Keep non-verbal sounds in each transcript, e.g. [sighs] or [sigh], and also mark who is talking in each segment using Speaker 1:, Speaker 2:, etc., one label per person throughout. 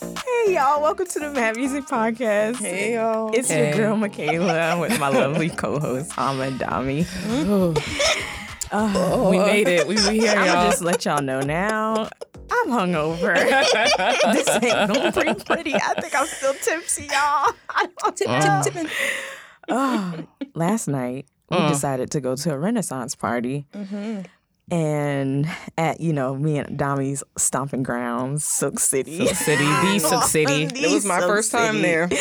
Speaker 1: Hey y'all, welcome to the Mad Music Podcast.
Speaker 2: Hey y'all.
Speaker 1: It's your girl Michaela with my lovely co-host [sighs] Amadami.
Speaker 2: we made it. We we here,
Speaker 1: Oh. I'ma
Speaker 2: y'all.
Speaker 1: just let y'all know now. I'm hungover. this ain't gonna be pretty. I think I'm still tipsy, y'all. I don't know. [laughs] Oh, last night we
Speaker 2: Mm.
Speaker 1: decided to go to a Renaissance party. Mm-hmm. And at, you know, me and Dami's stomping grounds, Silk City.
Speaker 2: Silk City, the Silk City.
Speaker 1: The
Speaker 2: It was my
Speaker 1: Silk
Speaker 2: first time
Speaker 1: City.
Speaker 2: there.
Speaker 1: [laughs]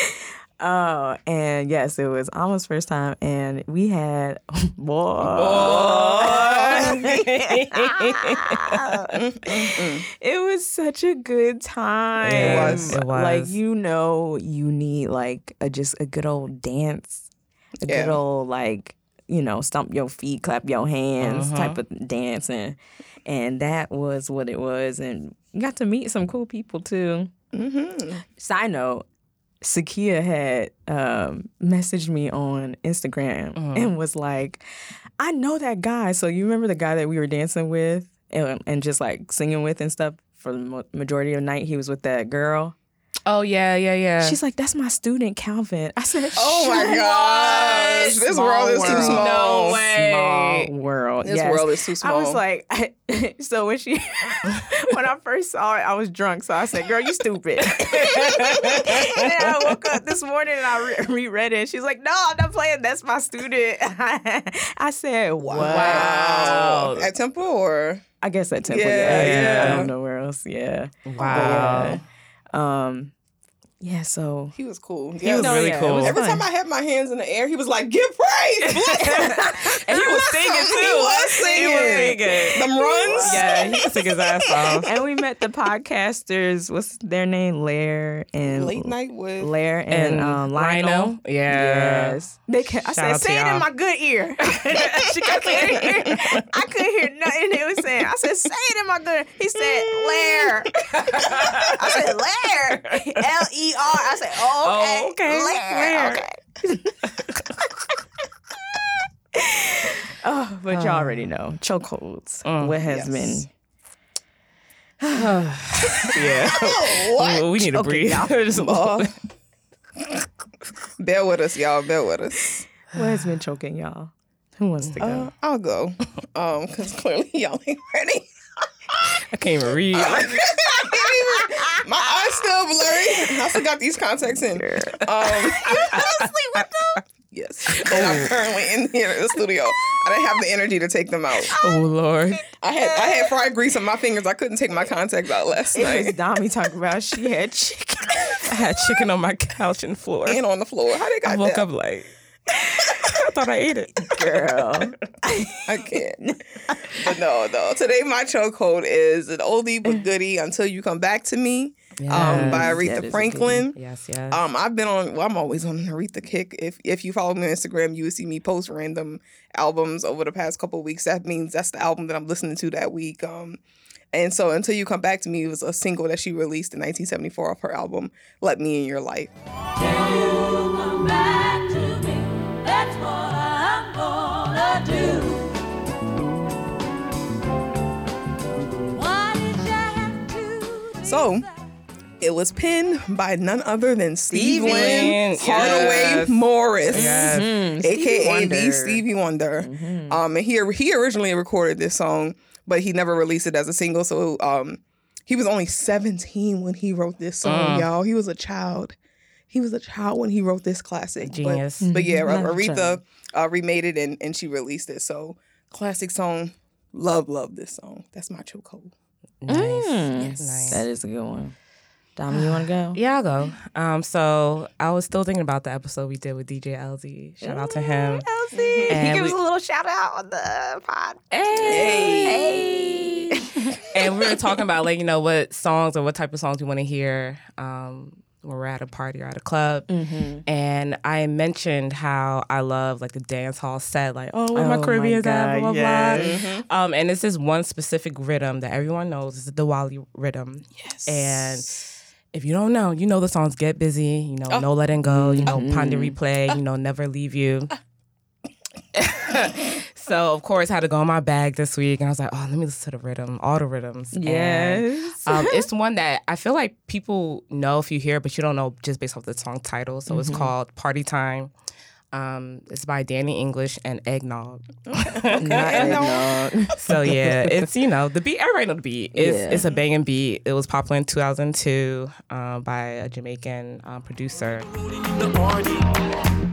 Speaker 1: Oh, and yes, it was almost first time, and we had [laughs] boy. it was such a good time.
Speaker 2: It was.
Speaker 3: It was.
Speaker 1: Like you know, you need like a just a good old dance, a good
Speaker 2: Yeah.
Speaker 1: old like you know, stomp your feet, clap your hands
Speaker 2: Mhm.
Speaker 1: type of dancing, and that was what it was, and got to meet some cool people too.
Speaker 2: Mm-hmm.
Speaker 1: Side note, Sakia had um, messaged me on Instagram
Speaker 2: Mhm.
Speaker 1: and was like, I know that guy. So you remember the guy that we were dancing with and, and just like singing with and stuff for the mo- majority of the night? He was with that girl.
Speaker 2: Oh yeah, yeah, yeah.
Speaker 1: She's like, that's my student, Calvin. I said,
Speaker 2: [laughs] oh my
Speaker 1: "Shut
Speaker 2: gosh,
Speaker 1: up."
Speaker 2: this
Speaker 1: Small
Speaker 2: world is too
Speaker 1: world.
Speaker 2: small.
Speaker 1: No way. Small world.
Speaker 2: This
Speaker 1: yes.
Speaker 2: world is too small.
Speaker 1: I was like, [laughs] so when she, when I first saw it, I was drunk. So I said, girl, you
Speaker 2: [laughs]
Speaker 1: stupid. and then [laughs] I woke up this morning and I re- [laughs] reread it. She's like, no, I'm not playing. That's my student. [laughs] I said, wow.
Speaker 2: wow.
Speaker 3: Wow.
Speaker 2: At Temple or
Speaker 1: I guess that Temple.
Speaker 2: Yeah,
Speaker 1: Yeah, yeah. I
Speaker 2: yeah.
Speaker 1: don't know where else. Yeah.
Speaker 3: Wow.
Speaker 1: Um, yeah,
Speaker 2: [laughs]
Speaker 1: so.
Speaker 2: he was cool.
Speaker 3: He was
Speaker 1: No,
Speaker 3: really
Speaker 1: yeah, it
Speaker 3: cool.
Speaker 1: was
Speaker 2: Every
Speaker 1: fun.
Speaker 2: time I had my hands in the air, he was like, "Give praise!"
Speaker 3: And he was singing
Speaker 2: He
Speaker 3: too.
Speaker 2: was
Speaker 3: He was
Speaker 2: singing.
Speaker 3: singing.
Speaker 2: [laughs] Them runs.
Speaker 3: Yeah, he could sing his ass [laughs] off.
Speaker 1: [laughs] and we met the podcasters. What's their name? Lair and
Speaker 2: Late night with
Speaker 1: Lair and, um, Lionel.
Speaker 3: Yeah.
Speaker 1: Yes. They can, I
Speaker 3: Shout
Speaker 1: said,
Speaker 3: out to
Speaker 1: say it in
Speaker 3: y'all."
Speaker 1: my good ear. [laughs] she kept saying it in her ear. I couldn't hear nothing they was saying. I said, say it in my good ear. He said, Lair. [laughs] I said, Lair. L E R. I said, oh,
Speaker 3: Oh,
Speaker 1: okay.
Speaker 3: okay.
Speaker 1: Lair.
Speaker 3: Lair.
Speaker 1: Okay. [laughs] oh, but y'all already know chokeholds.
Speaker 3: Mm,
Speaker 1: what has
Speaker 2: yes.
Speaker 1: been.
Speaker 3: Yeah.
Speaker 2: Oh,
Speaker 3: [laughs] We- We need to
Speaker 1: Okay,
Speaker 3: breathe.
Speaker 1: y'all. [laughs]
Speaker 3: Just a little-
Speaker 2: Bear with us, y'all. Bear with us.
Speaker 1: What has been choking y'all? Who wants to go?
Speaker 2: Uh, I'll go. Um, because clearly [laughs] y'all ain't ready.
Speaker 3: I can't even read.
Speaker 2: My eyes still blurry. I still got these contacts in. Um,
Speaker 1: [laughs]
Speaker 2: Yes. And I'm currently in here in the studio. I didn't have the energy to take them out.
Speaker 3: Oh Lord.
Speaker 2: I had I had fried grease on my fingers. I couldn't take my contacts out
Speaker 1: [laughs]
Speaker 2: last
Speaker 1: it was
Speaker 2: night.
Speaker 1: Dami talking about she had chicken.
Speaker 3: I had chicken on my couch and floor.
Speaker 2: And on the floor. How they
Speaker 3: I
Speaker 2: got
Speaker 3: woke
Speaker 2: that?
Speaker 3: up like I thought I ate it.
Speaker 1: Girl. Um,
Speaker 2: I can't. but no, no. Today my chokehold is an oldie but goodie until you come back to me. Um, by
Speaker 1: Yes, that is a
Speaker 2: Aretha
Speaker 1: goodie.
Speaker 2: Franklin.
Speaker 3: Yes, yes.
Speaker 2: Um, I've been on. Well, I'm always on an Aretha kick. If if you follow me on Instagram, you would see me post random albums over the past couple of weeks. That means that's the album that I'm listening to that week. Um, and so until you come back to me, it was a single that she released in 1974 off her album "Let Me in Your Life."
Speaker 4: Come back to me. That's what I'm gonna do. Why did you have to?
Speaker 2: So it was penned by none other than Steve Lynn
Speaker 3: Stevie Lynn,
Speaker 2: Hardaway
Speaker 3: yes.
Speaker 2: Morris.
Speaker 3: Yes.
Speaker 1: Mm-hmm.
Speaker 2: aka the Stevie Wonder. Um, and he he originally recorded this song, but he never released it as a single. So um, he was only 17 when he wrote this song,
Speaker 1: Mm.
Speaker 2: y'all. He was a child. He was a child when he wrote this classic. But-
Speaker 3: Genius.
Speaker 2: But, yeah,
Speaker 1: Mm-hmm. Not a
Speaker 2: Aretha
Speaker 1: child.
Speaker 2: uh, remade it and, and she released it. So classic song. Love, love this song. That's my true code.
Speaker 3: Nice.
Speaker 1: Mm,
Speaker 3: Nice.
Speaker 1: That is a good one. Dom, you want to go?
Speaker 3: [sighs] Yeah, I'll go. Um, so I was still thinking about the episode we did with DJ LZ. Shout out to him.
Speaker 1: Elsie.
Speaker 3: And we-
Speaker 1: a little shout out on the pod.
Speaker 3: Hey. and we were talking about like you know what songs or what type of songs we want to hear um, when we're at a party or at a club. Mm-hmm. And I mentioned how I love like the dance hall set, like oh where
Speaker 1: Oh,
Speaker 3: my
Speaker 1: my
Speaker 3: Caribbean's
Speaker 1: God,
Speaker 3: at, blah blah
Speaker 1: yes.
Speaker 3: blah. Um, and it's this one specific rhythm that everyone knows. It's the Diwali rhythm. Yes. And if you don't know, you know the songs "Get Busy," you know "No Letting Go," you know "Ponder Replay," you know "Never Leave You." [laughs] so of course, I had to go in my bag this week, and I was like, oh, let me listen to the rhythm, all the rhythms. And, um, it's one that I feel like people know if you hear, it, but you don't know just based off the song title. So it's called Party Time. Um, it's by Danny English and Eggnog.
Speaker 1: [laughs] Not eggnog.
Speaker 3: So yeah, it's you know the beat. Everybody know the beat. It's
Speaker 1: Yeah.
Speaker 3: it's a banging beat. It was popular in 2002 um, by a Jamaican um, producer.
Speaker 5: the party.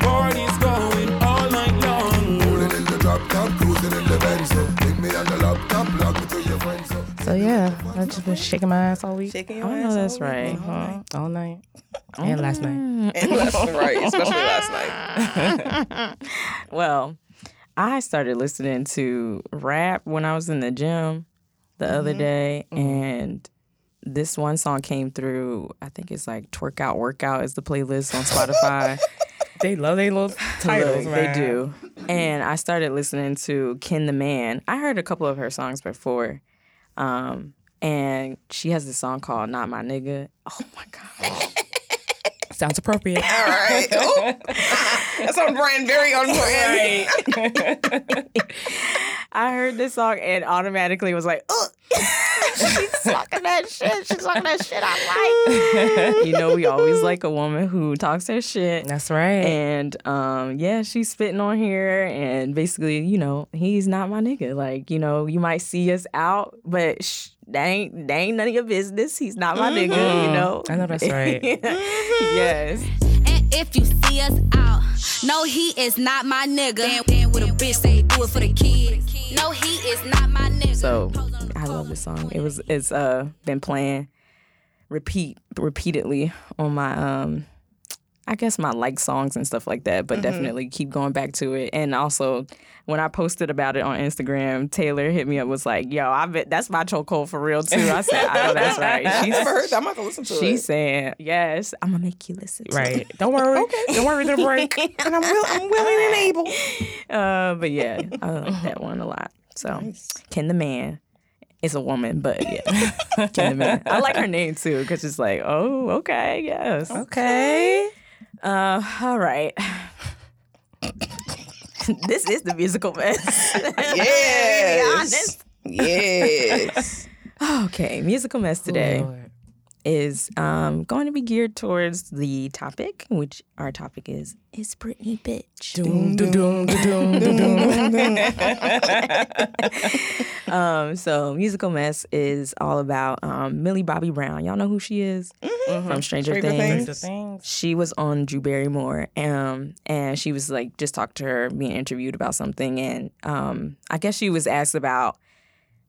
Speaker 5: Party's going all night long.
Speaker 6: Rolling in the drop top, cruising in the Benz. so Take me on the laptop, lock me to your friends. so.
Speaker 3: So yeah, I've just been shaking my ass all week,
Speaker 2: Shaking your
Speaker 1: I
Speaker 2: ass
Speaker 3: Oh,
Speaker 1: know that's
Speaker 2: off.
Speaker 1: right.
Speaker 3: Uh-huh. all night, and last night. [laughs]
Speaker 2: And that's right, especially last night.
Speaker 1: Well, I started listening to rap when I was in the gym the other day, and this one song came through. I think it's like Twerk Out Workout is the playlist on Spotify.
Speaker 3: They love their little titles.
Speaker 1: They do. And I started listening to Ken the Man. I heard a couple of her songs before. Um, and she has this song called Not My Nigga. Oh my God.
Speaker 3: Sounds appropriate.
Speaker 2: All
Speaker 3: [laughs]
Speaker 2: right. Oh. that's on brand, very on brand.
Speaker 1: I heard this song and automatically was like, oh, [laughs]
Speaker 7: Talking that shit. She's talking that shit I
Speaker 1: [laughs] you know, we always like a woman who talks her shit.
Speaker 3: That's right.
Speaker 1: And um, yeah, she's spitting on here, and basically, you know, he's not my nigga. Like, you know, you might see us out, but sh- that ain't that ain't none of your business. He's not my nigga. You
Speaker 7: Mm-hmm.
Speaker 1: know.
Speaker 3: I
Speaker 1: [laughs]
Speaker 3: know that's right.
Speaker 1: yes.
Speaker 8: And if you see us out, no, he is not my nigga. Then, then with a bitch, say do it for the kids. No, he is not my nigga.
Speaker 1: So I love this song. It was it's uh been playing repeat repeatedly on my um I guess my like songs and stuff like that, but definitely keep going back to it. And also when I posted about it on Instagram, Taylor hit me up was like, "Yo, I bet that's my chokehold for real too." I said, "I know that's
Speaker 2: [laughs]
Speaker 1: right."
Speaker 2: I
Speaker 1: She's
Speaker 2: never heard that. I'm not gonna listen to
Speaker 1: she's
Speaker 2: it.
Speaker 1: saying, "Yes, I'm gonna make you listen." To
Speaker 3: Right. Don't worry. Don't worry. The break.
Speaker 2: And I'm, will, I'm willing and able.
Speaker 1: it. Uh, but yeah, I like that one a lot. So, Ken the Man is a woman, but yeah, Ken the Man. I like her name too because it's like, oh, okay, yes,
Speaker 3: Okay.
Speaker 1: Uh, all right. this is the musical mess.
Speaker 3: [laughs]
Speaker 2: Yes. Yes.
Speaker 1: okay, musical mess today. is um, going to be geared towards the topic, which our topic is is Britney bitch. um, so musical mess is all about um, Millie Bobby Brown. Y'all know who she is from Stranger,
Speaker 2: Mm-hmm. Stranger
Speaker 1: Things.
Speaker 2: Things.
Speaker 3: The things.
Speaker 1: She was on Drew Barrymore, um, and she was like just talked to her being interviewed about something, and um, I guess she was asked about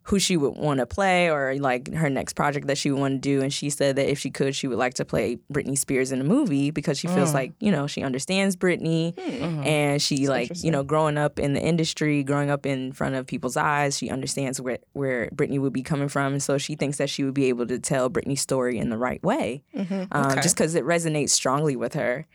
Speaker 1: who she would want to play or like her next project that she would want to do, and she said that if she could, she would like to play Britney Spears in a movie because she feels like you know she understands Britney, and she like you know growing up in the industry, growing up in front of people's eyes, she understands where where Britney would be coming from, and so she thinks that she would be able to tell Britney's story in the right way um, just because it resonates strongly with her.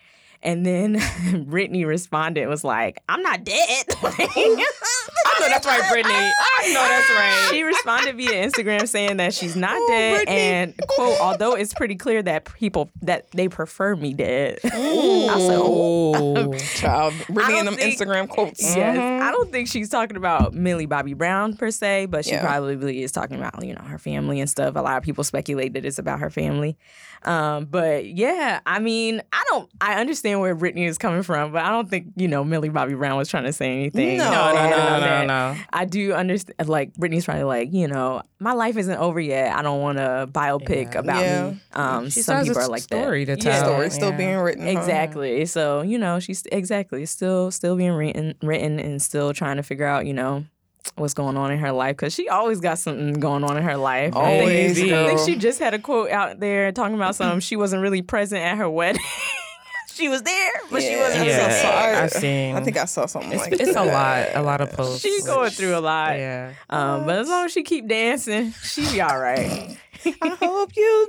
Speaker 1: And then [laughs] Brittany responded was like, "I'm not dead." [laughs]
Speaker 3: I know that's right,
Speaker 2: [laughs]
Speaker 3: Brittany. I know that's right. Oh,
Speaker 1: she responded via Instagram saying that she's not dead and quote, "Although it's pretty clear that people that they prefer me dead." I said, "Oh,
Speaker 3: Oh,
Speaker 2: Child,
Speaker 1: I
Speaker 2: really in
Speaker 1: don't
Speaker 2: them
Speaker 1: think-
Speaker 2: Instagram quotes.
Speaker 1: Yes,
Speaker 2: Mm-hmm.
Speaker 1: I don't think she's talking about Millie Bobby Brown per se, but she
Speaker 2: Yeah.
Speaker 1: probably is talking about you know her family and stuff. A lot of people speculate that it's about her family, um, but yeah, I mean, I don't, I understand where Britney is coming from, but I don't think you know Millie Bobby Brown was trying to say anything.
Speaker 2: No.
Speaker 3: no, no, no,
Speaker 1: about
Speaker 3: no,
Speaker 1: that.
Speaker 3: no.
Speaker 1: I do understand. Like Britney's probably like, you know, my life isn't over yet. I don't want a biopic about
Speaker 2: Yeah.
Speaker 1: me. Um,
Speaker 3: She
Speaker 1: some
Speaker 3: says
Speaker 1: people
Speaker 3: it's
Speaker 1: are like that.
Speaker 3: story to
Speaker 2: The
Speaker 3: tell.
Speaker 2: story's still
Speaker 3: Yeah.
Speaker 2: being written. huh?
Speaker 1: Exactly. So you know, she's exactly still still being written, written, and still trying to figure out, you know, what's going on in her life because she always got something going on in her life. I
Speaker 2: Always,
Speaker 1: think, I think
Speaker 2: girl.
Speaker 1: she just had a quote out there talking about something. She wasn't really present at her wedding. [laughs] she was there, but she
Speaker 2: Yeah.
Speaker 1: wasn't.
Speaker 2: Yeah.
Speaker 1: present.
Speaker 2: so sorry.
Speaker 3: I've seen.
Speaker 2: I think I saw something like
Speaker 3: it's a
Speaker 2: that.
Speaker 3: lot, a lot of posts.
Speaker 1: She's going through a lot.
Speaker 3: Yeah.
Speaker 1: Um, but as long as she keep dancing, she be all right.
Speaker 2: I hope
Speaker 3: [laughs]
Speaker 2: you [laughs]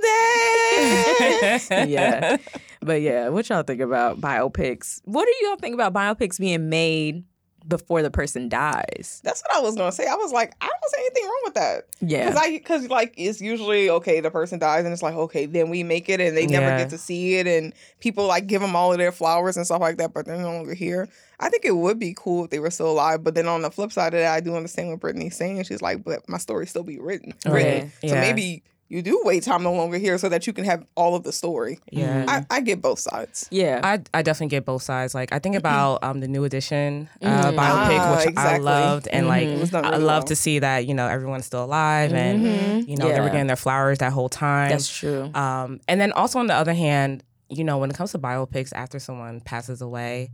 Speaker 2: there.
Speaker 1: yeah. But yeah, what y'all think about biopics? What do y'all think about biopics being made before the person dies.
Speaker 2: That's what I was gonna say. I was like, I don't see anything wrong with that. Cause
Speaker 1: Yeah.
Speaker 2: I, cause like it's usually okay. The person dies, and it's like okay, then we make it, and they never
Speaker 3: Yeah.
Speaker 2: get to see it, and people like give them all of their flowers and stuff like that, but they're no longer here. I think it would be cool if they were still alive, but then on the flip side of that, I do understand what Brittany's saying. She's like, but my story still be written, written.
Speaker 3: Right,
Speaker 2: So
Speaker 3: yeah.
Speaker 2: maybe you do wait time no longer here so that you can have all of the story.
Speaker 3: Yeah.
Speaker 2: I, I get both sides.
Speaker 1: yeah.
Speaker 3: I, I definitely get both sides. Like I think about um, the new edition uh,
Speaker 1: Mm-hmm.
Speaker 3: biopic,
Speaker 2: Mm-hmm. Ah,
Speaker 3: which I
Speaker 2: exactly.
Speaker 3: loved, and
Speaker 2: It was
Speaker 3: like
Speaker 2: done
Speaker 3: I
Speaker 2: really Mm-hmm.
Speaker 3: love
Speaker 2: well.
Speaker 3: to see that you know everyone's still alive and you know they
Speaker 1: Mm-hmm.
Speaker 3: were
Speaker 1: Yeah.
Speaker 3: getting their flowers that whole time.
Speaker 1: That's true.
Speaker 3: Um, and then also on the other hand, you know when it comes to biopics, after someone passes away,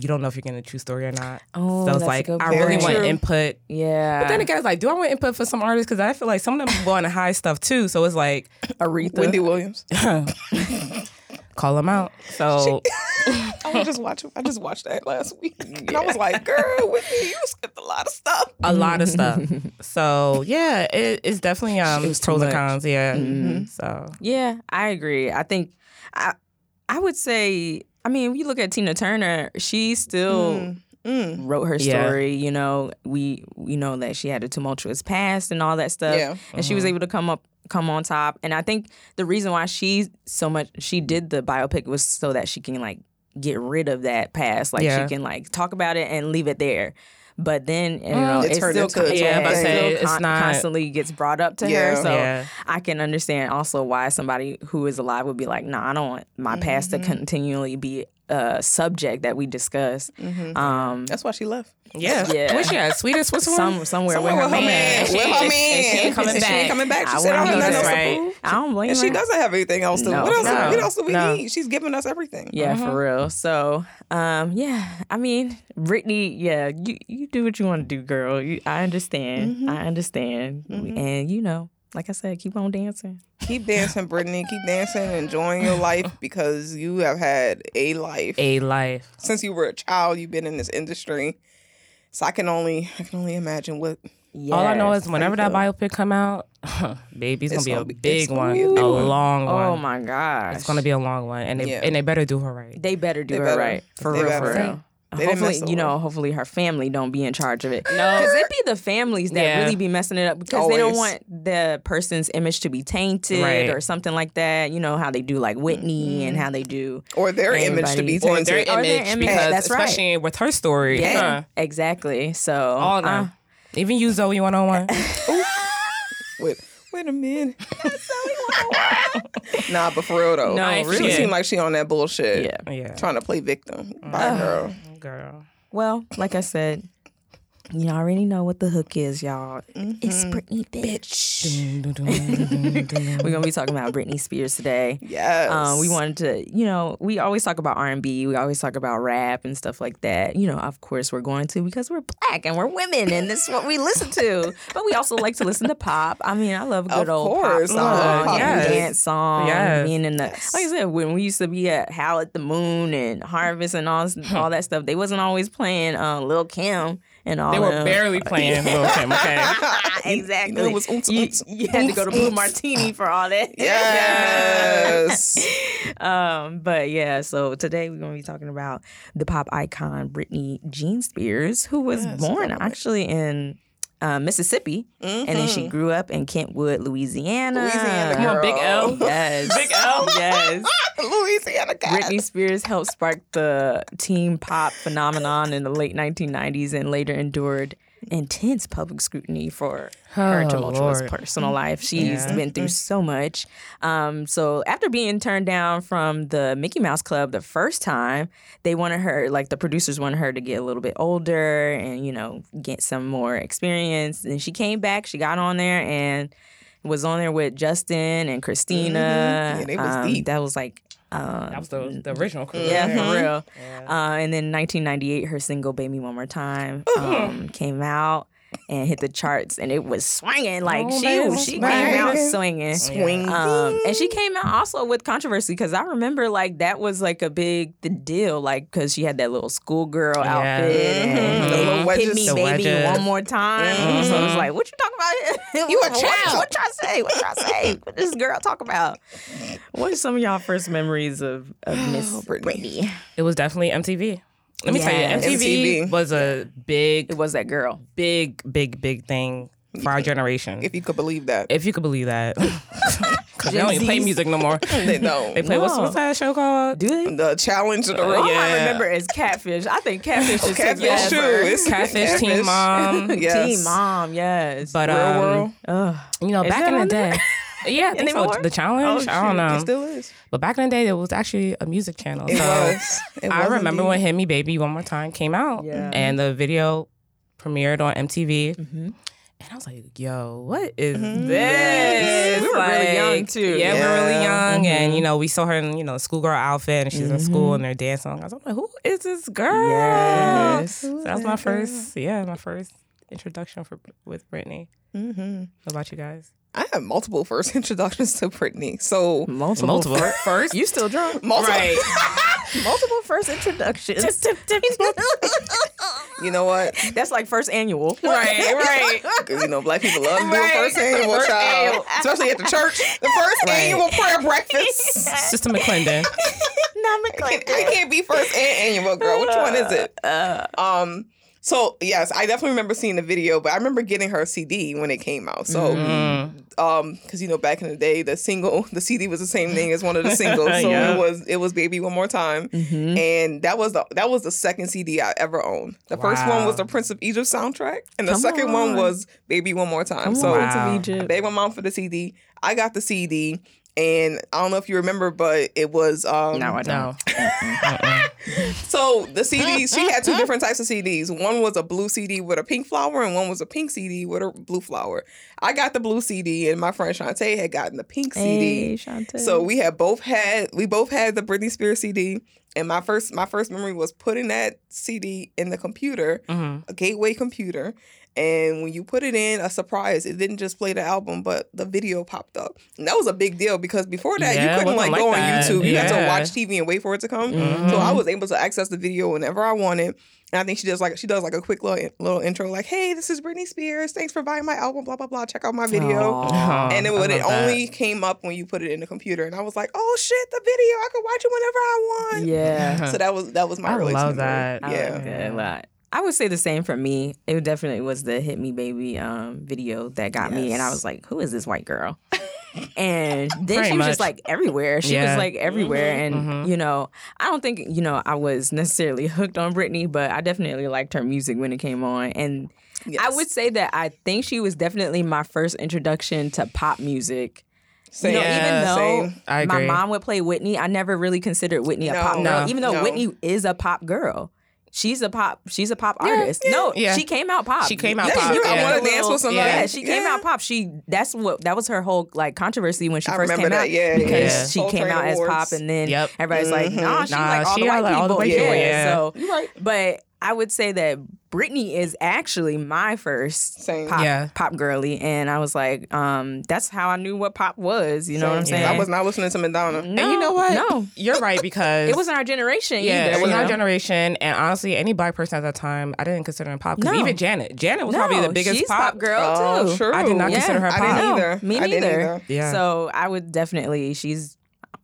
Speaker 3: you don't know if you're getting a true story or not.
Speaker 1: Oh,
Speaker 3: so
Speaker 1: that's
Speaker 3: it's
Speaker 1: a
Speaker 3: like
Speaker 1: good
Speaker 3: I really
Speaker 1: point.
Speaker 3: want
Speaker 2: True.
Speaker 3: input.
Speaker 1: yeah.
Speaker 3: But then again, it's like, do I want input for some artists? Because I feel like some of them go on to high stuff too. So it's like,
Speaker 1: Aretha.
Speaker 2: Wendy
Speaker 3: [laughs]
Speaker 2: Williams. [laughs]
Speaker 3: [coughs] call them out. So
Speaker 2: I was just watching. I just watched that last week, and I was like, "Girl, Whitney, you skipped a lot of stuff."
Speaker 3: a lot of [laughs] stuff. So yeah, it, it's definitely um
Speaker 1: was too
Speaker 3: pros
Speaker 1: much.
Speaker 3: and cons. Yeah. Mm-hmm. So
Speaker 1: Yeah, I agree. I think I I would say I mean, when you look at Tina Turner, she still
Speaker 2: Mm.
Speaker 1: wrote her
Speaker 3: Yeah.
Speaker 1: story, you know, we we know that she had a tumultuous past and all that stuff.
Speaker 2: Yeah.
Speaker 1: And she was
Speaker 3: Mm-hmm.
Speaker 1: able to come up come on top. And I think the reason why she so much she did the biopic was so that she can like get rid of that past. Like
Speaker 3: Yeah.
Speaker 1: she can like talk about it and leave it there. But then you know,
Speaker 2: It
Speaker 1: it,
Speaker 2: turned
Speaker 1: still
Speaker 2: into its
Speaker 1: co-
Speaker 2: own
Speaker 1: yeah,
Speaker 2: thing.
Speaker 1: it
Speaker 3: Say
Speaker 1: still
Speaker 3: it's
Speaker 1: con-
Speaker 3: not-
Speaker 1: constantly gets brought up to
Speaker 2: Yeah.
Speaker 1: her. So
Speaker 3: Yeah.
Speaker 1: I can understand also why somebody who is alive would be like, nah, I don't want my past to continually be a subject that we discuss. Um,
Speaker 2: That's why she left.
Speaker 3: yeah.
Speaker 1: Yeah.
Speaker 3: Where she at? Sweden, Switzerland.
Speaker 1: some, somewhere, with her
Speaker 2: with her
Speaker 1: man.
Speaker 2: Oh, man. With her
Speaker 1: And [laughs]
Speaker 2: man.
Speaker 1: She ain't coming
Speaker 2: And she
Speaker 1: back.
Speaker 2: ain't coming back. She
Speaker 1: I
Speaker 2: said, "Oh,
Speaker 1: wouldn't
Speaker 2: "I
Speaker 1: do
Speaker 2: don't have
Speaker 1: that."
Speaker 2: nothing
Speaker 3: else to
Speaker 1: Right. I don't blame
Speaker 2: And she
Speaker 1: her.
Speaker 2: doesn't have anything else to.
Speaker 1: No,
Speaker 2: what else?
Speaker 1: no,
Speaker 2: what else do we
Speaker 1: no.
Speaker 2: need? She's giving us everything.
Speaker 1: Yeah, for real. So, um, yeah, I mean, Brittany, yeah, you, you do what you want to do, girl. You, I understand.
Speaker 2: Mm-hmm.
Speaker 1: I understand. And, you know, like I said, keep on dancing.
Speaker 2: Keep dancing, Brittany. Keep dancing, enjoying your
Speaker 1: [sighs]
Speaker 2: life because you have had a life
Speaker 3: A life.
Speaker 2: since you were a child. You've been in this industry, so I can only I can only imagine what
Speaker 3: All I know
Speaker 1: Yes.
Speaker 3: is whenever that biopic come out, [laughs] baby, it's gonna
Speaker 2: It's
Speaker 3: be
Speaker 2: gonna
Speaker 3: a
Speaker 2: be- it's
Speaker 3: big
Speaker 2: gonna
Speaker 3: one,
Speaker 2: be a
Speaker 3: a
Speaker 2: big one.
Speaker 3: long one.
Speaker 1: Oh my gosh.
Speaker 3: It's gonna be a long one, and they
Speaker 2: Yeah.
Speaker 3: and they better do her right.
Speaker 1: They better do
Speaker 2: They
Speaker 1: her
Speaker 2: better.
Speaker 1: right. For
Speaker 2: They
Speaker 1: real,
Speaker 2: better.
Speaker 1: for real.
Speaker 2: They didn't
Speaker 1: hopefully,
Speaker 2: mess
Speaker 1: you know,
Speaker 2: over.
Speaker 1: hopefully her family don't be in charge of it. No. Because it be the families that
Speaker 3: Yeah.
Speaker 1: really be messing it up because they don't
Speaker 2: Always.
Speaker 1: want the person's image to be tainted
Speaker 3: Right.
Speaker 1: or something like that. You know, how they do like Whitney and how they do.
Speaker 2: Mm-hmm. or their image to be
Speaker 1: Everybody.
Speaker 2: tainted.
Speaker 1: Or their image,
Speaker 3: because
Speaker 1: that's right.
Speaker 3: especially with her story, huh,
Speaker 1: Exactly. So,
Speaker 3: all of
Speaker 1: uh,
Speaker 3: them. Even you, Zoe, one on one. [laughs]
Speaker 2: Wait, wait
Speaker 1: [laughs]
Speaker 2: a minute. nah, but for real though,
Speaker 1: No, I
Speaker 2: she
Speaker 1: really.
Speaker 2: seemed like she on that bullshit.
Speaker 1: Yeah.
Speaker 3: Yeah,
Speaker 2: trying to play victim. Bye, girl.
Speaker 3: girl.
Speaker 1: well, like I said, you already know what the hook is, y'all. It's
Speaker 2: Mm-hmm.
Speaker 1: Britney, bitch. [laughs] We're gonna be talking about Britney Spears today.
Speaker 2: Yes,
Speaker 1: Um, we wanted to, you know, we always talk about R and B. We always talk about rap and stuff like that. You know, of course, we're going to because we're black and we're women, and this is what we listen
Speaker 2: [laughs]
Speaker 1: to. But we also like to listen to pop. I mean, I love a good
Speaker 2: Of
Speaker 1: old
Speaker 2: course, I
Speaker 1: pop song,
Speaker 2: love pop
Speaker 1: and
Speaker 2: music.
Speaker 1: dance song.
Speaker 3: Yes.
Speaker 1: Being in the, like I said, when we used to be at Howl at the Moon and Harvest and all
Speaker 2: [laughs]
Speaker 1: all that stuff, they wasn't always playing uh, Lil Kim and all.
Speaker 3: They were
Speaker 1: them.
Speaker 3: barely playing Lil Kim, [laughs] okay?
Speaker 1: [laughs] exactly.
Speaker 2: it was oomps,
Speaker 1: you,
Speaker 2: oomps,
Speaker 1: you had to go to
Speaker 2: oomps,
Speaker 1: Blue
Speaker 2: oomps.
Speaker 1: Martini for all
Speaker 2: [laughs]
Speaker 1: that.
Speaker 3: [laughs]
Speaker 2: Yes.
Speaker 1: Um, but yeah, so today we're gonna be talking about the pop icon Britney Jean Spears, who was born actually in uh, Mississippi, and then she grew up in Kentwood, Louisiana.
Speaker 2: Louisiana
Speaker 1: Come on,
Speaker 2: girl.
Speaker 1: Big L. Yes, Big L. Yes.
Speaker 2: [laughs] Louisiana guy.
Speaker 1: Britney Spears helped spark the teen pop phenomenon in the late 1990s and later endured intense public scrutiny for her
Speaker 3: Oh,
Speaker 1: tumultuous
Speaker 3: Lord. Mm-hmm.
Speaker 1: personal life. She's
Speaker 3: Yeah.
Speaker 1: been through so much. Um, so after being turned down from the Mickey Mouse Club the first time, they wanted her, like the producers wanted her to get a little bit older and, you know, get some more experience. And she came back, she got on there and was on there with Justin and Christina.
Speaker 2: Mm-hmm. Yeah, they was
Speaker 1: Um,
Speaker 2: deep.
Speaker 1: That was like um,
Speaker 3: That was
Speaker 2: Mm-hmm.
Speaker 3: the, the original crew.
Speaker 1: yeah, for real. Uh, and then 1998, her single "Baby One More Time" um, came out and hit the charts, and it was swinging. Like
Speaker 3: Oh, baby,
Speaker 1: she she came
Speaker 2: swinging.
Speaker 1: out swinging.
Speaker 2: Swing.
Speaker 1: Um, and she came out also with controversy because I remember like that was like a big the deal, like because she had that little schoolgirl
Speaker 3: Yeah.
Speaker 1: outfit and
Speaker 2: Mm-hmm. The little
Speaker 1: hit
Speaker 2: wedges. Mm-hmm.
Speaker 1: me
Speaker 3: The
Speaker 1: baby
Speaker 3: wedges.
Speaker 1: one more time. So it was like, what you talking about? [laughs]
Speaker 2: You a
Speaker 1: What-
Speaker 2: child.
Speaker 1: What y'all say? What y'all say? What this girl talk
Speaker 2: [laughs]
Speaker 1: about? [sighs] What are some of y'all first memories of, of Miss
Speaker 2: Brittany.
Speaker 1: Brittany?
Speaker 3: It was definitely MTV. Let me
Speaker 1: Yes.
Speaker 3: tell you, MTV,
Speaker 2: MTV.
Speaker 3: was a big,
Speaker 1: It was that girl.
Speaker 3: big, big, big thing for our generation.
Speaker 2: If you could believe that.
Speaker 3: If you could believe
Speaker 1: [laughs]
Speaker 3: that. [laughs] 'Cause they don't even play
Speaker 1: Gen Zs.
Speaker 3: music no more. They [laughs]
Speaker 2: they don't.
Speaker 3: play Oh,
Speaker 1: [laughs]
Speaker 3: what's,
Speaker 1: No.
Speaker 3: what's that show called?
Speaker 1: Do they?
Speaker 2: the challenge of the
Speaker 1: All
Speaker 2: room.
Speaker 3: yeah.
Speaker 1: I remember is catfish. I think catfish is
Speaker 2: Catfish too. It's
Speaker 3: Catfish Teen
Speaker 1: [laughs]
Speaker 3: Mom.
Speaker 2: Yes.
Speaker 1: Team mom, yes.
Speaker 3: But
Speaker 2: Real
Speaker 3: um,
Speaker 2: world.
Speaker 1: Ugh.
Speaker 3: you know,
Speaker 1: Is
Speaker 3: back
Speaker 1: that
Speaker 3: in the
Speaker 1: on
Speaker 3: day,
Speaker 1: there?
Speaker 3: [laughs] yeah, I think so.
Speaker 1: Anymore?
Speaker 3: The challenge, I don't know.
Speaker 2: It Oh, still is.
Speaker 3: but back in the day, there was actually a music channel.
Speaker 2: It
Speaker 3: so
Speaker 2: was. It
Speaker 3: I
Speaker 2: was
Speaker 3: remember
Speaker 2: indeed.
Speaker 3: when "Hit Me, Baby" one more time came out,
Speaker 1: Yeah.
Speaker 3: and the video premiered on MTV.
Speaker 1: Mhm.
Speaker 3: And I was like, "Yo, what is
Speaker 2: Mhm.
Speaker 3: this?"
Speaker 1: We were really young,
Speaker 3: Like,
Speaker 1: too. Mm-hmm.
Speaker 3: Yeah, we were really
Speaker 2: Yeah.
Speaker 3: young, and you know, we saw her in you know a schoolgirl outfit, and she's in school and they're dancing. I was like, "Who is this girl?"
Speaker 1: Yes.
Speaker 3: So that was my first, yeah, my first introduction for with Britney.
Speaker 2: Mhm.
Speaker 3: What about you guys?
Speaker 2: I had multiple first [laughs] introductions to Britney. So
Speaker 1: Multiple.
Speaker 3: Fir- first. [laughs]
Speaker 1: You still drunk?
Speaker 2: multiple.
Speaker 1: [laughs] Multiple first introductions.
Speaker 2: [laughs] you know what?
Speaker 1: [laughs] That's like first annual.
Speaker 3: Right, [laughs] right.
Speaker 2: 'Cause, You know, black people love doing
Speaker 3: Right. [laughs]
Speaker 2: first annual
Speaker 3: First
Speaker 2: child,
Speaker 3: annual.
Speaker 2: especially at the church.
Speaker 3: [laughs]
Speaker 2: The first annual prayer breakfast.
Speaker 3: Sister McClendon.
Speaker 1: [laughs]
Speaker 2: I can't be first and annual, girl. Which one is it? [laughs] Um. So yes, I definitely remember seeing the video, but I remember getting her CD when it came out. So, um, because you know back in the day, the single, [laughs] the CD was the same thing as one of the [laughs] singles. So
Speaker 3: Yeah.
Speaker 2: it was it was "Baby One More Time," and that was the that was the second CD I ever owned. The first one
Speaker 3: Wow.
Speaker 2: was the Prince of Egypt soundtrack, and the
Speaker 1: Come
Speaker 2: second one
Speaker 1: on.
Speaker 2: was "Baby One More Time." so
Speaker 3: on, Prince of
Speaker 2: they went mom for the CD. I got the CD, and I don't know if you remember, but it was um,
Speaker 1: No, I don't.
Speaker 3: No.
Speaker 2: so the CDs, she had two different types of CDs. One was a blue CD with a pink flower, and one was a pink CD with a blue flower. I got the blue CD, and my friend Shantae had gotten the pink CD.
Speaker 1: Shantae.
Speaker 2: So we had both had we both had the Britney Spears CD, and my first my first memory was putting that CD in the computer,
Speaker 3: Mhm.
Speaker 2: a gateway computer, and when you put it in, a surprise, it didn't just play the album, but the video popped up, and that was a big deal because before that
Speaker 3: Yeah, it
Speaker 2: you couldn't
Speaker 3: wasn't
Speaker 2: like go
Speaker 3: like
Speaker 2: on
Speaker 3: that.
Speaker 2: YouTube, you had to
Speaker 3: Yeah. Mm-hmm.
Speaker 2: watch TV and wait for it to come. So I was able to access the video whenever I wanted. And I think she does like she does like a quick little little intro, like, "Hey, this is Britney Spears. Thanks for buying my album. Blah blah blah. Check out my video."
Speaker 3: [laughs]
Speaker 1: [laughs]
Speaker 3: Aw,
Speaker 1: Um,
Speaker 2: and it
Speaker 3: Oh, I
Speaker 2: would it
Speaker 3: love that.
Speaker 2: only came up when you put it in the computer, and I was like, "Oh shit, the video! I could watch it whenever I want."
Speaker 1: Yeah.
Speaker 2: So that was that was my.
Speaker 3: I
Speaker 2: earliest
Speaker 3: love
Speaker 2: memory.
Speaker 3: that.
Speaker 1: I
Speaker 2: Yeah.
Speaker 1: like that a lot. I would say the same for me. It definitely was the "Hit Me, Baby" um, video that got me, and I was like, "Who is this white girl?"
Speaker 2: [laughs]
Speaker 1: and then
Speaker 3: Pretty
Speaker 1: she was just
Speaker 3: much.
Speaker 1: like everywhere. She
Speaker 3: Yeah. Mm-hmm.
Speaker 1: was like everywhere,
Speaker 2: Mm-hmm.
Speaker 1: and you know, I don't think you know I was necessarily hooked on Britney, but I definitely liked her music when it came on, and I
Speaker 2: Yes.
Speaker 1: would say that I think she was definitely my first introduction to pop music.
Speaker 2: Same.
Speaker 1: You know,
Speaker 3: Yeah,
Speaker 1: even
Speaker 2: same.
Speaker 1: though
Speaker 3: I
Speaker 1: my
Speaker 3: agree.
Speaker 1: mom would play Whitney, I never really considered Whitney
Speaker 2: No,
Speaker 1: a pop girl.
Speaker 3: no,
Speaker 1: even though
Speaker 2: no.
Speaker 1: Whitney is a pop girl, she's a pop. She's a pop artist. No,
Speaker 3: yeah.
Speaker 1: she came out pop.
Speaker 3: She came out
Speaker 2: Yeah,
Speaker 3: pop.
Speaker 2: you know, I
Speaker 3: yeah.
Speaker 2: wanna dance with somebody.
Speaker 1: Yeah,
Speaker 3: Yeah.
Speaker 1: she came
Speaker 2: Yeah.
Speaker 1: out pop. She that's what that was her whole like controversy when she
Speaker 2: I
Speaker 1: first
Speaker 2: remember
Speaker 1: came
Speaker 2: that,
Speaker 1: out
Speaker 2: yeah,
Speaker 1: because
Speaker 3: yeah.
Speaker 1: she
Speaker 2: Soul
Speaker 1: came
Speaker 2: Train
Speaker 1: out as
Speaker 2: Awards.
Speaker 1: pop and then
Speaker 3: Yep. Mm-hmm.
Speaker 1: everybody's like, nah, she
Speaker 3: Nah,
Speaker 1: like all
Speaker 3: she
Speaker 1: the white
Speaker 3: like
Speaker 1: people.
Speaker 3: all the white people, yeah.
Speaker 1: So, but I would say that Britney is actually my first
Speaker 2: Same.
Speaker 1: pop
Speaker 3: Yeah.
Speaker 1: pop girly, and I was like, um, that's how I knew what pop was. You know what I'm saying?
Speaker 2: I was not listening to Madonna.
Speaker 1: No,
Speaker 3: and you know what?
Speaker 1: No,
Speaker 3: You're right because
Speaker 1: it wasn't our generation.
Speaker 3: yeah,
Speaker 1: either,
Speaker 3: it was
Speaker 1: you
Speaker 3: our
Speaker 1: know?
Speaker 3: generation, and honestly, any black person at that time, I didn't consider them pop. Because
Speaker 1: No.
Speaker 3: even Janet, Janet was
Speaker 1: no,
Speaker 3: probably the biggest
Speaker 1: she's pop, girl
Speaker 2: Oh,
Speaker 1: too.
Speaker 2: true.
Speaker 3: I did not consider her
Speaker 2: I
Speaker 3: pop.
Speaker 2: didn't
Speaker 1: No,
Speaker 2: either.
Speaker 1: me
Speaker 2: I didn't
Speaker 1: neither.
Speaker 2: either.
Speaker 3: Yeah.
Speaker 1: So I would definitely she's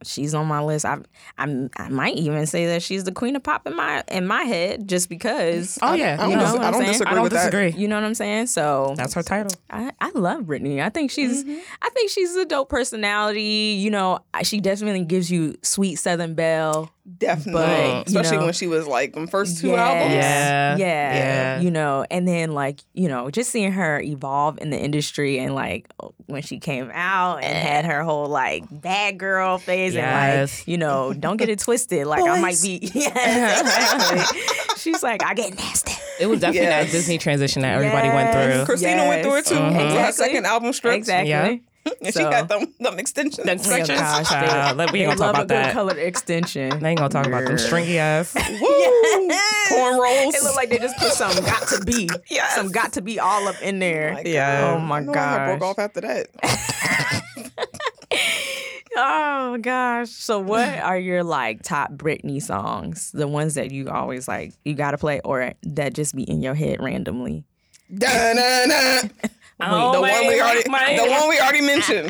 Speaker 1: she's on my list. I I'm, I might even say that she's the queen of pop in my in my head just because.
Speaker 3: oh yeah,
Speaker 2: I
Speaker 1: You know
Speaker 2: don't, dis-
Speaker 1: what
Speaker 2: I
Speaker 1: I'm
Speaker 2: don't
Speaker 1: saying?
Speaker 2: disagree
Speaker 3: I don't
Speaker 2: with that.
Speaker 3: disagree.
Speaker 1: You know what I'm saying? So
Speaker 3: That's her title.
Speaker 1: I, I love Britney. I think she's
Speaker 2: Mm-hmm.
Speaker 1: I think she's a dope personality. You know, I- she definitely gives you sweet Southern belle.
Speaker 2: Definitely,
Speaker 1: But, you
Speaker 2: especially
Speaker 1: know-
Speaker 2: when she was like the first two
Speaker 1: Yes.
Speaker 2: albums.
Speaker 3: Yeah.
Speaker 1: yeah,
Speaker 3: Yeah.
Speaker 1: You know, and then like you know, just seeing her evolve in the industry and like when she came out
Speaker 2: Eh.
Speaker 1: and had her whole like bad girl phase and
Speaker 3: Yes.
Speaker 1: like you know, don't
Speaker 3: [laughs]
Speaker 1: get it twisted. Like I might
Speaker 2: [laughs]
Speaker 1: be. [laughs] Yes, [laughs] exactly. She's like, I get nasty.
Speaker 3: It was definitely
Speaker 2: Yes.
Speaker 3: that Disney transition that everybody went
Speaker 1: Yes.
Speaker 3: through.
Speaker 2: Christina went through it too.
Speaker 1: Yes.
Speaker 2: with Her
Speaker 1: Exactly.
Speaker 2: second album strips.
Speaker 1: Exactly.
Speaker 3: Yeah.
Speaker 2: And [laughs] she
Speaker 1: So-
Speaker 2: got them, them extensions.
Speaker 3: Them
Speaker 1: Oh,
Speaker 3: sections.
Speaker 1: gosh, they-
Speaker 3: Child, let- we
Speaker 1: they
Speaker 3: ain't gonna talk
Speaker 1: love
Speaker 3: about
Speaker 1: a good
Speaker 3: that.
Speaker 1: color extension.
Speaker 3: They ain't gonna talk about them stringy ass.
Speaker 2: Woo! Corn rolls.
Speaker 1: It looked like they just put some got to [laughs] be,
Speaker 2: Yes.
Speaker 1: some got to be all up in there.
Speaker 3: Yeah.
Speaker 1: Oh my
Speaker 2: I know I broke
Speaker 1: gosh.
Speaker 2: off after that.
Speaker 1: [laughs] Oh gosh. So [sighs] what are your like top Britney songs? The ones that you always like you gotta play or that just be in your head randomly.
Speaker 2: Da-na-na.
Speaker 3: Oh,
Speaker 2: the
Speaker 3: my-
Speaker 2: one we already,
Speaker 3: my-
Speaker 2: the one we
Speaker 3: [laughs]
Speaker 2: already mentioned.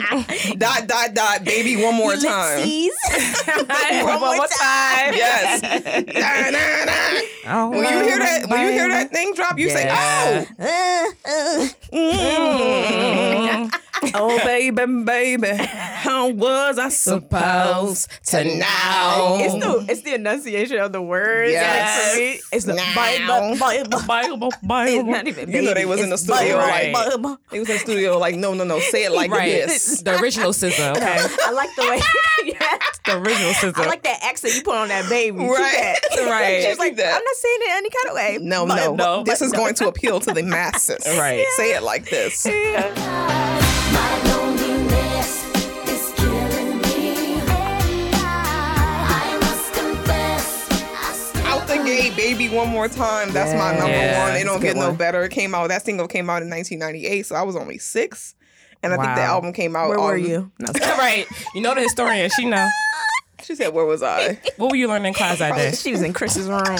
Speaker 2: dot dot dot, baby, one more
Speaker 1: [laughs]
Speaker 2: time.
Speaker 3: One more time.
Speaker 2: Yes. Nah, nah, nah.
Speaker 3: Oh,
Speaker 2: When you hear that, when you hear that thing drop, you say,
Speaker 3: Yeah.
Speaker 2: "Oh,
Speaker 7: Mm.
Speaker 3: oh baby, baby, how was I
Speaker 2: supposed to know?
Speaker 7: It's the it's the enunciation of the words.
Speaker 2: Yes.
Speaker 7: Like, for me, it's the
Speaker 2: Now.
Speaker 7: Bible, Bible.
Speaker 3: Bible,
Speaker 7: It's
Speaker 3: Bible.
Speaker 7: not even
Speaker 2: You know they
Speaker 7: baby,
Speaker 2: was in
Speaker 7: it's
Speaker 2: the studio,
Speaker 7: Bible,
Speaker 3: right.
Speaker 7: Bible.
Speaker 2: They was in the studio like, no, no, no, say it like
Speaker 3: [laughs] right.
Speaker 2: this.
Speaker 3: The original SZA. Okay.
Speaker 7: I like the way. [laughs] Yes.
Speaker 3: The original SZA.
Speaker 7: I like that accent you put on that baby. Keep
Speaker 2: Right.
Speaker 7: that.
Speaker 2: Right.
Speaker 7: She was like,
Speaker 2: Keep that.
Speaker 7: I'm not saying it any kind of way.
Speaker 2: No,
Speaker 7: But-
Speaker 2: no,
Speaker 3: no,
Speaker 2: this is going to appeal to the
Speaker 3: [laughs]
Speaker 2: masses.
Speaker 3: Right.
Speaker 2: Say it like this.
Speaker 4: My loneliness is killing me. I must confess, I still
Speaker 2: Out the gate, baby, one more time. That's my number
Speaker 3: Yeah,
Speaker 2: one. It
Speaker 3: it's a
Speaker 2: don't
Speaker 3: good
Speaker 2: get no
Speaker 3: one.
Speaker 2: better. It came out. That single came out in 1998, so I was only six, and I think the
Speaker 3: Wow.
Speaker 2: album came out.
Speaker 7: Where were
Speaker 2: um,
Speaker 7: you?
Speaker 3: [laughs] right. You know the historian. She know.
Speaker 2: She said, "Where was I?"
Speaker 3: What were you learning in class that day?
Speaker 7: She was in Chris's room.
Speaker 2: [laughs]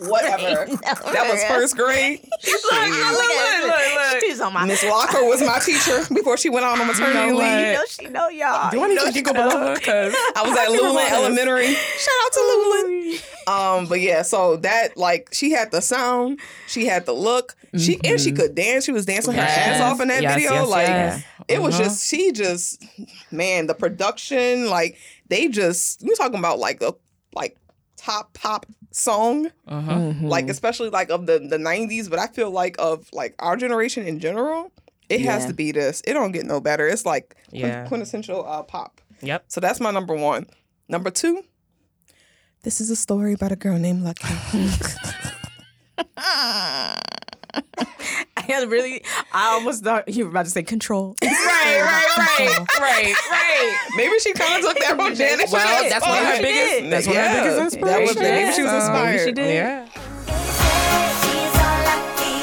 Speaker 2: Whatever. that was first [laughs] grade. Shit.
Speaker 7: She was on my.
Speaker 2: Miss Walker was my teacher before she went out on maternity
Speaker 3: You know
Speaker 2: leave.
Speaker 7: You know she know y'all.
Speaker 3: Do I need to giggle below Because
Speaker 2: I was at Lulin Elementary. Shout out to Lulin. Um, but yeah, so that like she had the sound, she had the look, she and she could dance. She was dancing her
Speaker 3: Mm-hmm. Yes.
Speaker 2: ass off in that
Speaker 3: Yes,
Speaker 2: video.
Speaker 3: yes,
Speaker 2: like
Speaker 3: yes.
Speaker 2: it was
Speaker 3: Mhm.
Speaker 2: just she just man, the production, like they just you talking about like a like top pop song,
Speaker 3: Mm-hmm.
Speaker 7: Mm-hmm.
Speaker 3: Mm.
Speaker 2: like especially like of the the nineties, but I feel like of like our generation in general. It has
Speaker 1: Yeah.
Speaker 2: to be this. It don't get no better. It's like quin-
Speaker 3: Yeah.
Speaker 2: quintessential uh, pop.
Speaker 3: Yep.
Speaker 2: So that's my number one. Number two, this is a story about a girl named
Speaker 3: [laughs]
Speaker 2: Lucky.
Speaker 7: I had really. I almost thought you were about to say control. [laughs]
Speaker 3: Right, right, right, right, right.
Speaker 2: Maybe she kind of took that from Janet.
Speaker 3: Well,
Speaker 2: Jackson.
Speaker 3: that's one of her
Speaker 2: She
Speaker 3: biggest-
Speaker 2: did.
Speaker 3: that's one of her biggest
Speaker 2: That was,
Speaker 3: inspirations. Um,
Speaker 2: maybe she was
Speaker 3: Yeah.
Speaker 2: inspired.
Speaker 1: She did.
Speaker 3: Yeah.
Speaker 4: She's a lucky,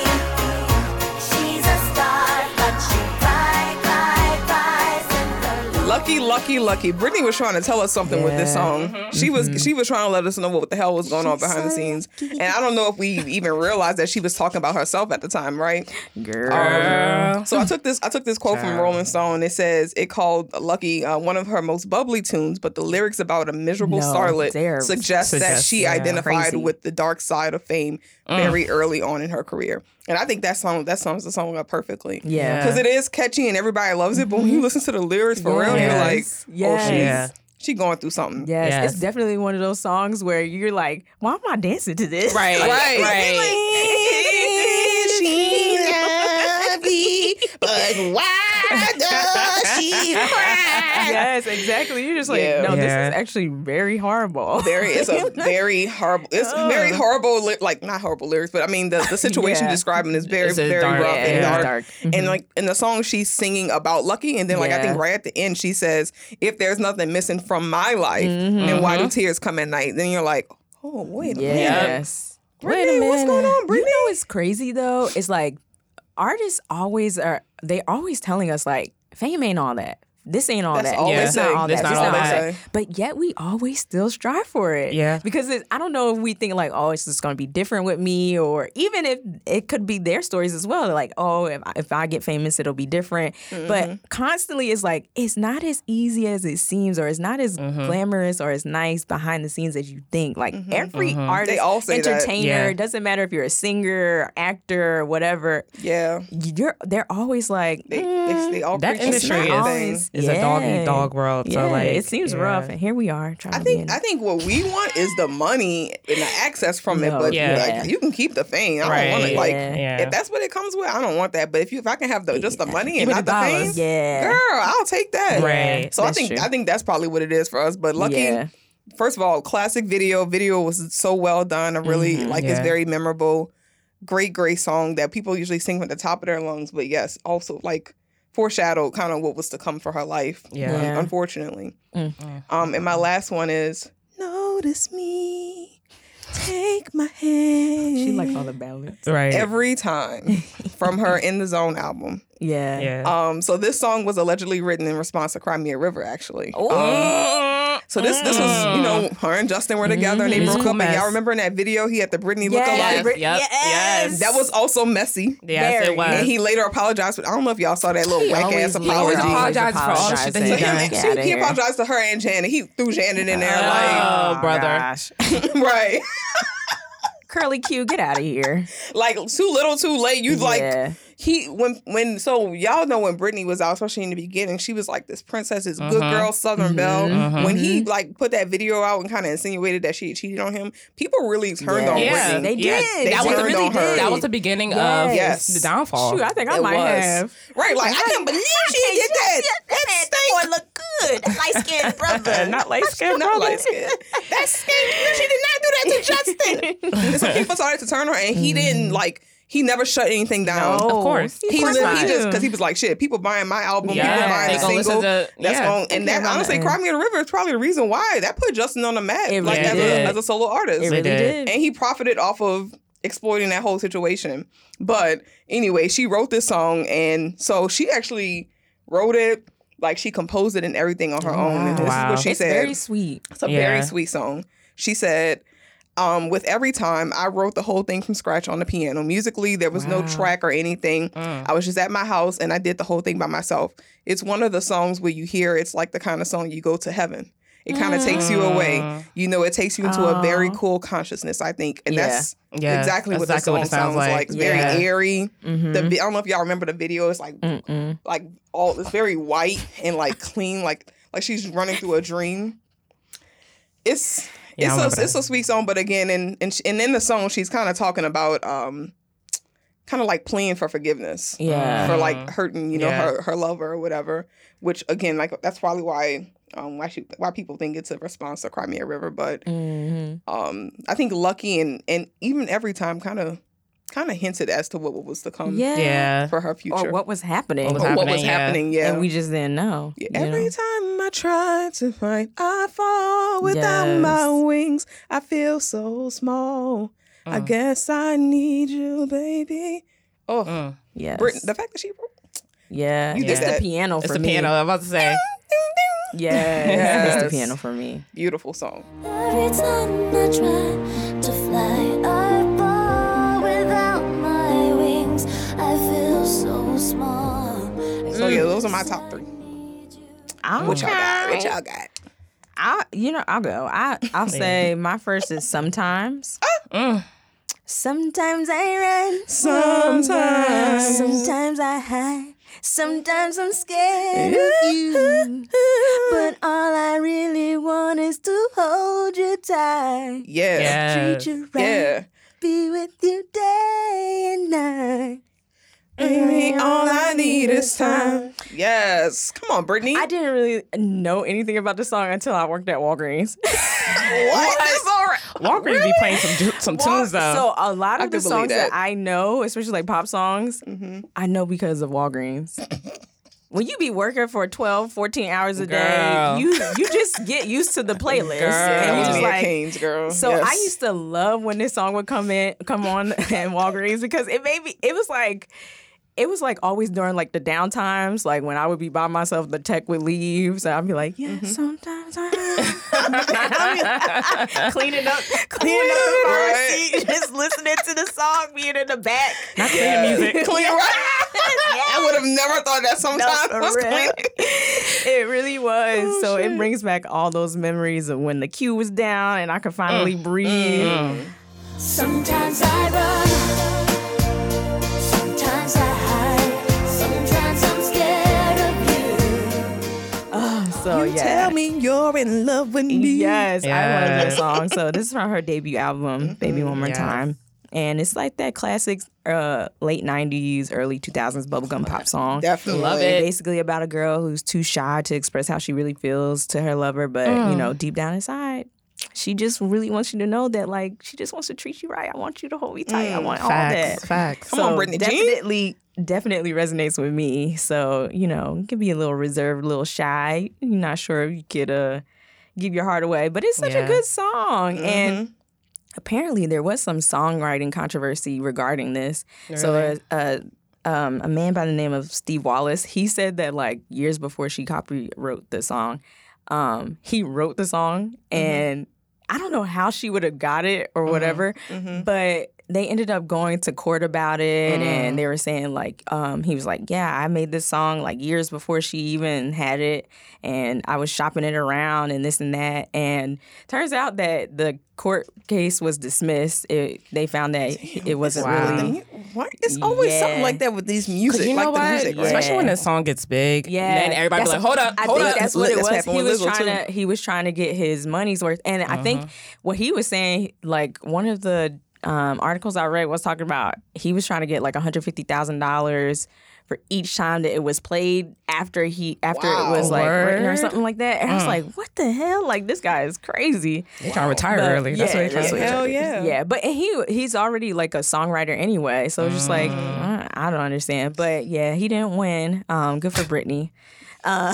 Speaker 4: she's a star, but she cry, cry, cries in the loop.
Speaker 2: Lucky, lucky, lucky. Brittany was trying to tell us something with this song.
Speaker 1: Mm-hmm.
Speaker 2: She was she was trying to let us know what the hell was going on behind the scenes. And I don't know if we even realized that she was talking about herself at the time, right?
Speaker 3: Girl.
Speaker 2: So I took this. I took this quote from Rolling Stone. It says it called "Lucky" uh, one of her most bubbly tunes, but the lyrics about a miserable
Speaker 1: No,
Speaker 2: starlet
Speaker 1: they're-
Speaker 2: suggests that
Speaker 3: suggests,
Speaker 2: she
Speaker 3: yeah,
Speaker 2: identified
Speaker 1: crazy. Mm.
Speaker 2: with the dark side of fame very early on in her career. And I think that song that sums the song up perfectly.
Speaker 1: Yeah. Mm-hmm.
Speaker 2: because it is catchy and everybody loves it. But when you listen to the lyrics for real, you're like,
Speaker 1: Yes.
Speaker 2: oh, she's
Speaker 3: Yeah.
Speaker 2: she going through something.
Speaker 1: Yes,
Speaker 3: Yes.
Speaker 1: it's
Speaker 7: It's definitely one of those songs where you're like, why am I dancing to this?
Speaker 3: Right.
Speaker 2: Right.
Speaker 3: Right.
Speaker 2: [laughs] She lovely, but why does she cry?
Speaker 7: Yes, exactly. You're just like,
Speaker 2: Yeah.
Speaker 7: no,
Speaker 3: Yeah.
Speaker 7: this is actually very horrible.
Speaker 2: very it's a very horrible it's very horrible ly- like not horrible lyrics but i mean the,
Speaker 1: [laughs]
Speaker 2: the situation
Speaker 7: Yeah.
Speaker 2: describing is very
Speaker 3: It's a
Speaker 2: very
Speaker 3: dark-
Speaker 2: rough
Speaker 3: yeah,
Speaker 2: and
Speaker 3: it's
Speaker 2: dark,
Speaker 1: dark.
Speaker 7: Mm-hmm.
Speaker 1: Mm-hmm.
Speaker 2: and like in the song she's singing about lucky and then like i think
Speaker 1: Yeah.
Speaker 2: right at the end she says if there's nothing missing from my life
Speaker 1: Mm-hmm.
Speaker 2: then why do tears come at night then you're like oh wait a minute
Speaker 1: Yes.
Speaker 2: Brittany, what's going on, Brittany?
Speaker 1: You know what's crazy though? It's like artists always are they always telling us like fame ain't all that. This ain't all
Speaker 2: That's
Speaker 1: that.
Speaker 2: all
Speaker 1: This
Speaker 2: they
Speaker 1: not
Speaker 2: say.
Speaker 1: all
Speaker 3: That's
Speaker 1: that.
Speaker 3: not
Speaker 1: This
Speaker 3: all
Speaker 1: not
Speaker 2: they
Speaker 1: all
Speaker 2: say.
Speaker 1: that. But yet we always still strive for it.
Speaker 3: Yeah.
Speaker 1: Because it's, I don't know if we think like, oh, it's just gonna be different with me, or even if it could be their stories as well. Like, oh, if I, if I get famous, it'll be different.
Speaker 2: Mm-hmm.
Speaker 1: But constantly, it's like it's not as easy as it seems, or it's not as
Speaker 2: Mm-hmm.
Speaker 1: glamorous or as nice behind the scenes as you think. Like every artist,
Speaker 2: all say that.
Speaker 1: entertainer,
Speaker 3: Yeah.
Speaker 1: it doesn't matter if you're a singer, actor, whatever.
Speaker 2: yeah
Speaker 1: You're they're always like.
Speaker 2: they,
Speaker 1: "Mm,
Speaker 2: they, they all
Speaker 3: That
Speaker 2: preach the
Speaker 3: industry
Speaker 2: same
Speaker 3: is,
Speaker 2: thing.
Speaker 1: always-
Speaker 3: is a dog eat
Speaker 1: Yeah.
Speaker 3: dog world.
Speaker 1: yeah,
Speaker 3: so like
Speaker 1: it seems
Speaker 3: yeah.
Speaker 1: rough, and here we are trying
Speaker 2: I
Speaker 1: to be in
Speaker 2: think
Speaker 1: it.
Speaker 2: I think what we want is the money and the access from it,
Speaker 1: No,
Speaker 2: but
Speaker 3: Yeah.
Speaker 2: like, you can keep the fame. I
Speaker 3: Right.
Speaker 2: don't want it. Like
Speaker 1: Yeah.
Speaker 3: Yeah.
Speaker 2: if that's what it comes with, I don't want that. But if you if I can have the just the money and
Speaker 1: me
Speaker 2: not
Speaker 1: the
Speaker 2: the fame,
Speaker 1: dollars. Yeah.
Speaker 2: girl, I'll take that.
Speaker 3: Right.
Speaker 2: So I
Speaker 1: That's
Speaker 2: think
Speaker 1: true.
Speaker 2: I think that's probably what it is for us. But lucky,
Speaker 1: Yeah.
Speaker 2: first of all, classic video. Video was so well done. I really
Speaker 1: Mm-hmm,
Speaker 2: like it's
Speaker 3: yeah.
Speaker 2: very memorable. Great, great song that people usually sing from the top of their lungs. But yes, also like foreshadowed kind of what was to come for her life.
Speaker 3: Yeah. Mm.
Speaker 2: um,
Speaker 1: Yeah.
Speaker 2: unfortunately.
Speaker 1: Mm.
Speaker 2: Um,
Speaker 1: Mm-hmm.
Speaker 2: and my last one is notice me, take my hand.
Speaker 1: she like all the ballads.
Speaker 3: Right.
Speaker 2: every time from her in the zone album.
Speaker 1: Yeah.
Speaker 3: yeah.
Speaker 2: Um, so this song was allegedly written in response to Crimea River, actually. Um, So this this was you
Speaker 1: Mm.
Speaker 2: know her and Justin were together and they broke up. And
Speaker 3: Mm. Mm-hmm. mess.
Speaker 2: y'all remember in that video he had the Britney look
Speaker 3: Yes,
Speaker 2: alike.
Speaker 3: yep, yes.
Speaker 2: That was also messy.
Speaker 3: Yes, it was.
Speaker 2: And he later apologized, but I don't know if y'all saw that little whack ass
Speaker 3: he always
Speaker 2: apology.
Speaker 3: apologized for all the shit that he
Speaker 2: So
Speaker 1: apologizing.
Speaker 3: done.
Speaker 2: him,
Speaker 1: Get
Speaker 2: Oh, she,
Speaker 1: outta
Speaker 2: he
Speaker 1: here.
Speaker 2: apologized to her and Janet. He threw Janet in there,
Speaker 3: Oh, brother.
Speaker 7: Gosh.
Speaker 2: like [laughs] right,
Speaker 1: Curly Q, get out of here.
Speaker 2: like too little, too late. You like
Speaker 1: Yeah.
Speaker 2: he when when so y'all know when Britney was out, especially in the beginning, she was like this princess, this good girl, Southern Belle. When he like put that video out and kind of insinuated that she had cheated on him, people really turned on
Speaker 3: Yeah,
Speaker 2: Britney.
Speaker 1: They
Speaker 3: yeah.
Speaker 1: did.
Speaker 3: That
Speaker 2: They
Speaker 3: was the
Speaker 2: turned on her.
Speaker 3: That was the beginning of
Speaker 2: Yes.
Speaker 3: the downfall.
Speaker 1: Shoot, I think I
Speaker 2: Oh, It
Speaker 1: might
Speaker 2: was.
Speaker 1: have.
Speaker 2: Right, like I can't believe she did that. That stink.
Speaker 7: look good. Light
Speaker 2: [laughs]
Speaker 7: skinned brother.
Speaker 3: not light skin,
Speaker 2: Not light skin. That stink. She did not do that to Justin. and so people started to turn on her, and he didn't like. He never shut anything down.
Speaker 1: Oh,
Speaker 3: Of course.
Speaker 2: He,
Speaker 1: course
Speaker 2: li-
Speaker 1: not.
Speaker 2: he just because he was like shit. People buying my album, people
Speaker 3: Yeah.
Speaker 2: buying
Speaker 3: They
Speaker 2: the
Speaker 3: gonna listen
Speaker 2: single.
Speaker 3: to-
Speaker 2: that's
Speaker 3: yeah.
Speaker 2: going and that honestly, "Cry Me a River" is probably the reason why that put Justin on the map,
Speaker 1: It
Speaker 2: like
Speaker 1: really
Speaker 2: as a,
Speaker 3: did.
Speaker 2: as a solo artist.
Speaker 1: It really
Speaker 3: did.
Speaker 1: did.
Speaker 2: and he profited off of exploiting that whole situation. But anyway, she wrote this song, and so she actually wrote it like she composed it and everything on her own. And this
Speaker 3: Oh, Wow.
Speaker 2: is what she
Speaker 1: it's
Speaker 2: said.
Speaker 1: very sweet.
Speaker 2: It's a
Speaker 3: Yeah.
Speaker 2: very sweet song. She said, um, with every time I wrote the whole thing from scratch on the piano. Musically, there was no track or anything.
Speaker 3: Mm.
Speaker 2: I was just at my house and I did the whole thing by myself. It's one of the songs where you hear it's like the kind of song you go to heaven. It kind of takes you
Speaker 3: Mm.
Speaker 2: away. You know, it takes you into a very cool consciousness, I think. And
Speaker 1: Yeah.
Speaker 2: that's
Speaker 3: Oh. Yeah.
Speaker 2: exactly
Speaker 3: That's
Speaker 2: what the
Speaker 3: exactly
Speaker 2: song
Speaker 3: what it
Speaker 2: sounds
Speaker 3: sounds
Speaker 2: like.
Speaker 3: like.
Speaker 2: It's very
Speaker 3: Yeah. Mm-hmm.
Speaker 2: airy.
Speaker 1: Mm-hmm.
Speaker 2: The vi- I don't know if y'all remember the video. It's like
Speaker 1: Mm-mm.
Speaker 2: like all it's very white and like clean, like like she's running through a dream. It's
Speaker 3: Yeah, I
Speaker 2: it's
Speaker 3: remember
Speaker 2: a
Speaker 3: that.
Speaker 2: it's a sweet song, but again, and and, sh- and in the song, she's kind of talking about um, kind of like pleading for forgiveness
Speaker 1: Yeah.
Speaker 2: for like hurting, you know,
Speaker 3: Yeah.
Speaker 2: her her lover or whatever. Which again, like that's probably why um why she why people think it's a response to Cry Me a River, but
Speaker 1: Mhm.
Speaker 2: um I think Lucky and and even every time kind of kind of hinted as to what was to come
Speaker 1: Yeah.
Speaker 3: Yeah.
Speaker 2: for her future
Speaker 1: Or what was happening.
Speaker 3: What was
Speaker 2: or what was
Speaker 3: happening, yeah.
Speaker 2: happening. Yeah,
Speaker 1: And we just didn't know.
Speaker 2: yeah,
Speaker 1: you know?
Speaker 2: Every time I try to find, I fall without my
Speaker 1: Yes.
Speaker 2: wings. I feel so small. I
Speaker 1: Mm.
Speaker 2: guess I need you, baby. Oh,
Speaker 3: Mm.
Speaker 1: Yes.
Speaker 2: Brit- the fact that she wrote.
Speaker 1: yeah.
Speaker 2: You did
Speaker 1: It's the
Speaker 2: that.
Speaker 1: piano for
Speaker 3: It's the
Speaker 1: me.
Speaker 3: piano. I'm about to say.
Speaker 1: Yes. It's
Speaker 2: [laughs] Yes.
Speaker 1: the piano for me.
Speaker 2: Beautiful song.
Speaker 4: Every time I try to fly, I fall without my wings. I feel so small.
Speaker 2: So yeah, those are my top three.
Speaker 1: I'll,
Speaker 2: What y'all got? What y'all got? [laughs]
Speaker 1: I'll, you know, I'll go. I, [laughs] I'll say my first is sometimes.
Speaker 3: Mm.
Speaker 1: Sometimes I run.
Speaker 2: Sometimes.
Speaker 1: Sometimes I hide. Sometimes I'm scared of you. But all I really want is to hold you tight.
Speaker 2: Yeah.
Speaker 3: Yes.
Speaker 1: you
Speaker 2: Yeah.
Speaker 1: right. Be with you day and night.
Speaker 2: Baby, all I need is time. Yes. Come on, Brittany.
Speaker 1: I didn't really know anything about this song until I worked at Walgreens. [laughs]
Speaker 2: what? That's all right.
Speaker 3: Walgreens be playing some ju- some tunes though.
Speaker 1: So a lot of
Speaker 2: I
Speaker 1: the
Speaker 2: could believe
Speaker 1: songs that.
Speaker 2: that.
Speaker 1: I know, especially like pop songs, I know because of Walgreens. when you be working for 12, 14 hours a
Speaker 3: Girl.
Speaker 1: day, you you just get used to the playlist. And you
Speaker 2: That was
Speaker 1: just
Speaker 2: me at
Speaker 1: like
Speaker 2: Canes, girl.
Speaker 1: so
Speaker 2: Yes.
Speaker 1: I used to love when this song would come in, come on [laughs] at Walgreens because it made me. It was like, it was like always during like the downtimes, like when I would be by myself, the tech would leave, so I'd be like, yeah,
Speaker 2: Mm-hmm.
Speaker 1: sometimes
Speaker 2: [laughs]
Speaker 1: I [laughs] cleaning up, cleaning up the car
Speaker 2: Right.
Speaker 1: seat, [laughs] just listening to the song, being in the back.
Speaker 2: yeah.
Speaker 3: uh, [laughs]
Speaker 2: music.
Speaker 1: [laughs]
Speaker 2: Clean right.
Speaker 1: Yes.
Speaker 2: I would have never thought that sometimes
Speaker 1: for
Speaker 2: was
Speaker 1: real. [laughs]
Speaker 2: clean.
Speaker 1: It really was.
Speaker 2: Oh,
Speaker 1: so it brings back all those memories of when the queue was down and I could finally
Speaker 2: Mm.
Speaker 1: breathe.
Speaker 4: Sometimes I run, sometimes I hide, sometimes I'm scared of you.
Speaker 1: So yeah.
Speaker 2: me you're in love with me.
Speaker 1: Yes, I love that
Speaker 3: Yes.
Speaker 1: song. So this is from her debut album, Baby One More
Speaker 3: yes.
Speaker 1: Time. And it's like that classic uh, late 90s, early 2000s bubblegum pop song.
Speaker 2: Definitely.
Speaker 3: Love
Speaker 1: And
Speaker 3: it.
Speaker 1: basically about a girl who's too shy to express how she really feels to her lover, but
Speaker 3: Mm.
Speaker 1: you know, deep down inside, she just really wants you to know that like she just wants to treat you right. I want you to hold me tight. I want all that.
Speaker 3: Mm. Facts. Facts.
Speaker 2: Come on,
Speaker 1: So
Speaker 2: Brittany Jean.
Speaker 1: Definitely, definitely resonates with me. So you know, you can be a little reserved, a little shy. You're not sure if you could uh, give your heart away, but it's such a
Speaker 3: Yeah.
Speaker 1: good song.
Speaker 2: Mm-hmm.
Speaker 1: And apparently, there was some songwriting controversy regarding this. So. Uh, uh, um, a man by the name of Steve Wallace, he said that like years before she copywrote the song, Um, he wrote the song,
Speaker 2: Mm-hmm.
Speaker 1: and I don't know how she would have got it or whatever,
Speaker 2: Mm-hmm.
Speaker 1: but they ended up going to court about it, and they were saying like, um, he was like, yeah, I made this song like years before she even had it, and I was shopping it around and this and that, and turns out that the court case was dismissed. It, they found that it wasn't really.
Speaker 2: What? It's always something
Speaker 1: Yeah.
Speaker 2: like that with these music,
Speaker 3: You know
Speaker 2: like the
Speaker 3: what?
Speaker 2: music, right?
Speaker 3: Especially when the song gets big.
Speaker 1: Yeah,
Speaker 3: And then everybody be
Speaker 1: That's-
Speaker 3: like, hold up,
Speaker 1: I
Speaker 3: hold
Speaker 1: think
Speaker 3: up.
Speaker 1: that's what it
Speaker 2: That's
Speaker 1: was.
Speaker 2: happened
Speaker 1: He
Speaker 2: with
Speaker 1: was
Speaker 2: Lizzo,
Speaker 1: trying to he was trying to get his money's worth, and I think
Speaker 3: Mm-hmm.
Speaker 1: what he was saying, like one of the um, articles I read was talking about, he was trying to get like one hundred fifty thousand dollars for each time that it was played after he after
Speaker 2: Wow.
Speaker 1: it was like written or
Speaker 3: Word. Mm.
Speaker 1: something like that. And I was like, what the hell? Like this guy is crazy.
Speaker 3: They trying to retire
Speaker 1: But
Speaker 3: early. That's
Speaker 1: yeah,
Speaker 3: what they trying
Speaker 1: that's
Speaker 3: to
Speaker 1: what
Speaker 3: do.
Speaker 1: he's
Speaker 2: Hell
Speaker 1: trying to do.
Speaker 2: yeah.
Speaker 1: yeah. But and he he's already like a songwriter anyway, so it's just like
Speaker 3: Mm.
Speaker 1: uh, I don't understand. But yeah, he didn't win. Um, good for Britney.
Speaker 2: Man,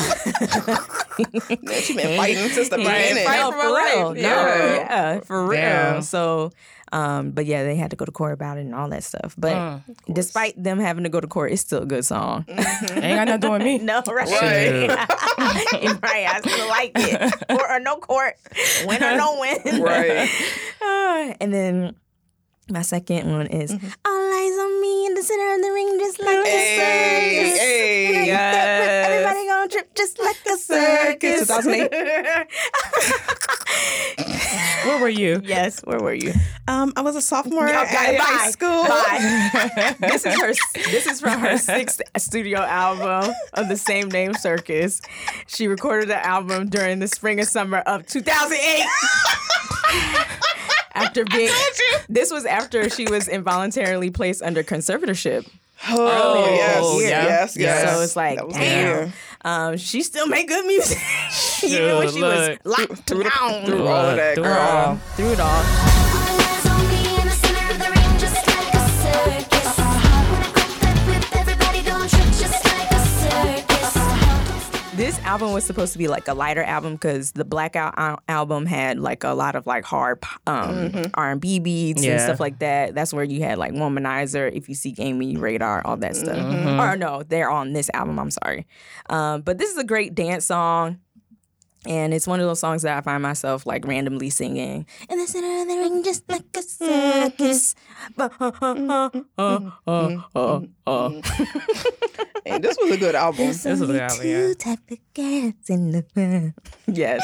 Speaker 1: [laughs]
Speaker 2: she been fighting since the [laughs]
Speaker 1: Yeah, no,
Speaker 2: beginning.
Speaker 7: fighting
Speaker 1: for real. No,
Speaker 2: Yeah.
Speaker 1: yeah, for real.
Speaker 3: Yeah.
Speaker 1: So, um, but yeah, they had to go to court about it and all that stuff. But despite them having to go to court, it's still a good
Speaker 2: [laughs]
Speaker 1: song. [laughs]
Speaker 3: Ain't got nothing doing me. [laughs]
Speaker 7: No, right.
Speaker 3: Shit.
Speaker 7: right. I still like it. Court or no court, win or no win.
Speaker 2: [laughs] Right.
Speaker 1: [laughs] Ah, and then my second one is
Speaker 2: Mm-hmm.
Speaker 1: All Eyes on Me in the Center of the Ring, just like a circus.
Speaker 2: Hey, hey.
Speaker 1: Everybody gonna trip just like a circus. [laughs]
Speaker 2: 2008.
Speaker 3: Where were you?
Speaker 7: Yes, where were you?
Speaker 2: Um, I was a sophomore
Speaker 1: Okay,
Speaker 2: at high
Speaker 1: bye.
Speaker 2: school. [laughs]
Speaker 1: Bye. this is her. This is from her sixth
Speaker 7: studio album of the same name circus. She recorded the album during the spring and summer of
Speaker 2: [laughs]
Speaker 7: 2008.
Speaker 1: after being this was after she was involuntarily placed under conservatorship
Speaker 2: Oh, yes,
Speaker 3: yeah.
Speaker 2: yes, yes.
Speaker 1: So it's like,
Speaker 2: That was
Speaker 1: damn.
Speaker 2: good.
Speaker 1: um she still made good music [laughs] even when she was
Speaker 3: Look.
Speaker 1: locked
Speaker 2: Through the-
Speaker 1: down
Speaker 2: through all of that,
Speaker 3: Do it
Speaker 2: girl.
Speaker 3: all.
Speaker 1: through it all this album was supposed to be like a lighter album because the blackout al- album had like a lot of like hard p- um r&b beats and
Speaker 3: Yeah.
Speaker 1: stuff like that that's where you had like womanizer if you seek amy radar all that stuff or no they're on this album i'm sorry um, but this is a great dance song and it's one of those songs that I find myself like randomly singing. In the center of the ring, just like a circus.
Speaker 2: And this was a good album.
Speaker 3: This is a yeah.
Speaker 1: Two type of cats in the room. [laughs] Yes.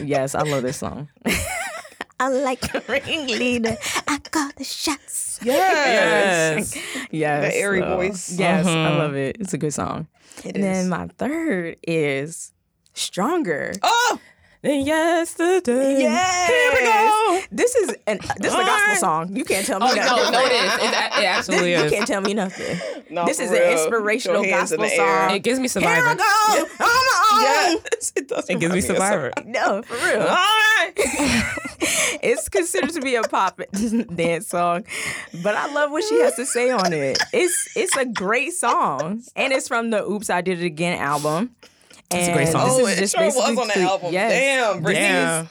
Speaker 1: yes, I love this song. I like the ringleader. I call the shots.
Speaker 2: [laughs]
Speaker 3: Yes.
Speaker 1: Yes.
Speaker 2: The airy
Speaker 1: so-
Speaker 2: voice.
Speaker 1: Yes, I
Speaker 3: Mhm.
Speaker 1: love it. It's a good song. and then my third is Stronger.
Speaker 2: Oh,
Speaker 3: Then yesterday.
Speaker 1: Here we go. This is an this is a gospel
Speaker 3: Alright.
Speaker 1: song. You can't tell
Speaker 2: Oh,
Speaker 1: me nothing.
Speaker 3: No, no, it is. It, it absolutely
Speaker 1: you
Speaker 3: is.
Speaker 1: can't tell me nothing.
Speaker 2: No,
Speaker 1: this
Speaker 2: for
Speaker 1: is
Speaker 2: real.
Speaker 1: an inspirational
Speaker 2: Your hands in
Speaker 1: gospel
Speaker 2: the air.
Speaker 1: song.
Speaker 3: It gives me survivor.
Speaker 1: Here I go. I'm on.
Speaker 2: oh, yes. It does.
Speaker 3: It gives me survivor.
Speaker 1: No, [laughs] for real. All right. [laughs] it's considered to be a pop [laughs] dance song, but I love what she has to say on it. It's it's a great song, and it's from the Oops I Did It Again album. And
Speaker 3: a great song.
Speaker 1: this
Speaker 2: Oh,
Speaker 1: is
Speaker 2: it
Speaker 1: just
Speaker 2: sure was on
Speaker 1: basically
Speaker 2: that
Speaker 1: three-
Speaker 2: album.
Speaker 1: yes.
Speaker 2: Damn, Brittany.
Speaker 3: Damn.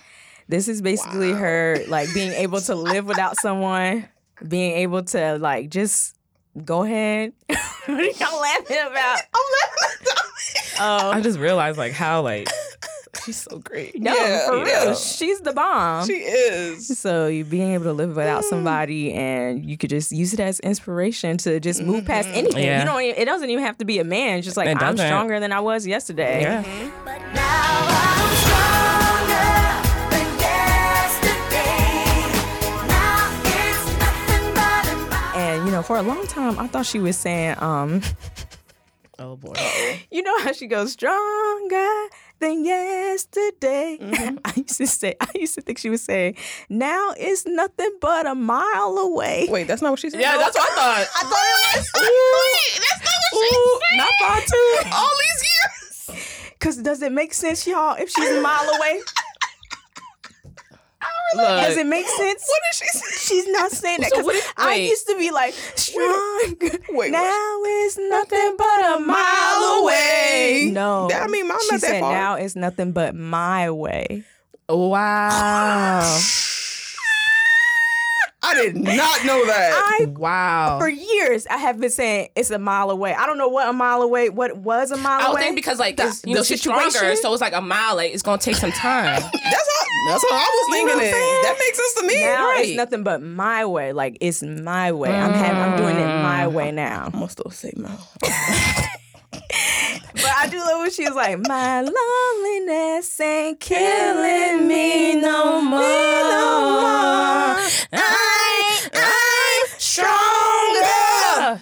Speaker 1: This is basically her like being able to live without someone, being able to like just go ahead. [laughs] what are y'all laughing about? Um,
Speaker 3: I just realized like how like she's so great.
Speaker 1: no,
Speaker 2: Yeah,
Speaker 1: for real,
Speaker 2: yeah.
Speaker 1: she's the bomb.
Speaker 2: She is.
Speaker 1: So you being able to live without
Speaker 3: Mm.
Speaker 1: somebody, and you could just use it as inspiration to just move past anything.
Speaker 3: Yeah.
Speaker 1: You don't. Even, it doesn't even have to be a man. It's just like
Speaker 3: It
Speaker 1: I'm
Speaker 3: doesn't.
Speaker 1: stronger than I was yesterday.
Speaker 3: Yeah.
Speaker 1: And you know, for a long time, I thought she was saying, um, [laughs]
Speaker 3: Oh boy.
Speaker 1: you know how she goes stronger than yesterday.
Speaker 3: Mm-hmm.
Speaker 1: [laughs] I used to say, I used to think she was saying, now it's nothing but a mile away.
Speaker 2: Wait, that's not what she said.
Speaker 3: Yeah, that's what I thought. I thought it was. Wait, that's not what she said. Not far too. [laughs] All these
Speaker 1: [laughs] Cause does it make sense, y'all? If she's a mile away, does it make sense? What is she? Saying? [laughs] She's not saying that.
Speaker 3: So
Speaker 1: 'cause
Speaker 3: what if-
Speaker 1: I
Speaker 3: wait.
Speaker 1: used to be like stronger.
Speaker 2: wait.
Speaker 1: now it's nothing but a mile away. No,
Speaker 2: That- I mean, mine
Speaker 1: she
Speaker 2: not that
Speaker 1: said
Speaker 2: far.
Speaker 1: now it's nothing but [laughs] my way.
Speaker 3: Wow.
Speaker 2: I I did not know that.
Speaker 7: I
Speaker 3: Wow.
Speaker 7: for years I have been saying it's a mile away. I don't know what a mile away, what was a mile
Speaker 3: I would
Speaker 7: away.
Speaker 3: think Oh, because like it's, you
Speaker 7: the
Speaker 3: know she's stronger,
Speaker 7: situation?
Speaker 3: so it's like a mile. Like it's gonna take some time.
Speaker 2: That's how. That's how I was
Speaker 7: You know
Speaker 2: thinking
Speaker 7: what
Speaker 2: it.
Speaker 7: I'm saying?
Speaker 2: That makes sense to me.
Speaker 1: now
Speaker 3: Right.
Speaker 1: it's nothing but my way. Like it's my way. I'm having, I'm doing it my way now.
Speaker 2: I'm gonna still say no.
Speaker 1: But I do love when she's like, my loneliness ain't killing me no more.
Speaker 3: I, I'm stronger.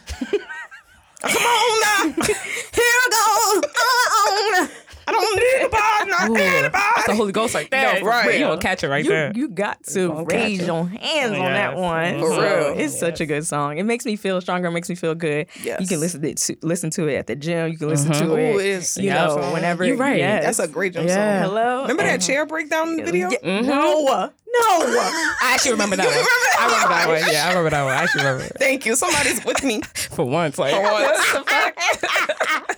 Speaker 2: Come on now. Here I go. Uh, on. I don't need nobody, not anybody.
Speaker 3: That's the Holy Ghost right there.
Speaker 2: No, right.
Speaker 3: You gonna catch it right there.
Speaker 1: You, you got to raise your hands on that
Speaker 3: Yes.
Speaker 1: one.
Speaker 2: For
Speaker 1: So
Speaker 2: real.
Speaker 1: It's such a good song. It makes me feel stronger. It makes me feel good. You
Speaker 2: Yes. Mm-hmm.
Speaker 1: can listen to it, to, listen to it at the gym. You can listen to
Speaker 2: Ooh,
Speaker 1: it.
Speaker 2: it is.
Speaker 1: You
Speaker 2: Yeah.
Speaker 1: know, whenever.
Speaker 3: You're right.
Speaker 1: yes.
Speaker 2: That's a great jump
Speaker 3: Yeah.
Speaker 2: song.
Speaker 1: Hello.
Speaker 2: Remember that chair breakdown video?
Speaker 1: Mm-hmm. No. No.
Speaker 3: I actually remember [laughs] that one. I remember that one. Yeah, I remember that one. I actually remember it.
Speaker 2: Thank you. Somebody's with [laughs] me.
Speaker 3: for once. Like,
Speaker 7: it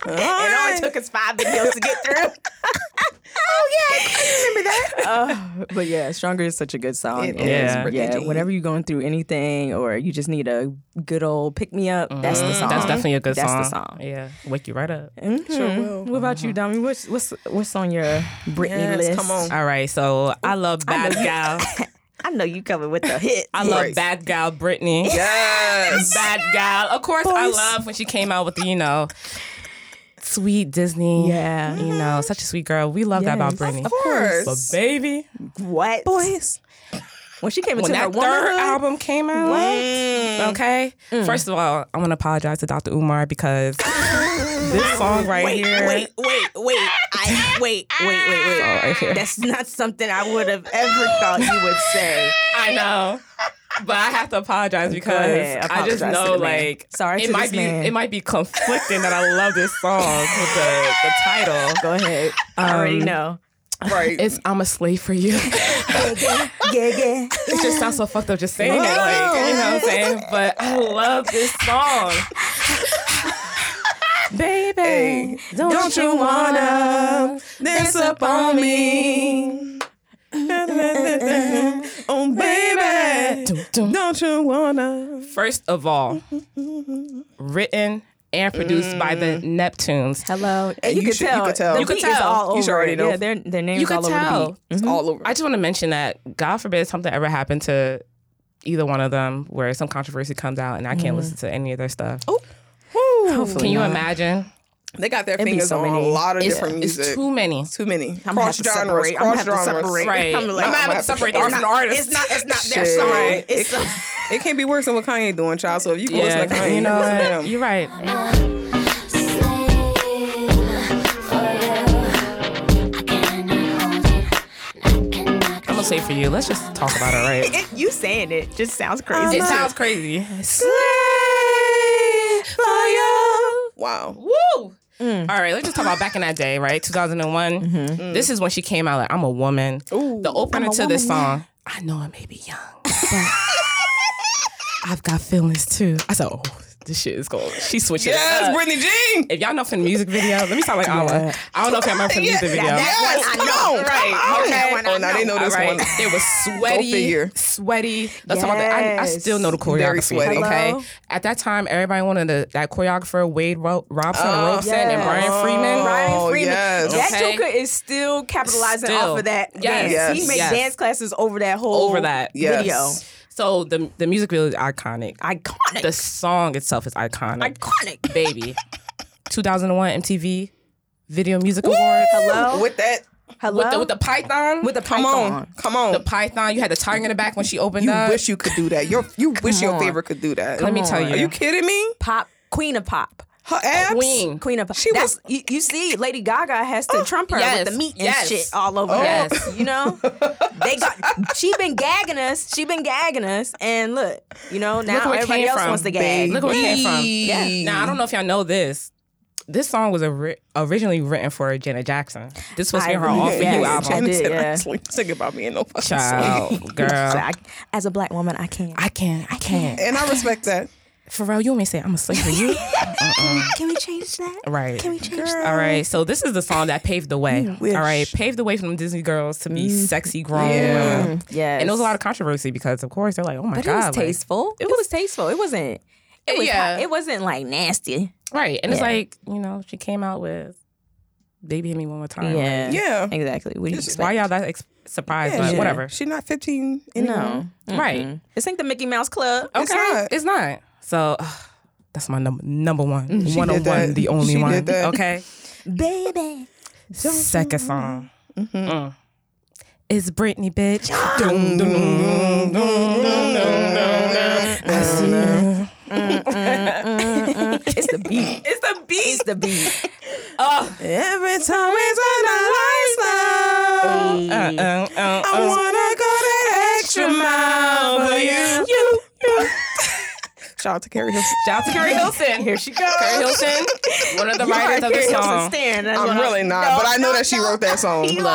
Speaker 7: only took us five videos to get through.
Speaker 1: Uh, but yeah, Stronger is such a good song.
Speaker 2: It
Speaker 1: And
Speaker 2: is
Speaker 3: Yeah.
Speaker 2: Ricky
Speaker 1: Yeah,
Speaker 2: G.
Speaker 1: whenever you're going through anything or you just need a good old pick me up, that's the song.
Speaker 3: That's definitely a good
Speaker 1: That's
Speaker 3: song.
Speaker 1: the song.
Speaker 3: Yeah, wake you right up.
Speaker 1: Mhm.
Speaker 2: Mm-hmm.
Speaker 1: What about you, Dami? What's what's what's on your Britney
Speaker 2: Yes,
Speaker 1: list?
Speaker 2: come on.
Speaker 3: All right, so I love bad gal.
Speaker 1: I know you coming [laughs] with the hit.
Speaker 3: I love
Speaker 2: Right.
Speaker 3: bad gal Britney.
Speaker 2: Yes.
Speaker 3: Bad gal. Of course, I love when she came out with the, you know, sweet Disney.
Speaker 1: Yeah.
Speaker 3: You know, such a sweet girl. We love that about Britney.
Speaker 2: Of course.
Speaker 3: But baby,
Speaker 1: what boys. When she came into
Speaker 3: when
Speaker 1: her
Speaker 3: that third
Speaker 1: womanhood,
Speaker 3: album came out, okay.
Speaker 1: Mm.
Speaker 3: First of all, I want to apologize to Dr. Umar
Speaker 1: [laughs]
Speaker 3: because this song right here.
Speaker 7: wait, wait, I, wait, wait, wait, wait.
Speaker 3: Oh, right here.
Speaker 7: That's not something I would have ever thought you would say.
Speaker 3: I know. But I have to apologize because
Speaker 1: ahead,
Speaker 3: I
Speaker 1: apologize
Speaker 3: just
Speaker 1: to
Speaker 3: know
Speaker 1: the man.
Speaker 3: like
Speaker 1: Sorry
Speaker 3: it
Speaker 1: to
Speaker 3: might
Speaker 1: this
Speaker 3: be
Speaker 1: man.
Speaker 3: it might be conflicting that I love this song with the, the title.
Speaker 1: go ahead. Um, I already know.
Speaker 2: Right.
Speaker 3: It's I'm a slave for you.
Speaker 1: [laughs] Yeah, yeah.
Speaker 3: it just sounds so fucked up just saying it. Like, you know what I'm saying? But I love this song. Baby, don't, you wanna
Speaker 2: dance up on me. oh, baby. Don't you wanna?
Speaker 3: First of all, written and produced by
Speaker 1: Mm.
Speaker 3: the Neptunes.
Speaker 1: Hello. And
Speaker 2: you
Speaker 1: you, could
Speaker 2: should- you
Speaker 1: tell.
Speaker 2: could tell.
Speaker 1: The
Speaker 2: You could
Speaker 1: beat is
Speaker 3: tell.
Speaker 1: all over.
Speaker 2: You should already
Speaker 1: it.
Speaker 2: know.
Speaker 1: Yeah, their their names
Speaker 3: You could
Speaker 1: all over the
Speaker 3: tell.
Speaker 1: beat.
Speaker 2: It's all over.
Speaker 3: I just want to mention that God forbid something ever happened to either one of them where some controversy comes out and I
Speaker 1: Mm-hmm.
Speaker 3: can't listen to any of their stuff.
Speaker 1: Oh,
Speaker 3: Can you imagine?
Speaker 2: they got their
Speaker 1: be
Speaker 2: fingers
Speaker 1: so
Speaker 2: on a
Speaker 1: many.
Speaker 2: lot of
Speaker 3: It's,
Speaker 2: different
Speaker 3: it's
Speaker 2: music.
Speaker 3: too many.
Speaker 2: Too many.
Speaker 1: I'm gonna have
Speaker 2: cross
Speaker 1: to
Speaker 2: genres.
Speaker 1: separate. I'm gonna have
Speaker 2: Cross
Speaker 1: to
Speaker 2: genres.
Speaker 1: separate.
Speaker 3: Right.
Speaker 7: I'm like,
Speaker 3: I'm
Speaker 7: I'm
Speaker 3: having
Speaker 2: gonna
Speaker 3: to separate
Speaker 2: have
Speaker 3: artist
Speaker 2: to-
Speaker 3: and artist.
Speaker 7: It's not, it's not their
Speaker 2: Shit.
Speaker 7: song. It's
Speaker 2: It, [laughs] it can't be worse than what Kanye doing, child. So if you can listen to
Speaker 3: Yeah,
Speaker 2: Kanye, [laughs]
Speaker 3: you know
Speaker 2: listen to
Speaker 3: what?
Speaker 2: him.
Speaker 3: You're right. I'm gonna say for you. Let's just talk about it, right?
Speaker 7: it, you saying it just sounds crazy.
Speaker 3: it sounds crazy.
Speaker 2: Wow.
Speaker 3: Woo! All right, let's just talk about back in that day, right? 2001. This is when she came out like, I'm a woman. the opener to this song, I know I may be young, but [laughs] I've got feelings too. I said, oh, this shit is going. She switches it
Speaker 2: Yes,
Speaker 3: up.
Speaker 2: Brittany Jean.
Speaker 3: If y'all know from the music video, let me sound like Awa. I don't know if y'all remember from the
Speaker 2: [laughs]
Speaker 3: music video.
Speaker 2: Yes, come on.
Speaker 3: Right.
Speaker 7: That one I
Speaker 2: Oh, now they know
Speaker 3: All
Speaker 2: this
Speaker 3: right.
Speaker 2: one.
Speaker 3: It was
Speaker 2: figure.
Speaker 3: sweaty, sweaty. That's all that. I, I still know the choreography.
Speaker 2: Very sweaty.
Speaker 3: Okay.
Speaker 1: Hello?
Speaker 3: At that time, everybody wanted the, that choreographer Wade Ro- Robson,
Speaker 2: Oh,
Speaker 3: Robson, and
Speaker 1: yes.
Speaker 3: Brian Freeman.
Speaker 2: Oh,
Speaker 1: Brian Freeman.
Speaker 2: yes.
Speaker 1: That
Speaker 3: Okay.
Speaker 1: Joker is still capitalizing
Speaker 3: Still.
Speaker 1: off of that
Speaker 3: Yes.
Speaker 1: dance.
Speaker 2: Yes.
Speaker 1: He made
Speaker 3: Yes.
Speaker 1: dance classes over that whole
Speaker 3: Over that.
Speaker 2: Yes.
Speaker 1: video.
Speaker 3: So the the music video is iconic.
Speaker 1: Iconic.
Speaker 3: The song itself is iconic.
Speaker 1: Iconic.
Speaker 3: Baby. 2001 MTV Video Music Awards.
Speaker 1: Hello.
Speaker 2: With that,
Speaker 1: Hello.
Speaker 3: With the, with the python. With the
Speaker 2: come on. Come on.
Speaker 3: The python. You had the tiger in the back when she opened
Speaker 2: you
Speaker 3: up.
Speaker 2: wish you could do that. Your,
Speaker 3: [laughs]
Speaker 2: you wish your
Speaker 1: on.
Speaker 2: favorite could do that.
Speaker 3: Let me tell
Speaker 2: Are
Speaker 3: you.
Speaker 2: you kidding me?
Speaker 1: pop queen of pop.
Speaker 2: Her abs?
Speaker 3: Queen.
Speaker 1: Queen of pop.
Speaker 2: She
Speaker 1: That's,
Speaker 2: was-
Speaker 1: you, you see, Lady Gaga has to trump her
Speaker 3: yes,
Speaker 1: with the meat and
Speaker 3: yes.
Speaker 1: shit all over.
Speaker 3: Oh.
Speaker 1: her.
Speaker 3: Yes.
Speaker 1: you know they got. She been gagging us. She been gagging us, and look, you know now
Speaker 3: Look where it
Speaker 1: everybody
Speaker 3: came
Speaker 1: else
Speaker 3: from,
Speaker 1: wants to gag.
Speaker 3: Look where it came from. Now I don't know if y'all know this. This song was ori- originally written for Janet Jackson. This was
Speaker 1: I-
Speaker 3: her off
Speaker 1: yeah,
Speaker 3: you
Speaker 1: yeah,
Speaker 3: album.
Speaker 1: Janet- I did,
Speaker 2: said,
Speaker 1: yeah.
Speaker 2: "I'm sleep- Sing about me in no fucking song.
Speaker 3: Child, girl,
Speaker 1: [laughs] I, as a black woman, I can't.
Speaker 3: I can't, I can't. [laughs]
Speaker 2: And I respect that.
Speaker 3: Pharrell, you want me to say I'm a slave
Speaker 1: [laughs]
Speaker 3: for you?
Speaker 8: Can we change that?
Speaker 3: right.
Speaker 8: Can we change that?
Speaker 3: All right, so this is the song that paved the way. All right, paved the way from Disney girls to be sexy grown
Speaker 2: Yeah.
Speaker 3: women.
Speaker 1: Mm-hmm. Mm, Yes.
Speaker 3: And there was a lot of controversy because, of course, they're like, "Oh my
Speaker 1: But
Speaker 3: god,
Speaker 1: it was
Speaker 3: like-
Speaker 1: tasteful. it was tasteful. It wasn't. It was
Speaker 3: Yeah.
Speaker 1: hot. It wasn't like nasty.
Speaker 3: right?" And it's
Speaker 1: Yeah.
Speaker 3: like, you know, she came out with "Baby Hit Me One More Time." like,
Speaker 1: Yeah.
Speaker 2: Yeah.
Speaker 1: Exactly. What do you
Speaker 2: It's-
Speaker 1: expect?
Speaker 3: why y'all that ex- surprised?
Speaker 2: Yeah,
Speaker 3: Like,
Speaker 2: she-
Speaker 3: Whatever.
Speaker 2: She not 15 anymore.
Speaker 1: No.
Speaker 3: Right.
Speaker 1: Mm-mm. This ain't Mm. the Mickey Mouse Club.
Speaker 2: It's not.
Speaker 3: It's not. So ugh, that's my number number one.
Speaker 2: She
Speaker 3: One on
Speaker 2: did
Speaker 3: one,
Speaker 2: that.
Speaker 3: the only
Speaker 2: She did
Speaker 3: one.
Speaker 2: that.
Speaker 3: Okay.
Speaker 1: Baby.
Speaker 3: Second song.
Speaker 2: Mm-hmm.
Speaker 3: Mm. It's Britney,
Speaker 2: [gasps]
Speaker 3: bitch. Dun, dun, dun, dun, dun, dun, dun, dun. I see you.
Speaker 1: It's the beat. it's the beat. It's the beat.
Speaker 2: Every time we turn the lights down,
Speaker 3: Uh, uh, uh,
Speaker 2: I
Speaker 3: uh.
Speaker 2: wanna go the extra mile for you.
Speaker 3: You.
Speaker 2: [laughs] Shout out to Carrie Hilson.
Speaker 3: Shout out to
Speaker 2: [laughs]
Speaker 3: Carrie Hilson. Here she goes. Carrie Hilson, one of the writers of this song.
Speaker 2: I'm really not, but I know that she wrote that
Speaker 3: [laughs]
Speaker 2: song.
Speaker 3: Look, look.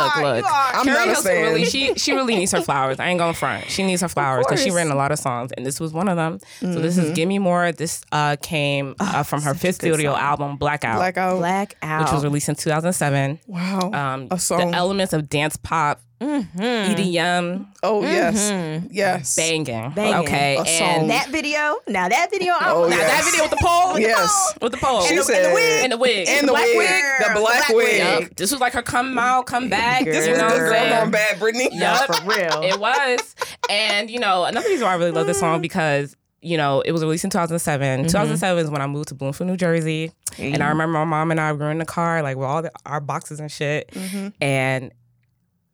Speaker 2: I'm
Speaker 3: Carrie
Speaker 2: not a
Speaker 3: Hilson
Speaker 2: fan.
Speaker 3: really she she really needs her flowers. I ain't gonna front. She needs her flowers because she written a lot of songs, and this was one of them. So this
Speaker 2: Mm-hmm.
Speaker 3: is "Give Me More." This uh, came
Speaker 2: Ah,
Speaker 3: uh, from her fifth studio album, Blackout,
Speaker 2: like, oh,
Speaker 1: Black out.
Speaker 3: which was released in 2007.
Speaker 2: wow.
Speaker 3: Um,
Speaker 2: a song.
Speaker 3: The elements of dance pop, EDM,
Speaker 2: oh,
Speaker 3: Mm-hmm.
Speaker 2: yes. Yes.
Speaker 3: banging.
Speaker 1: Banging.
Speaker 3: Okay,
Speaker 2: A song.
Speaker 3: and
Speaker 2: That
Speaker 1: Mm. video. Now that video.
Speaker 2: Oh,
Speaker 3: now that
Speaker 2: yes.
Speaker 3: video with the pole, with
Speaker 2: Oh, Yes.
Speaker 3: the, with the pole,
Speaker 2: She
Speaker 3: Oh, and, the,
Speaker 2: said-
Speaker 3: and the wig, and the wig,
Speaker 2: And the
Speaker 3: black
Speaker 2: wig. The black wig.
Speaker 3: Yup. This was like her come out, come back.
Speaker 2: This
Speaker 3: you
Speaker 2: was
Speaker 3: know
Speaker 2: this
Speaker 3: what I'm
Speaker 2: girl
Speaker 3: saying?
Speaker 2: on Bad Britney.
Speaker 3: Yup.
Speaker 7: For real.
Speaker 3: It was. And, you know, another reason why I really love this song because, you know, it was released in 2007.
Speaker 2: Mm-hmm.
Speaker 3: 2007 is when I moved to Bloomfield, New Jersey. And I remember my mom and I were in the car, like with all the, our boxes and shit.
Speaker 2: Mm-hmm.
Speaker 3: And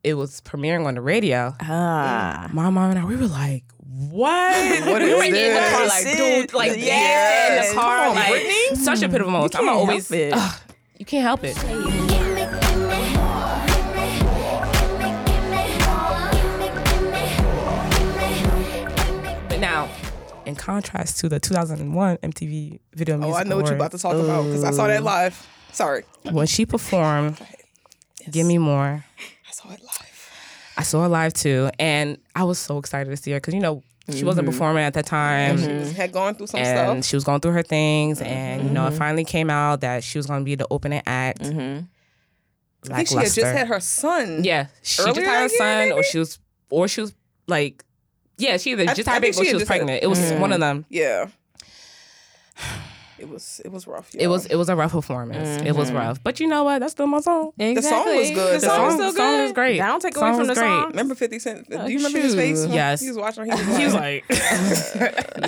Speaker 3: it was premiering on the radio.
Speaker 1: Ah.
Speaker 3: My mom and I, we were like, what?
Speaker 2: What
Speaker 3: we
Speaker 2: is
Speaker 3: were in the car,
Speaker 2: this?
Speaker 3: like, dude, like,
Speaker 2: Yes.
Speaker 3: yeah, in the car,
Speaker 2: Come on,
Speaker 3: like,
Speaker 2: Britney.
Speaker 3: such a pitiful moment. I'm
Speaker 1: can't
Speaker 3: always,
Speaker 1: help it.
Speaker 3: ugh, you can't help it. But now, in contrast to the 2001 MTV Video Music
Speaker 2: Oh, I know what you're about to talk about because I saw that live. Sorry.
Speaker 3: Awards, when she performed "Give Me More,"
Speaker 2: I saw it live.
Speaker 3: I saw her live too, and I was so excited to see her because you know she wasn't performing at that time,
Speaker 2: Had gone through Mm-hmm. some
Speaker 3: and
Speaker 2: stuff. Mm-hmm.
Speaker 3: she was going through her things, and you know it finally came out that she was going to be the opening act.
Speaker 2: I think she had just
Speaker 3: Lackluster.
Speaker 2: had her son.
Speaker 3: yeah, she
Speaker 2: Earlier
Speaker 3: just had her
Speaker 2: that year,
Speaker 3: son, or
Speaker 2: maybe?
Speaker 3: she was, or she was like, yeah, she either
Speaker 2: I-
Speaker 3: just
Speaker 2: I
Speaker 3: had a
Speaker 2: think
Speaker 3: baby
Speaker 2: she
Speaker 3: or she
Speaker 2: had
Speaker 3: was
Speaker 2: just had a- Mm-hmm.
Speaker 3: pregnant. It was one of them.
Speaker 2: Yeah. It was it was rough.
Speaker 3: It
Speaker 2: y'all.
Speaker 3: was it was a rough performance. It was rough, but you know what? That's still my song.
Speaker 2: Mm-hmm. The song was good.
Speaker 1: The song was still
Speaker 3: The song-
Speaker 1: good.
Speaker 3: song was great.
Speaker 1: I don't take
Speaker 3: Song
Speaker 1: away from
Speaker 3: was
Speaker 1: the
Speaker 3: great.
Speaker 1: song.
Speaker 2: Remember 50 Cent? Do you remember his face? when
Speaker 3: Yes.
Speaker 2: He was watching. her, He was,
Speaker 3: He was
Speaker 2: like,
Speaker 3: like,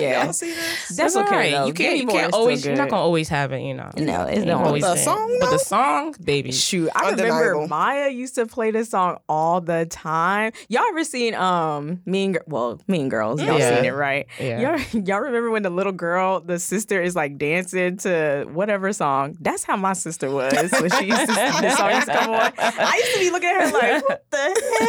Speaker 2: [laughs]
Speaker 1: Yeah.
Speaker 2: y'all see this?
Speaker 1: That's
Speaker 3: all
Speaker 1: okay.
Speaker 3: right.
Speaker 1: Though.
Speaker 3: You can't. You
Speaker 1: Gilmore is
Speaker 3: can't
Speaker 1: still
Speaker 3: always. You're
Speaker 1: good.
Speaker 3: not gonna always have it. You know.
Speaker 1: No, it's
Speaker 3: You
Speaker 1: not.
Speaker 3: always
Speaker 2: the
Speaker 3: say it.
Speaker 2: song,
Speaker 3: But the
Speaker 2: though?
Speaker 3: song, baby.
Speaker 1: Shoot, I
Speaker 2: Undeniable.
Speaker 1: remember Maya used to play this song all the time. Y'all ever seen um Mean Girl? Well, Mean Girls, y'all
Speaker 3: Yeah.
Speaker 1: seen it, right?
Speaker 3: Yeah.
Speaker 1: Y'all, [laughs] y'all remember when the little girl, the sister, is like dancing to whatever song? That's how my sister was when she used to this song used to come on. I used to be looking at her like, what the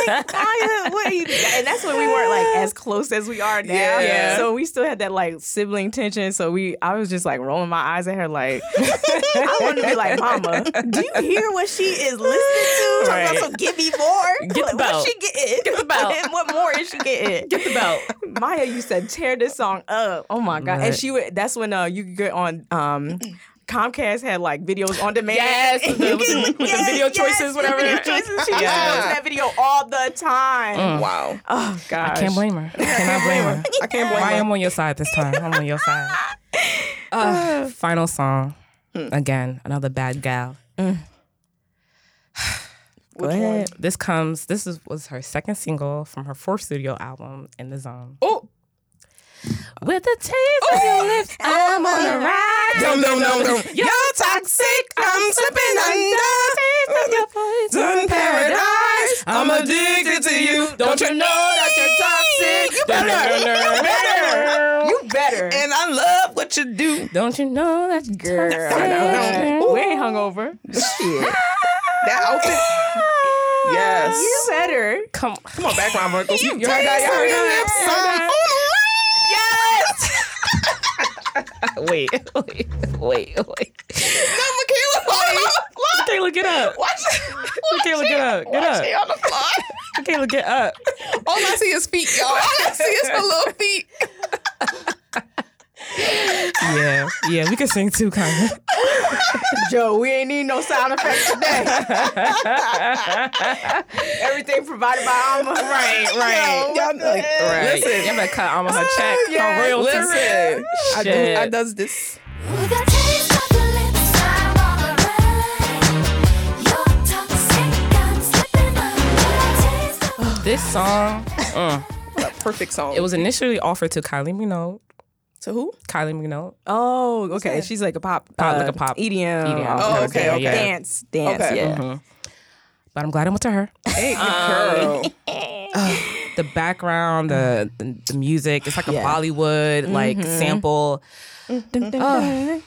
Speaker 1: heck? Maya, what are you? And that's when we weren't like as close as we are now.
Speaker 2: Yeah.
Speaker 1: So we still had that like sibling tension. So we, I was just like rolling my eyes at her like, I wanted to be like, Mama, do you hear what she is listening to? Talking about
Speaker 3: Right.
Speaker 1: some give me more.
Speaker 3: Get the
Speaker 1: Like,
Speaker 3: belt.
Speaker 1: What's she getting?
Speaker 3: Get the belt.
Speaker 1: [laughs] what more is she getting?
Speaker 3: Get the belt.
Speaker 1: Maya used to tear this song up. Oh my god! And
Speaker 3: Right.
Speaker 1: she would. That's when uh, you could get on.
Speaker 3: [clears throat]
Speaker 1: Um, Comcast had like videos on demand.
Speaker 3: Yes, with the- with the-
Speaker 1: [laughs]
Speaker 3: with the video choices,
Speaker 1: with the video
Speaker 3: whatever.
Speaker 1: choices. She used to go to that video all the time.
Speaker 2: Wow.
Speaker 1: Oh gosh!
Speaker 3: Mm. Can't blame her.
Speaker 2: [laughs]
Speaker 3: Cannot blame her.
Speaker 2: I can't blame
Speaker 3: I
Speaker 2: her.
Speaker 3: am on your side this time. I'm on
Speaker 2: [sighs]
Speaker 3: your side. Uh, final song.
Speaker 2: Hmm.
Speaker 3: Again, another bad gal.
Speaker 2: Mm.
Speaker 3: [sighs]
Speaker 2: Which one?
Speaker 3: This comes. This is was her second single from her fourth studio album, In the Zone.
Speaker 2: Oh,
Speaker 3: With the taste of your lips, I'm on a ride.
Speaker 2: dum dum dum [laughs] dum.
Speaker 3: You're toxic. I'm slipping under.
Speaker 2: Done paradise. I'm addicted to you. Don't you know that you're toxic? [laughs]
Speaker 1: You better.
Speaker 2: And I love what you do.
Speaker 3: Don't you know that girl?
Speaker 2: Ooh.
Speaker 1: we ain't hungover. Shit.
Speaker 2: [laughs] That outfit.
Speaker 1: You
Speaker 2: Yes.
Speaker 1: better.
Speaker 3: Come,
Speaker 2: Come on, background vocals. You
Speaker 3: you're right, you're right.
Speaker 2: Yes.
Speaker 3: wait, wait, wait, wait.
Speaker 2: Michaela,
Speaker 3: Michaela, get up.
Speaker 2: watch
Speaker 3: Michaela, get up. Get
Speaker 2: Watch it
Speaker 3: up.
Speaker 2: on the fly.
Speaker 3: Michaela, get up.
Speaker 2: All I see is feet, y'all. All I see is her little feet.
Speaker 3: yeah, yeah, we could sing too, kind of.
Speaker 7: Joe, we ain't need no sound
Speaker 2: [laughs]
Speaker 7: effects today. Everything provided by Alma.
Speaker 1: [laughs]
Speaker 3: Right, right.
Speaker 2: Yo, I'm like,
Speaker 3: Right.
Speaker 2: listen, Oh,
Speaker 3: I'm gonna cut Alma her check.
Speaker 7: yeah,
Speaker 3: For real,
Speaker 2: listen. I do,
Speaker 3: Shit.
Speaker 2: I does this.
Speaker 4: With a taste of your lips, I wanna ride. Your tongue sick and slipping away.
Speaker 3: This song, mm,
Speaker 2: Perfect song.
Speaker 3: it was initially offered to Kylie Minogue.
Speaker 2: to who?
Speaker 3: Kylie Minogue.
Speaker 1: Oh, okay. She's like a pop,
Speaker 3: Pop,
Speaker 1: uh,
Speaker 3: like a pop.
Speaker 1: EDM.
Speaker 3: EDM.
Speaker 2: Oh,
Speaker 3: kinda
Speaker 2: okay,
Speaker 3: thing,
Speaker 2: okay.
Speaker 3: yeah.
Speaker 1: Dance, dance.
Speaker 2: Okay.
Speaker 1: Yeah.
Speaker 3: But I'm glad I went to her.
Speaker 2: Hey, good
Speaker 3: um,
Speaker 2: girl.
Speaker 3: the background, the, the, the music, it's like a Bollywood like
Speaker 1: Mm-hmm. [laughs]
Speaker 3: sample. Ugh.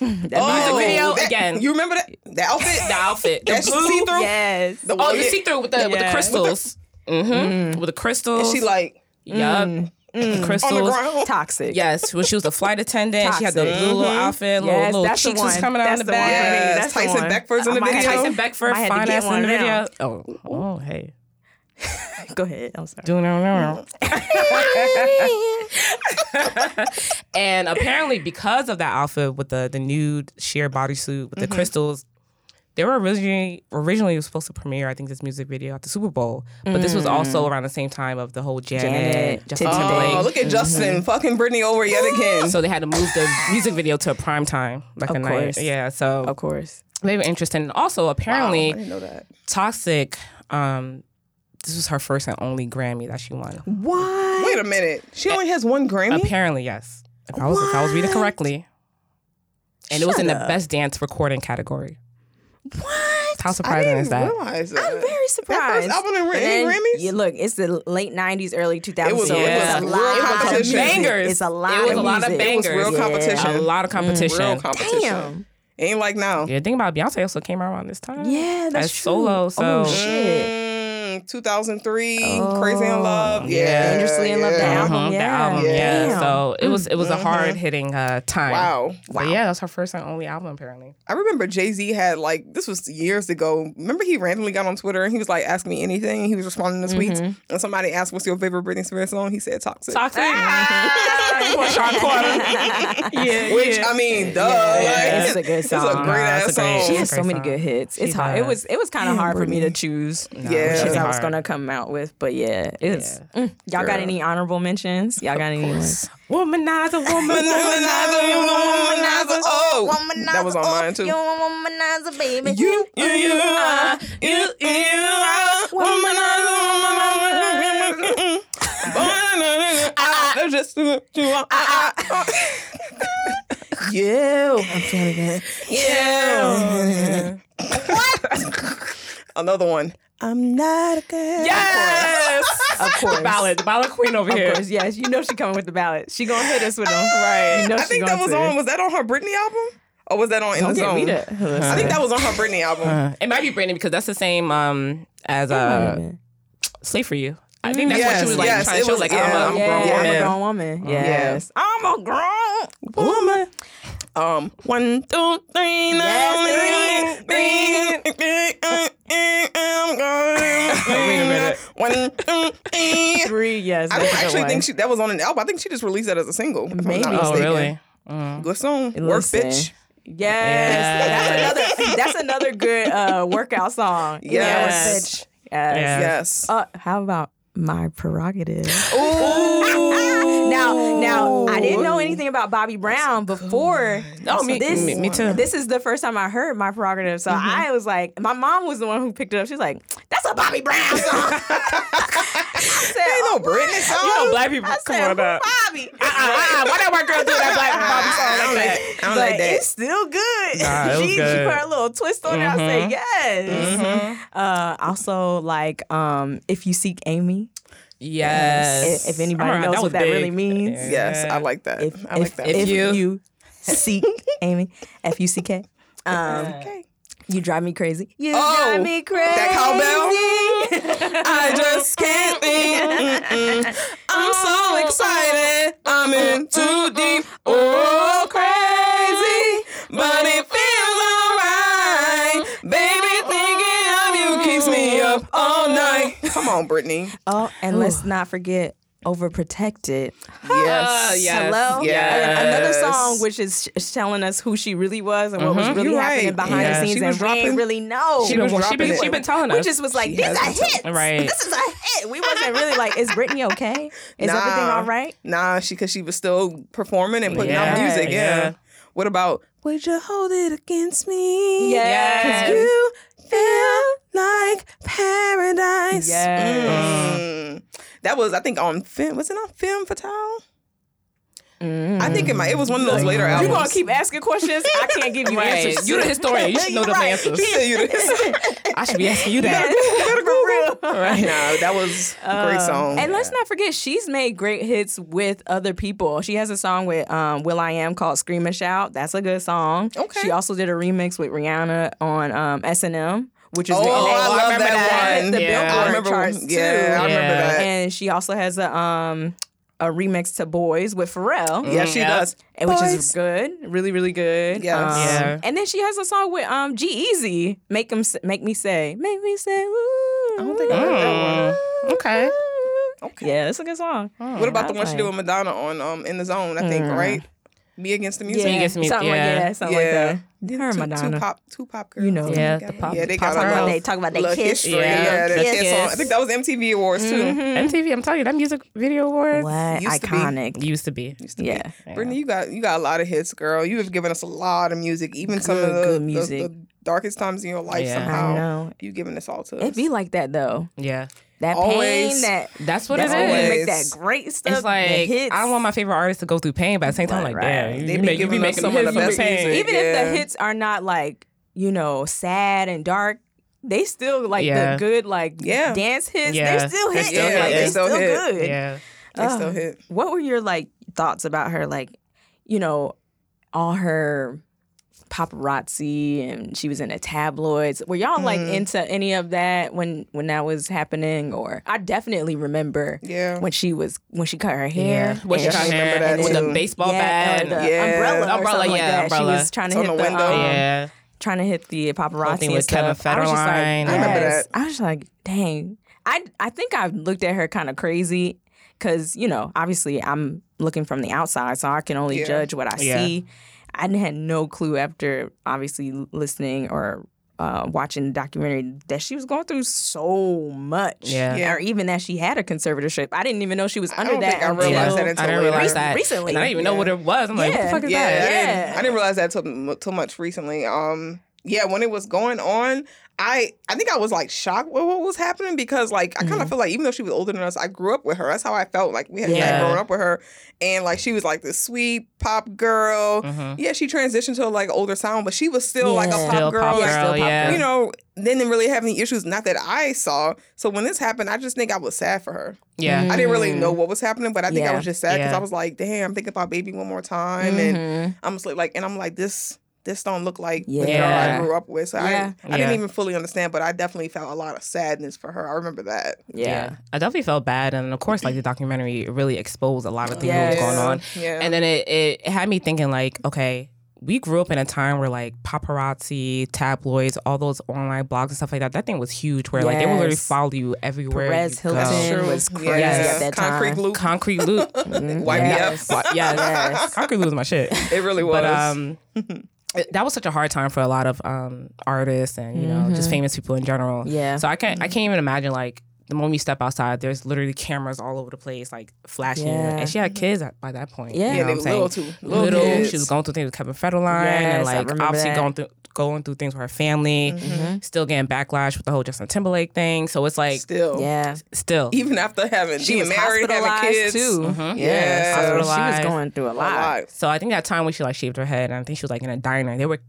Speaker 1: That music video.
Speaker 3: video
Speaker 2: Oh, that-
Speaker 3: again.
Speaker 2: You remember that that outfit?
Speaker 3: the outfit, the
Speaker 2: That she see
Speaker 3: blue.
Speaker 2: through.
Speaker 1: Yes.
Speaker 2: The
Speaker 3: Oh,
Speaker 2: one
Speaker 3: you
Speaker 2: that-
Speaker 3: see through with the with the
Speaker 1: Yeah. Mm-hmm.
Speaker 3: crystals. hmm With the crystals.
Speaker 2: and she like
Speaker 3: yup.
Speaker 1: mm,
Speaker 3: The crystals.
Speaker 2: on the ground.
Speaker 1: Toxic.
Speaker 3: Yes, when she was a flight attendant, she had the
Speaker 1: Toxic. Mm-hmm.
Speaker 3: blue little outfit, little,
Speaker 1: Yes,
Speaker 3: little
Speaker 1: that's the
Speaker 3: cheeks was
Speaker 1: one.
Speaker 3: coming out
Speaker 1: That's
Speaker 3: in the
Speaker 1: the one.
Speaker 3: back.
Speaker 1: Yeah,
Speaker 2: yes,
Speaker 1: that's the
Speaker 2: Tyson
Speaker 1: one.
Speaker 2: Beckford's in the
Speaker 1: I might have
Speaker 2: video.
Speaker 1: to-
Speaker 3: Tyson Beckford,
Speaker 1: I had to
Speaker 3: fine
Speaker 1: get
Speaker 3: ass in
Speaker 1: one
Speaker 3: the video.
Speaker 1: now.
Speaker 3: Oh, oh, hey.
Speaker 1: Go ahead. I'm
Speaker 3: [laughs]
Speaker 1: sorry.
Speaker 3: doing it. and apparently, because of that outfit with the the nude sheer bodysuit with the crystals, they were originally originally was supposed to premiere. I think this music video at the Super Bowl, but this was also around the same time of the whole Janet,
Speaker 1: Janet,
Speaker 3: Justin
Speaker 1: Tim-
Speaker 2: Oh,
Speaker 3: Timberlake.
Speaker 2: look at Justin fucking Britney over yet again.
Speaker 3: So they had to move the music video to prime time, like
Speaker 1: Of
Speaker 3: a
Speaker 1: course.
Speaker 3: night. Yeah, so
Speaker 1: Of course.
Speaker 3: they were interested. And also, apparently,
Speaker 2: I didn't know that.
Speaker 3: Toxic. Um, this was her first and only Grammy that she won.
Speaker 1: What?
Speaker 2: Wait a minute. She only has one Grammy.
Speaker 3: Apparently, yes. If I was if I was reading correctly. And it was in the best dance recording category.
Speaker 1: What?
Speaker 3: How
Speaker 2: I
Speaker 3: surprising
Speaker 2: didn't
Speaker 3: is that?
Speaker 2: realize that.
Speaker 1: I'm very surprised.
Speaker 2: album didn't win
Speaker 1: And
Speaker 2: any
Speaker 1: then,
Speaker 2: Grammys?
Speaker 1: yeah, look, it's the late '90s, early 2000s.
Speaker 2: It was-
Speaker 1: so
Speaker 2: it
Speaker 3: was
Speaker 1: it's
Speaker 3: a
Speaker 1: a
Speaker 3: real
Speaker 1: lot of
Speaker 2: competition.
Speaker 1: music.
Speaker 3: Bangers.
Speaker 1: It's a lot.
Speaker 3: It was
Speaker 1: of
Speaker 3: a lot of
Speaker 1: music.
Speaker 3: bangers.
Speaker 2: real
Speaker 1: Yeah.
Speaker 2: competition.
Speaker 3: A lot of competition.
Speaker 2: Real competition.
Speaker 1: Damn.
Speaker 2: Ain't like now.
Speaker 3: Yeah, think about it, Beyonce also came out around this time.
Speaker 1: Yeah, that's
Speaker 3: As
Speaker 1: true.
Speaker 3: solo, so-
Speaker 1: oh shit.
Speaker 2: Mm, 2003, Crazy in Love. Yeah.
Speaker 1: Dangerously in Love, the
Speaker 2: yeah.
Speaker 1: album,
Speaker 3: uh-huh, The
Speaker 1: yeah.
Speaker 3: album, yeah.
Speaker 1: Damn.
Speaker 3: So it was it was a hard hitting uh, time.
Speaker 2: Wow.
Speaker 3: But yeah, that's her first and only album apparently.
Speaker 2: I remember Jay Z had like this was years ago. Remember he randomly got on Twitter and he was like, "Ask me anything." and He was responding to tweets, and somebody asked, "What's your favorite Britney Spears song?" He said, "Toxic."
Speaker 3: Toxic. Ah, [laughs] you want Sean Carter. yeah.
Speaker 2: Which
Speaker 3: yeah.
Speaker 2: I mean, duh.
Speaker 1: Yeah,
Speaker 2: like,
Speaker 1: it's a good
Speaker 2: It's a
Speaker 1: song.
Speaker 2: great
Speaker 3: Nah,
Speaker 2: ass
Speaker 3: it's a great-
Speaker 2: song.
Speaker 1: She has
Speaker 3: Great
Speaker 1: so many
Speaker 3: song.
Speaker 1: good hits.
Speaker 3: She
Speaker 1: It's hard. It
Speaker 3: does.
Speaker 1: was it was kind of hard for me to choose which
Speaker 2: Yeah.
Speaker 3: It's
Speaker 1: I was
Speaker 3: hard.
Speaker 1: gonna come out with, but yeah, it's mm. y'all got
Speaker 2: Girl.
Speaker 1: any honorable mentions? Y'all got any? ones?
Speaker 2: Womanizer,
Speaker 3: Womanizer, womanizer,
Speaker 2: you the womanizer.
Speaker 3: womanizer.
Speaker 2: Oh, that was on mine too.
Speaker 4: You a womanizer, baby.
Speaker 2: You, you, you are, you, you are, womanizer, womanizer. Ah, that's just what you are. Ah, [laughs] ah.
Speaker 1: Yeah, I'm feeling it.
Speaker 2: Another one. I'm not a girl.
Speaker 3: Yes,
Speaker 1: Of course,
Speaker 3: the ballad, the ballad queen over here.
Speaker 1: Of course, yes. You know she coming with the ballot. She gonna hit us with
Speaker 2: [laughs]
Speaker 1: them, right? You know
Speaker 2: I
Speaker 1: she
Speaker 2: think
Speaker 1: gonna
Speaker 2: that was
Speaker 1: to.
Speaker 2: on. Was that on her Britney album? Or was that on In the
Speaker 1: Get me
Speaker 2: Zone?
Speaker 1: to-
Speaker 2: I think that was on her Britney album.
Speaker 3: [laughs] It might be Brandon because that's the same um as uh, slave for you. I think that's what
Speaker 2: Yes,
Speaker 3: she was like
Speaker 2: yes,
Speaker 3: trying
Speaker 2: it
Speaker 3: to show.
Speaker 2: was-
Speaker 3: like
Speaker 2: yeah,
Speaker 3: I'm a, I'm a
Speaker 1: yeah, I'm a grown
Speaker 3: grown woman.
Speaker 1: woman. Yes.
Speaker 2: I'm a grown woman. Um, one, two, three,
Speaker 1: Yes,
Speaker 2: nine, three, three, three, uh, uh, I'm going.
Speaker 3: Wait a minute.
Speaker 2: One, two, three.
Speaker 1: Three, yes. that's a
Speaker 2: I don't
Speaker 1: good
Speaker 2: actually
Speaker 1: one.
Speaker 2: think she that was on an album. I think she just released that as a single. if I'm not
Speaker 1: Maybe. Oh,
Speaker 3: Oh
Speaker 2: mistaken.
Speaker 3: really?
Speaker 2: Good song. Work,
Speaker 1: Listen.
Speaker 2: bitch.
Speaker 1: Yes. That's another that's another good uh, workout song.
Speaker 2: Yes.
Speaker 1: Yes. Yes.
Speaker 3: Yeah.
Speaker 2: Yes.
Speaker 1: Uh, how about my
Speaker 3: [laughs]
Speaker 1: prerogative? now, now I didn't know anything about Bobby Brown before.
Speaker 3: No, me-
Speaker 1: this,
Speaker 3: me- me too. Mm-hmm.
Speaker 1: This is the first time I heard my prerogative, so I was like, my mom was the one who picked it up. She's like, "That's a Bobby Brown song." [laughs] I said,
Speaker 2: Ain't no
Speaker 1: "Oh, what?"
Speaker 2: Britney song.
Speaker 3: You know black people.
Speaker 1: I
Speaker 3: Come
Speaker 1: said,
Speaker 3: on up. [laughs]
Speaker 1: Bobby.
Speaker 3: Uh-uh, why that white girl do that black Bobby
Speaker 2: I
Speaker 3: song?
Speaker 2: don't
Speaker 3: Like,
Speaker 2: like,
Speaker 3: that?
Speaker 2: I don't
Speaker 1: but
Speaker 2: like that.
Speaker 1: it's still good.
Speaker 3: Nah, it
Speaker 1: [laughs]
Speaker 3: was
Speaker 1: she, she
Speaker 3: good.
Speaker 1: put her little twist on it. I
Speaker 3: Mm-hmm.
Speaker 1: said, yes. Uh, also, like, um, if you seek Amy,
Speaker 3: yes.
Speaker 1: i- if anybody
Speaker 3: Alright,
Speaker 1: knows
Speaker 3: was
Speaker 1: what that
Speaker 3: big.
Speaker 1: really means.
Speaker 2: Yes, I like that.
Speaker 1: If,
Speaker 2: I like
Speaker 1: if,
Speaker 2: that.
Speaker 1: if
Speaker 3: you-
Speaker 1: you,
Speaker 2: [laughs]
Speaker 1: seek Amy, F U C K. Um, You drive me crazy. You
Speaker 2: Oh,
Speaker 1: drive me crazy.
Speaker 2: that [laughs] I just can't think. Mm-mm. I'm so excited. I'm in too deep. Oh, crazy. But it feels alright. Baby, thinking [laughs] of you keeps me up all night. Come on, Brittany.
Speaker 1: Oh, and let's not forget Overprotected.
Speaker 2: Uh, Yes.
Speaker 3: yes.
Speaker 1: Hello.
Speaker 2: Yes. Mm-hmm.
Speaker 1: And Another song which is sh- telling us who she really was and what was really
Speaker 2: You're
Speaker 1: happening
Speaker 2: right.
Speaker 1: behind
Speaker 3: Yeah.
Speaker 1: the
Speaker 2: She
Speaker 1: scenes,
Speaker 2: was
Speaker 1: and we ain't
Speaker 2: dropping-
Speaker 1: really know.
Speaker 3: She
Speaker 2: been
Speaker 3: been, she been,
Speaker 2: dropping
Speaker 3: she
Speaker 2: it.
Speaker 3: been telling
Speaker 1: we
Speaker 3: us.
Speaker 1: just was like,
Speaker 2: She
Speaker 1: these
Speaker 2: has
Speaker 1: are
Speaker 2: been
Speaker 1: hits.
Speaker 3: Right.
Speaker 1: This is a hit. We wasn't really like, is Britney okay? Is everything all right?
Speaker 2: Nah, she because she was still performing and putting out
Speaker 1: Yeah.
Speaker 2: music. Yeah.
Speaker 3: Yeah.
Speaker 2: What about Would you hold it against me?
Speaker 1: Yes.
Speaker 2: Cause you feel like paradise.
Speaker 1: Yes.
Speaker 2: Mm. That was I think on film was it on Film Fatale? I think it might it was one of those later
Speaker 1: Mm. You
Speaker 2: albums.
Speaker 1: gonna keep asking questions? I can't give you
Speaker 3: Right.
Speaker 1: answers.
Speaker 3: You the historian. You should know
Speaker 2: [laughs]
Speaker 3: the answers.
Speaker 2: She
Speaker 1: [laughs]
Speaker 2: said you this.
Speaker 3: I should be asking you
Speaker 2: [laughs]
Speaker 3: that.
Speaker 2: No, that was a great song.
Speaker 1: Um, And let's not forget, she's made great hits with other people. She has a song with um, Will I Am called "Scream and Shout." That's a good song.
Speaker 2: Okay.
Speaker 1: She also did a remix with Rihanna on um, S&M, which is
Speaker 2: Oh,
Speaker 1: the,
Speaker 2: I
Speaker 1: that,
Speaker 2: love that
Speaker 1: hit
Speaker 2: one.
Speaker 1: the
Speaker 3: Yeah.
Speaker 1: Billboard
Speaker 2: I remember,
Speaker 1: charts too.
Speaker 2: yeah, I remember
Speaker 3: Yeah.
Speaker 2: that.
Speaker 1: And she also has a um, a remix to "Boys" with Pharrell.
Speaker 2: yeah, she
Speaker 3: Yeah.
Speaker 2: does.
Speaker 1: And which
Speaker 2: Mm-hmm. Boys.
Speaker 1: is good, really, really good.
Speaker 2: Yes.
Speaker 1: Um,
Speaker 3: Yeah.
Speaker 1: And then she has a song with um, G Easy, "Make 'Em S- Make Me Say, Make Me Say." Ooh. I don't think
Speaker 3: Mm. Okay.
Speaker 2: Mm-hmm.
Speaker 1: Okay. Yeah, it's a good song.
Speaker 2: What about the
Speaker 1: I
Speaker 2: one she did
Speaker 1: like- Mm.
Speaker 2: with Madonna on um In the Zone? I think right. Me against the music.
Speaker 3: Yeah. Against Me,
Speaker 1: something
Speaker 3: yeah.
Speaker 1: like yeah, something like that. Her and
Speaker 2: two, two
Speaker 1: Madonna.
Speaker 2: pop, two pop girls.
Speaker 1: You know,
Speaker 3: Yeah, the pop-
Speaker 2: yeah, they
Speaker 3: pop
Speaker 2: got a
Speaker 3: girls.
Speaker 2: little-
Speaker 1: they talk about they
Speaker 2: little
Speaker 1: kiss.
Speaker 2: history.
Speaker 3: Yeah.
Speaker 2: Yeah, their
Speaker 1: Kiss. Mm-hmm.
Speaker 2: kiss on. I think that was MTV Awards too.
Speaker 3: Mm-hmm. MTV, I'm telling you, that music video awards
Speaker 1: What
Speaker 2: Used to be.
Speaker 1: iconic.
Speaker 3: used to be.
Speaker 1: Yeah.
Speaker 2: Brittany, you got you got a lot of hits, girl. You have given us a lot of music, even some of
Speaker 1: Good,
Speaker 2: the,
Speaker 1: good
Speaker 2: the-
Speaker 1: music.
Speaker 2: the darkest times in your life.
Speaker 3: Yeah. I
Speaker 1: I
Speaker 2: Somehow
Speaker 1: know.
Speaker 2: you've given us all to us.
Speaker 1: It be like that though.
Speaker 3: Yeah.
Speaker 1: That pain,
Speaker 2: Always.
Speaker 1: that
Speaker 3: That's what
Speaker 1: that's
Speaker 3: it
Speaker 1: what
Speaker 3: is.
Speaker 1: make
Speaker 2: Always.
Speaker 1: that great stuff.
Speaker 3: It's like
Speaker 1: the hits.
Speaker 3: I don't want my favorite artist to go through pain, but at the same time,
Speaker 1: Right,
Speaker 3: like,
Speaker 1: right.
Speaker 3: damn, you,
Speaker 2: They be
Speaker 3: make, you be
Speaker 2: giving us
Speaker 3: making
Speaker 2: some of
Speaker 3: hits
Speaker 2: the
Speaker 3: for
Speaker 2: best
Speaker 3: pain.
Speaker 2: music.
Speaker 1: even if
Speaker 2: Yeah.
Speaker 1: the hits are not like you know sad and dark. They still like
Speaker 3: Yeah.
Speaker 1: the good like
Speaker 2: Yeah.
Speaker 1: dance hits.
Speaker 3: Yeah.
Speaker 1: They're still
Speaker 3: They're
Speaker 1: hits.
Speaker 3: still
Speaker 1: like,
Speaker 3: hit.
Speaker 1: they're
Speaker 2: Still
Speaker 1: still
Speaker 2: hit.
Speaker 1: good.
Speaker 3: Yeah,
Speaker 2: They still hit.
Speaker 1: What were your like thoughts about her? Like, you know, all her paparazzi and she was in the tabloids. Were y'all like
Speaker 2: Mm-hmm.
Speaker 1: into any of that when when that was happening? Or I definitely remember
Speaker 2: Yeah.
Speaker 1: when she was when she cut her hair.
Speaker 3: yeah. What
Speaker 1: and
Speaker 3: you
Speaker 1: she-
Speaker 3: got
Speaker 2: remember that
Speaker 3: here with
Speaker 2: too.
Speaker 3: the baseball
Speaker 1: yeah,
Speaker 3: bat?
Speaker 1: or the
Speaker 3: and-
Speaker 2: Yeah.
Speaker 1: umbrella, or
Speaker 3: Umbrella,
Speaker 1: something like
Speaker 3: yeah,
Speaker 1: that.
Speaker 3: umbrella.
Speaker 1: She was trying to
Speaker 2: It's on
Speaker 1: hit
Speaker 2: the
Speaker 1: the,
Speaker 2: window.
Speaker 1: um,
Speaker 3: yeah.
Speaker 1: trying to hit the paparazzi
Speaker 3: thing
Speaker 1: and
Speaker 3: with Kevin
Speaker 1: stuff. I was just like,
Speaker 3: Federline.
Speaker 2: I remember
Speaker 1: yes.
Speaker 2: that.
Speaker 1: I was just like, dang. I I think I looked at her kind of crazy because you know, obviously, I'm looking from the outside, so I can only
Speaker 2: Yeah.
Speaker 1: judge what I
Speaker 3: Yeah.
Speaker 1: see. I didn't- had no clue after obviously listening or. Uh, watching the documentary that she was going through so much,
Speaker 3: Yeah.
Speaker 2: Yeah.
Speaker 1: or even that she had a conservatorship. I didn't even know she was
Speaker 2: I
Speaker 1: under
Speaker 2: don't
Speaker 1: that.
Speaker 2: think I
Speaker 1: until-
Speaker 2: realized that
Speaker 3: I
Speaker 2: until
Speaker 3: didn't
Speaker 2: later.
Speaker 3: realize that
Speaker 1: Recently.
Speaker 3: And I didn't even know what it was. I'm like, what the
Speaker 1: Yeah.
Speaker 3: fuck is
Speaker 2: yeah, I
Speaker 3: that?
Speaker 2: didn't-
Speaker 1: Yeah.
Speaker 2: I, didn't, realize that till, till much recently. Um, yeah, when it was going on, I I think I was like shocked with what was happening because like I kind of
Speaker 3: Mm-hmm.
Speaker 2: feel like even though she was older than us, I grew up with her. That's how I felt. Like we had
Speaker 3: Yeah.
Speaker 2: like, grown up with her, and like she was like this sweet pop girl.
Speaker 3: Mhm.
Speaker 2: Yeah, she transitioned to like older sound, but she was still like a
Speaker 1: Yeah.
Speaker 2: pop
Speaker 3: Still
Speaker 2: girl.
Speaker 3: pop
Speaker 2: like,
Speaker 3: girl, yeah.
Speaker 2: You know, didn't really have any issues. Not that I saw. So when this happened, I just think I was sad for her.
Speaker 1: Mm-hmm.
Speaker 3: Yeah.
Speaker 2: I didn't really know what was happening, but I think I
Speaker 1: Yeah.
Speaker 2: was just sad because
Speaker 3: Mm-hmm. Yeah. Mm-hmm.
Speaker 2: I was like, "Damn, think about baby one more time," and
Speaker 1: Mhm.
Speaker 2: I'm just like, like, and I'm like, this this don't look like the girl I
Speaker 1: Yeah.
Speaker 2: grew up with. So
Speaker 1: Yeah.
Speaker 2: I, I didn't
Speaker 3: Yeah.
Speaker 2: even fully understand, but I definitely felt a lot of sadness for her. I remember that.
Speaker 1: yeah.
Speaker 3: I definitely felt bad, and of course, like the documentary really exposed a lot of things that was
Speaker 1: Yes.
Speaker 3: going on,
Speaker 2: Yeah.
Speaker 3: and then it, it had me thinking like, okay, we grew up in a time where like paparazzi, tabloids, all those online blogs and stuff like that. That thing was huge, where like they would literally
Speaker 1: Yes.
Speaker 3: follow you everywhere.
Speaker 1: Perez
Speaker 3: you go.
Speaker 1: Hilton was crazy
Speaker 3: Yes.
Speaker 1: at that time.
Speaker 2: Concrete Loop.
Speaker 3: Concrete
Speaker 1: [laughs]
Speaker 3: Loop,
Speaker 2: Wipe me up.
Speaker 1: Mm-hmm. Yes.
Speaker 3: yes,
Speaker 1: Yes.
Speaker 3: Concrete Loop was my shit.
Speaker 2: It really was.
Speaker 3: But um, it- that was such a hard time for a lot of um artists and you know just famous people in [laughs] general.
Speaker 1: Mm-hmm. Yeah.
Speaker 3: So I can't
Speaker 2: Mm-hmm.
Speaker 3: I can't even imagine like the moment you step outside, there's literally cameras all over the place like flashing. you.
Speaker 1: Yeah.
Speaker 3: And she had kids at, by that point.
Speaker 1: Yeah.
Speaker 3: You
Speaker 1: Yeah,
Speaker 3: know
Speaker 2: they
Speaker 3: what I'm
Speaker 2: were
Speaker 3: saying?
Speaker 2: little too. Little kids.
Speaker 3: She was going through things with Kevin Federline and
Speaker 1: Yes, I
Speaker 3: like
Speaker 1: remember
Speaker 3: obviously
Speaker 1: that. Mm-hmm.
Speaker 3: going through going through things with her family, still getting backlash with the whole Justin Timberlake thing. So it's like
Speaker 2: still.
Speaker 1: Yeah.
Speaker 3: still
Speaker 2: Even after having
Speaker 1: She was
Speaker 2: being married, having
Speaker 1: hospitalized
Speaker 2: kids.
Speaker 1: too.
Speaker 2: Yeah.
Speaker 1: So she was
Speaker 3: Hospitalized.
Speaker 1: going through a
Speaker 2: A
Speaker 1: lot.
Speaker 2: lot.
Speaker 3: So I think that time when she like shaved her head, and I think she was like in a diner. They were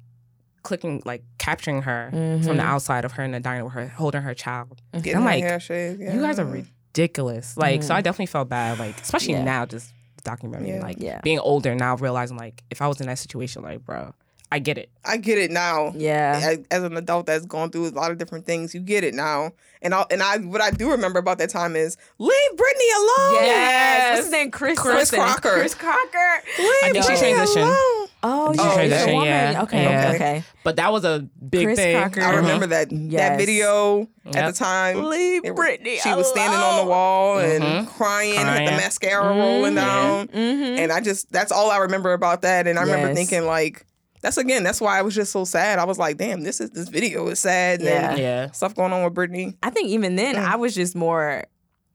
Speaker 3: clicking, like capturing her
Speaker 1: Mm.
Speaker 3: from the
Speaker 1: Mm-hmm.
Speaker 3: outside of her in the diner with her holding her child.
Speaker 2: Getting
Speaker 3: I'm
Speaker 2: her
Speaker 3: like,
Speaker 2: hair shaved, yeah.
Speaker 3: You guys are ridiculous. Like, so I definitely felt bad. Like, especially
Speaker 1: Mm-hmm. Yeah.
Speaker 3: now, just the documentary,
Speaker 2: Yeah.
Speaker 3: like
Speaker 1: Yeah.
Speaker 3: being older now, realizing like if I was in that situation, like, bro, I get it.
Speaker 2: I get it now.
Speaker 1: Yeah.
Speaker 2: as, as an adult that's gone through a lot of different things, you get it now. And I and I what I do remember about that time is leave Brittany alone.
Speaker 1: Oh, What's his name? Chris,
Speaker 2: Chris
Speaker 1: something.
Speaker 2: Crocker.
Speaker 1: Chris Crocker.
Speaker 2: Leave
Speaker 3: I think she
Speaker 2: Britney
Speaker 3: transitioned.
Speaker 2: alone.
Speaker 1: Oh,
Speaker 3: you
Speaker 1: yeah,
Speaker 3: heard
Speaker 1: it's
Speaker 3: that
Speaker 1: a
Speaker 3: shit?
Speaker 1: woman.
Speaker 3: Yeah.
Speaker 1: Okay,
Speaker 3: Yeah.
Speaker 1: okay, okay.
Speaker 3: But that was a big
Speaker 1: Chris
Speaker 3: thing.
Speaker 1: Crocker.
Speaker 2: I
Speaker 1: Uh-huh.
Speaker 2: remember that that
Speaker 1: Yes.
Speaker 2: video at
Speaker 3: Yep.
Speaker 2: the time.
Speaker 7: Leave
Speaker 2: Mm-hmm. It was-
Speaker 7: Britney.
Speaker 2: She was standing on the wall and
Speaker 3: Mhm.
Speaker 2: crying, had the
Speaker 3: Crying.
Speaker 2: mascara rolling down.
Speaker 1: Mm-hmm.
Speaker 2: And I just that's all I remember about that. And I remember
Speaker 1: Yes.
Speaker 2: thinking like that's again, that's why I was just so sad. I was like, damn, this is this video is sad.
Speaker 1: Yeah.
Speaker 2: And
Speaker 3: Yeah.
Speaker 2: stuff going on with Britney.
Speaker 1: I think even then,
Speaker 2: Mm.
Speaker 1: I was just more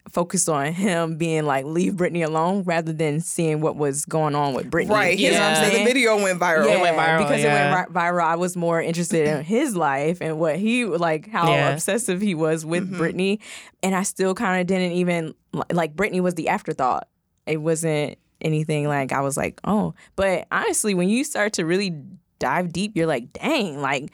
Speaker 1: focused on him being like, leave Britney alone rather than seeing what was going on with Britney.
Speaker 2: Right.
Speaker 1: You
Speaker 2: Here's
Speaker 1: know
Speaker 2: what
Speaker 1: what
Speaker 2: I'm
Speaker 1: I'm
Speaker 2: saying. The
Speaker 1: saying?
Speaker 2: video went viral.
Speaker 1: Yeah,
Speaker 3: It went viral,
Speaker 1: because it
Speaker 3: yeah.
Speaker 1: went ri- viral. I was more interested in his life and what he like, how
Speaker 3: Yeah. Mm-hmm.
Speaker 1: obsessive he was with Britney, and I still kind of didn't even li- like Britney was the afterthought. It wasn't anything like I was like, oh, but honestly, when you start to really dive deep, you're like, dang, like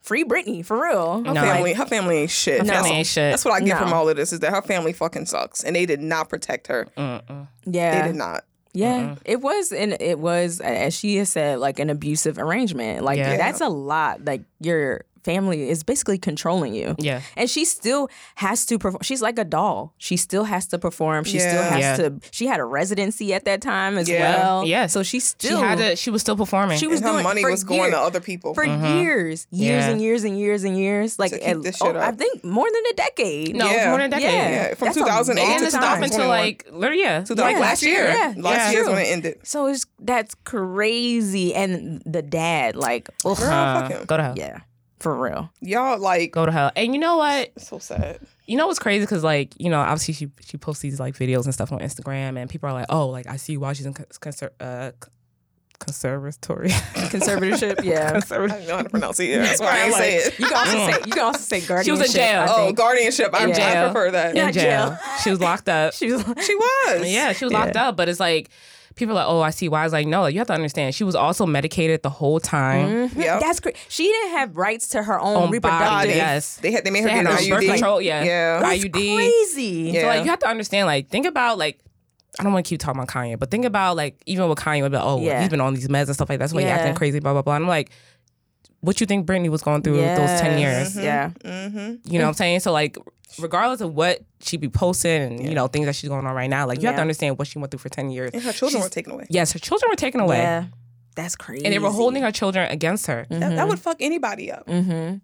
Speaker 1: free Britney for real.
Speaker 2: Her
Speaker 3: No.
Speaker 2: family, her family ain't shit.
Speaker 3: No.
Speaker 2: That's,
Speaker 3: Family ain't shit.
Speaker 2: that's what I get
Speaker 1: No.
Speaker 2: from all of this is that her family fucking sucks, and they did not protect her.
Speaker 3: Mm-mm.
Speaker 1: Yeah,
Speaker 2: They did not.
Speaker 1: Yeah,
Speaker 3: uh-uh.
Speaker 1: it was, and it was, as she has said, like an abusive arrangement. Like
Speaker 3: Yeah.
Speaker 1: that's a lot. Like your family is basically controlling you,
Speaker 3: Yeah.
Speaker 1: and she still has to perform. She's like a doll. She still has to perform. She still
Speaker 2: Yeah.
Speaker 1: has
Speaker 3: Yeah.
Speaker 1: to. She had a residency at that time as
Speaker 2: Yeah.
Speaker 1: well.
Speaker 3: Yeah.
Speaker 1: so she
Speaker 3: She
Speaker 1: still
Speaker 3: had to. She was still performing.
Speaker 1: She
Speaker 2: And
Speaker 1: was
Speaker 2: her
Speaker 1: doing
Speaker 2: money
Speaker 1: for
Speaker 2: was going to
Speaker 1: years-
Speaker 2: other people.
Speaker 1: for years, years
Speaker 3: Yeah.
Speaker 1: and years and years and years. Like
Speaker 2: keep
Speaker 1: at-
Speaker 2: this
Speaker 1: oh,
Speaker 2: shit up.
Speaker 1: I think more than a decade.
Speaker 3: no, it was
Speaker 2: Yeah.
Speaker 3: more than a decade.
Speaker 1: Yeah.
Speaker 2: yeah, from
Speaker 1: That's a
Speaker 2: 2008
Speaker 1: long
Speaker 3: And
Speaker 2: to
Speaker 3: it stopped until
Speaker 2: 2021.
Speaker 3: like, literally, yeah,
Speaker 2: To, like
Speaker 1: Yeah,
Speaker 2: last
Speaker 1: last
Speaker 2: year.
Speaker 1: year. Yeah,
Speaker 2: Last
Speaker 3: yeah.
Speaker 2: year's when it ended.
Speaker 1: So it's that's crazy, and the dad, like, ugh.
Speaker 2: Girl,
Speaker 3: Uh,
Speaker 2: fuck him.
Speaker 3: go to hell.
Speaker 1: yeah, for real.
Speaker 2: Y'all like
Speaker 3: Go to hell. And you know what?
Speaker 2: so sad.
Speaker 3: you know what's crazy because like you know obviously she she posts these like videos and stuff on instagram and people are like oh like i see why she's in con- conser- uh, c- conservatory [laughs]
Speaker 1: conservatorship. Yeah.
Speaker 2: I don't know how to pronounce it. Yeah, that's why I ain't
Speaker 3: Like-
Speaker 2: say it.
Speaker 1: You can
Speaker 2: [laughs]
Speaker 1: also say you can also say guardianship.
Speaker 3: jail.
Speaker 1: I
Speaker 2: Oh,
Speaker 1: think.
Speaker 2: guardianship. I,
Speaker 1: In
Speaker 2: I
Speaker 1: jail.
Speaker 2: prefer that.
Speaker 1: Yeah.
Speaker 3: in
Speaker 1: Not
Speaker 3: jail
Speaker 1: jail.
Speaker 3: she was locked up
Speaker 1: [laughs] she was like,
Speaker 2: She was.
Speaker 3: yeah she was locked up but it's like people are like oh i see why it's like no like, you have to understand she was also medicated the whole time
Speaker 1: [laughs]
Speaker 2: Yep.
Speaker 1: that's crazy. She didn't have rights to her own,
Speaker 3: on body
Speaker 1: reproductive.
Speaker 3: yes
Speaker 2: They had they made
Speaker 3: they
Speaker 2: her
Speaker 3: had
Speaker 2: get an
Speaker 3: no birth
Speaker 2: IUD.
Speaker 3: control yeah
Speaker 2: Yeah.
Speaker 1: That's
Speaker 3: iud
Speaker 1: crazy.
Speaker 2: Yeah.
Speaker 3: So like you have to understand, like think about like I don't want to keep talking about Kanye, but think about like even with Kanye, about oh
Speaker 1: Yeah.
Speaker 3: he's been on these meds and stuff like that. that's why
Speaker 1: Yeah.
Speaker 3: he acting crazy, blah blah blah. And I'm like, what you think Britney was going through those ten years?
Speaker 1: Yeah.
Speaker 2: Mm-hmm.
Speaker 3: You know what I'm saying? So like regardless of what she be posting and you know things that she's going on right now, like you have
Speaker 1: Yeah.
Speaker 3: to understand what she went through for ten years.
Speaker 2: And her children were taken away.
Speaker 3: Yes, her children were taken away,
Speaker 1: Yeah. That's crazy.
Speaker 3: and they were holding her children against her.
Speaker 2: That, that would fuck anybody up.
Speaker 1: Mm-hmm.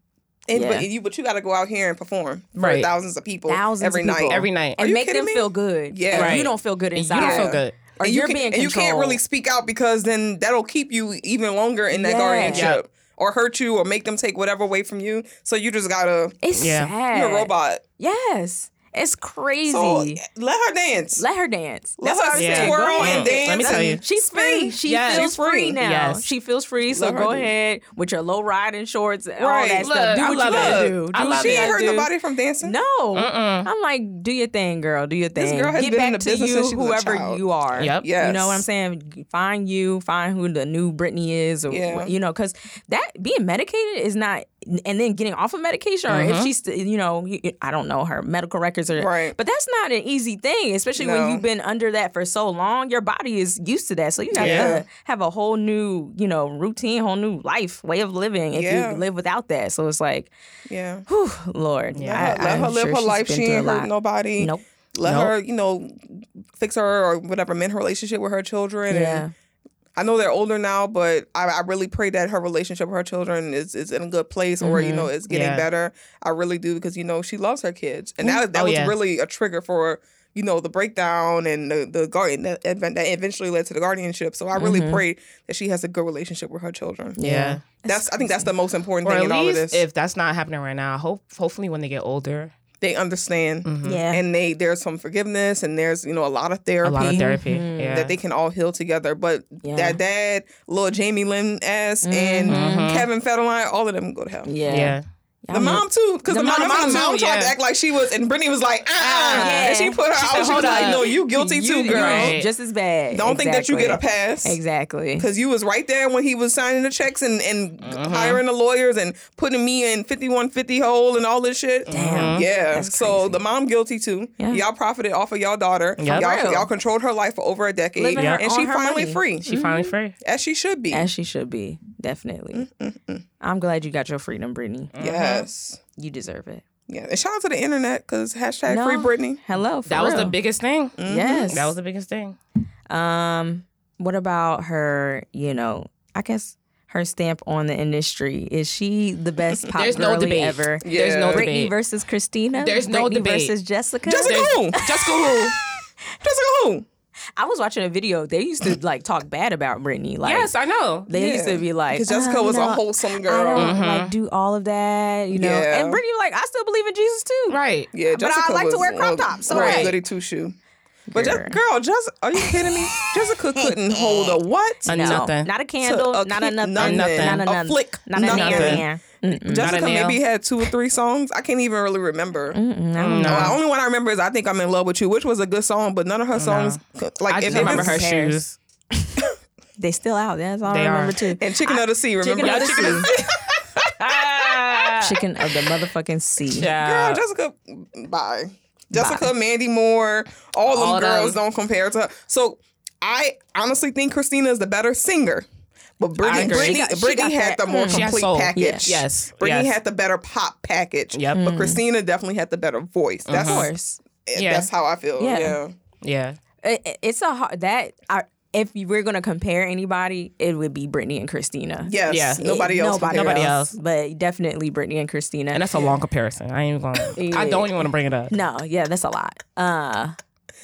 Speaker 2: And,
Speaker 1: Yeah.
Speaker 2: but you but you got to go out here and perform for
Speaker 3: Right.
Speaker 2: thousands of people
Speaker 1: Thousands
Speaker 2: every
Speaker 1: of
Speaker 2: night.
Speaker 1: people.
Speaker 3: Every night,
Speaker 1: And
Speaker 2: you
Speaker 1: make
Speaker 2: kidding
Speaker 1: them
Speaker 2: me?
Speaker 1: feel good.
Speaker 2: Yeah.
Speaker 1: If
Speaker 3: Right.
Speaker 1: You don't feel good
Speaker 3: and you
Speaker 1: inside.
Speaker 3: don't
Speaker 2: Yeah.
Speaker 3: feel good.
Speaker 1: Or you're
Speaker 2: And you can,
Speaker 1: being
Speaker 2: and you
Speaker 1: controlled.
Speaker 2: can't really speak out because then that'll keep you even longer in that
Speaker 1: Yeah.
Speaker 2: guardianship or hurt you or make them take whatever away from you. So you just gotta
Speaker 1: It's
Speaker 3: Yeah.
Speaker 1: sad.
Speaker 2: you're a robot.
Speaker 1: Yes. It's crazy.
Speaker 2: So let her dance.
Speaker 1: Let her dance.
Speaker 2: Let
Speaker 1: That's what
Speaker 2: her
Speaker 1: I'm
Speaker 3: Yeah.
Speaker 1: saying.
Speaker 2: twirl
Speaker 1: Go
Speaker 2: and
Speaker 1: ahead.
Speaker 2: dance.
Speaker 3: Let me tell
Speaker 2: and
Speaker 3: you.
Speaker 1: She's
Speaker 2: spin.
Speaker 1: free. She
Speaker 3: Yes.
Speaker 1: feels
Speaker 3: She's
Speaker 1: free,
Speaker 3: free.
Speaker 1: now.
Speaker 3: Yes.
Speaker 1: She feels free. So
Speaker 2: Love her,
Speaker 1: go
Speaker 2: dude.
Speaker 1: ahead with your low riding shorts and all
Speaker 2: Right.
Speaker 1: that
Speaker 3: Look,
Speaker 1: stuff. Do
Speaker 3: I
Speaker 1: what
Speaker 3: love
Speaker 1: you gotta do.
Speaker 3: it.
Speaker 1: Do
Speaker 3: I
Speaker 1: what
Speaker 3: love
Speaker 2: She
Speaker 1: you
Speaker 3: it.
Speaker 2: ain't
Speaker 1: gotta
Speaker 2: hurt
Speaker 1: do.
Speaker 2: nobody from dancing.
Speaker 1: No.
Speaker 3: Mm-mm.
Speaker 1: I'm like, do your thing, girl. Do your thing.
Speaker 2: This girl has
Speaker 1: Get
Speaker 2: been
Speaker 1: back
Speaker 2: in the
Speaker 1: to
Speaker 2: business
Speaker 1: you,
Speaker 2: since she was a
Speaker 1: whoever
Speaker 2: child.
Speaker 1: you are.
Speaker 3: Yep.
Speaker 2: Yes.
Speaker 1: You know what I'm saying? Find you, find who the new Britney is, or
Speaker 2: Yeah.
Speaker 1: you know, because that being medicated is not, and then getting off of medication, or
Speaker 3: Mm-hmm.
Speaker 1: if she's, you know, you- I don't know her medical records, or
Speaker 2: Right.
Speaker 1: but that's not an easy thing, especially
Speaker 2: No.
Speaker 1: when you've been under that for so long. Your body is used to that, so you have
Speaker 2: Yeah.
Speaker 1: to have a whole new, you know, routine, whole new life, way of living if
Speaker 2: Yeah.
Speaker 1: you live without that. So it's like,
Speaker 2: Yeah.
Speaker 1: whew, Lord,
Speaker 3: Yeah.
Speaker 1: I-
Speaker 2: let
Speaker 1: I'm
Speaker 2: her live
Speaker 1: sure
Speaker 2: her
Speaker 1: she's
Speaker 2: life.
Speaker 1: been
Speaker 2: She
Speaker 1: through
Speaker 2: ain't
Speaker 1: a
Speaker 2: hurt
Speaker 1: lot.
Speaker 2: nobody.
Speaker 1: Nope.
Speaker 2: Let
Speaker 3: Nope.
Speaker 2: her, you know, fix her or whatever, mend her relationship with her children.
Speaker 1: Yeah.
Speaker 2: And I know they're older now, but I, I really pray that her relationship with her children is, is in a good place or, you know, it's getting
Speaker 3: Mm-hmm. Yeah.
Speaker 2: better. I really do because, you know, she loves her kids. And that, that
Speaker 3: Oh,
Speaker 2: was
Speaker 3: yeah.
Speaker 2: really a trigger for, you know, the breakdown and the, the guardian that, event that eventually led to the guardianship. So I really pray that she has a good relationship with her children.
Speaker 3: Mm-hmm. yeah.
Speaker 2: That's I think that's the most important
Speaker 3: Or
Speaker 2: thing
Speaker 3: at
Speaker 2: in all of
Speaker 3: least
Speaker 2: this.
Speaker 3: if that's not happening right now, hope hopefully when they get older,
Speaker 2: they understand.
Speaker 3: Mm-hmm.
Speaker 1: Yeah.
Speaker 2: Mm-hmm. and they there's some forgiveness and there's you know a lot of therapy,
Speaker 3: a lot of therapy. Yeah.
Speaker 2: that they can all heal together. But
Speaker 1: Yeah. Mm-hmm.
Speaker 2: that dad, little Jamie Lynn ass, and Kevin Federline, all of them go to hell.
Speaker 1: yeah.
Speaker 3: yeah.
Speaker 2: The mom too, because the,
Speaker 1: The
Speaker 2: mom,
Speaker 1: mom
Speaker 2: remember the
Speaker 1: too,
Speaker 2: mom tried
Speaker 3: yeah.
Speaker 2: to act like she was, and Brittany was like, ah,
Speaker 1: Ah,
Speaker 2: and she
Speaker 1: yeah.
Speaker 2: put her out. She was
Speaker 3: "Hold
Speaker 2: like,
Speaker 3: up.
Speaker 2: no, you guilty too,
Speaker 1: You-
Speaker 2: girl.
Speaker 3: right.
Speaker 1: Just as bad.
Speaker 2: Don't think that you get a
Speaker 1: Exactly.
Speaker 2: pass.
Speaker 1: Exactly.
Speaker 2: Cause you was right there when he was signing the checks and, and
Speaker 3: Mm-hmm.
Speaker 2: hiring the lawyers and putting me in fifty one fifty hole and all this shit.
Speaker 3: Mm-hmm.
Speaker 1: Damn.
Speaker 2: Yeah.
Speaker 1: That's
Speaker 2: So
Speaker 1: crazy.
Speaker 2: the mom guilty too.
Speaker 1: Yeah.
Speaker 2: Y'all profited off of y'all daughter.
Speaker 3: Yep.
Speaker 2: Y'all
Speaker 1: Real.
Speaker 2: y'all controlled her life for over a decade.
Speaker 1: Living her
Speaker 2: And
Speaker 1: on
Speaker 2: she
Speaker 1: her
Speaker 2: finally
Speaker 1: money.
Speaker 2: free.
Speaker 3: She finally free.
Speaker 2: as she should be.
Speaker 1: As she should be, definitely. I'm glad you got your freedom, Brittany.
Speaker 3: Mm. Mm-hmm.
Speaker 2: yes.
Speaker 1: You deserve it.
Speaker 2: Yeah. And shout out to the internet because hashtag
Speaker 1: No.
Speaker 2: free Britney.
Speaker 1: Hello. For
Speaker 3: That was the
Speaker 1: real.
Speaker 3: biggest thing.
Speaker 2: Mm-hmm.
Speaker 1: Yes.
Speaker 3: That was the biggest thing.
Speaker 1: Um. What about her? You know, I guess her stamp on the industry is she the
Speaker 3: [laughs]
Speaker 1: best pop
Speaker 3: There's no
Speaker 1: girly
Speaker 3: debate.
Speaker 1: ever?
Speaker 3: There's no
Speaker 2: Yeah.
Speaker 1: Britney
Speaker 3: debate.
Speaker 1: versus Christina.
Speaker 3: There's no
Speaker 1: Britney
Speaker 3: debate.
Speaker 1: versus Jessica.
Speaker 2: Jessica
Speaker 3: There's-
Speaker 2: who?
Speaker 3: Jessica who?
Speaker 2: Jessica who?
Speaker 1: I was watching a video. They used to like talk bad about Britney. Like
Speaker 3: Yes, I know.
Speaker 1: they used to be like,
Speaker 2: Because Jessica
Speaker 1: "Uh,
Speaker 2: was
Speaker 1: you know,
Speaker 2: a wholesome
Speaker 1: I
Speaker 2: girl.
Speaker 1: don't like do all of that, you know.
Speaker 2: Yeah.
Speaker 1: And Britney like, I still believe in Jesus too.
Speaker 3: Right.
Speaker 2: [laughs] Yeah,
Speaker 7: But I like to
Speaker 2: was
Speaker 7: wear crop
Speaker 2: a
Speaker 7: tops, so
Speaker 2: very
Speaker 3: right.
Speaker 2: goody two shoe. But girl, girl Jessica, are you
Speaker 1: [laughs]
Speaker 2: kidding me? Jessica couldn't hold a what?
Speaker 3: A
Speaker 1: No,
Speaker 3: nothing.
Speaker 1: Not a
Speaker 2: To
Speaker 1: candle.
Speaker 2: a
Speaker 1: not
Speaker 2: kick,
Speaker 1: a nothing.
Speaker 2: nothing,
Speaker 3: nothing,
Speaker 1: Not a
Speaker 2: a
Speaker 1: nothing.
Speaker 2: flick,
Speaker 1: Not a
Speaker 2: nothing.
Speaker 1: nothing.
Speaker 3: Mm.
Speaker 2: Jessica
Speaker 3: nail.
Speaker 2: maybe had two or three songs. I can't even really remember.
Speaker 3: Mm, no.
Speaker 2: The only one I remember is "I Think I'm in Love with You," which was a good song, but none of her songs co- like
Speaker 3: I
Speaker 2: if
Speaker 3: just
Speaker 2: it
Speaker 3: remember
Speaker 2: was-
Speaker 3: her
Speaker 1: Paris.
Speaker 3: [laughs] shoes.
Speaker 1: They still out. That's all
Speaker 3: They
Speaker 1: I remember
Speaker 3: are.
Speaker 1: too.
Speaker 2: and "Chicken of the Sea." Remember
Speaker 1: Chicken of the
Speaker 2: that?
Speaker 1: sea. Chicken of
Speaker 2: [laughs]
Speaker 1: the motherfucking sea.
Speaker 2: Girl,
Speaker 3: Yeah.
Speaker 2: Jessica, bye. Jessica, Mandy Moore, all them
Speaker 3: All
Speaker 2: girls
Speaker 3: them.
Speaker 2: don't compare to her. So I honestly think Christina is the better singer. But
Speaker 3: I
Speaker 2: Britney,
Speaker 3: agree. She
Speaker 2: Britney,
Speaker 3: got-
Speaker 1: she
Speaker 2: Britney
Speaker 1: got
Speaker 2: had
Speaker 1: that-
Speaker 2: the more
Speaker 1: mm.
Speaker 3: She had
Speaker 2: complete
Speaker 3: soul.
Speaker 2: package.
Speaker 1: Yes.
Speaker 3: Yes.
Speaker 2: Britney
Speaker 3: Yes.
Speaker 2: had the better pop package.
Speaker 3: Yep. Mm. Mm-hmm.
Speaker 2: But Christina definitely had the better voice. That's
Speaker 1: Of course.
Speaker 3: Yeah.
Speaker 2: that's how I feel.
Speaker 1: Yeah.
Speaker 2: Yeah.
Speaker 3: Yeah.
Speaker 1: It- it- it's a hard that I, if you we're gonna compare anybody, it would be Britney and Christina.
Speaker 2: Yes.
Speaker 3: Yeah.
Speaker 2: Nobody
Speaker 1: It-
Speaker 2: else.
Speaker 1: Nobody,
Speaker 2: compares.
Speaker 3: Nobody
Speaker 1: else.
Speaker 3: else.
Speaker 1: But definitely Britney and Christina.
Speaker 3: And that's a long comparison. I ain't even [laughs] going to I don't even want to bring it up.
Speaker 1: no, yeah, that's a lot. Uh,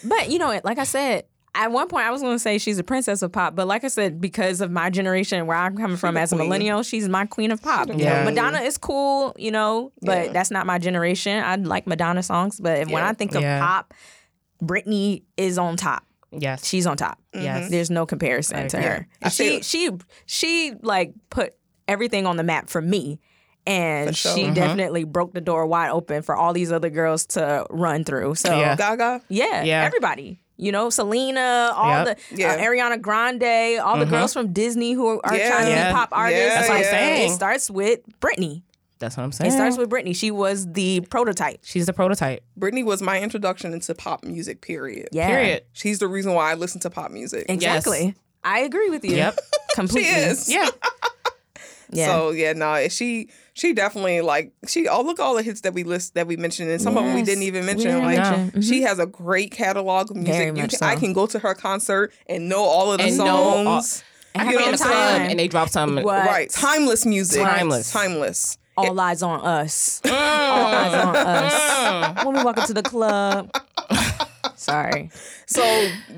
Speaker 1: but you know, it- like I said. At one point, I was going to say she's a princess of pop, but like I said, because of my generation and where I'm coming from as a millennial, she's my queen of pop.
Speaker 3: Yeah.
Speaker 1: Madonna is cool, you know, but
Speaker 2: Yeah.
Speaker 1: that's not my generation. I like Madonna songs, but when
Speaker 2: Yeah.
Speaker 1: I think of
Speaker 3: Yeah.
Speaker 1: pop, Britney is on top.
Speaker 3: Yes.
Speaker 1: She's on top.
Speaker 3: Yes.
Speaker 1: There's no comparison to
Speaker 3: agree.
Speaker 1: her. And she she she like put everything on the map for me. And
Speaker 2: For sure.
Speaker 1: she definitely broke the door wide open for all these other girls to run through. So yeah,
Speaker 3: Yeah.
Speaker 2: Gaga.
Speaker 3: Yeah.
Speaker 1: everybody. You know, Selena, all
Speaker 3: Yep. Mm-hmm.
Speaker 1: the
Speaker 2: Yeah.
Speaker 1: uh, Ariana Grande, all the girls from Disney who are, are
Speaker 2: Yeah.
Speaker 1: trying to
Speaker 3: Yeah.
Speaker 1: be pop artists.
Speaker 2: That's what
Speaker 3: I'm
Speaker 1: Like,
Speaker 3: saying.
Speaker 1: It starts with Britney.
Speaker 3: That's what I'm
Speaker 1: It
Speaker 3: saying.
Speaker 1: starts with Britney. She was the prototype.
Speaker 3: She's the prototype.
Speaker 2: Britney was my introduction into pop music. Period.
Speaker 1: Yeah.
Speaker 3: Period.
Speaker 2: She's the reason why I listen to pop music.
Speaker 1: Exactly. I agree with you.
Speaker 3: [laughs] Yep.
Speaker 1: [laughs] Completely.
Speaker 2: is.
Speaker 3: Yeah.
Speaker 1: Yeah.
Speaker 2: So yeah, no, she she definitely like she oh look at all the hits that we list that we mentioned and some of them we
Speaker 1: Yes.
Speaker 2: didn't even mention.
Speaker 1: didn't
Speaker 2: like
Speaker 1: mention. Mhm.
Speaker 2: she has a great catalog of music.
Speaker 1: Very
Speaker 2: You
Speaker 1: much
Speaker 2: can- I
Speaker 1: so.
Speaker 2: can go to her concert and know all of the
Speaker 3: And uh, know all-
Speaker 2: songs.
Speaker 1: And have a
Speaker 2: you know what I'm
Speaker 3: in the
Speaker 1: good
Speaker 2: saying?
Speaker 3: club
Speaker 1: time.
Speaker 3: and they drop some.
Speaker 1: What?
Speaker 2: Right. Timeless music.
Speaker 3: Timeless.
Speaker 2: Timeless.
Speaker 1: All lies on us. All eyes on us. when we walk into the club. Sorry.
Speaker 2: So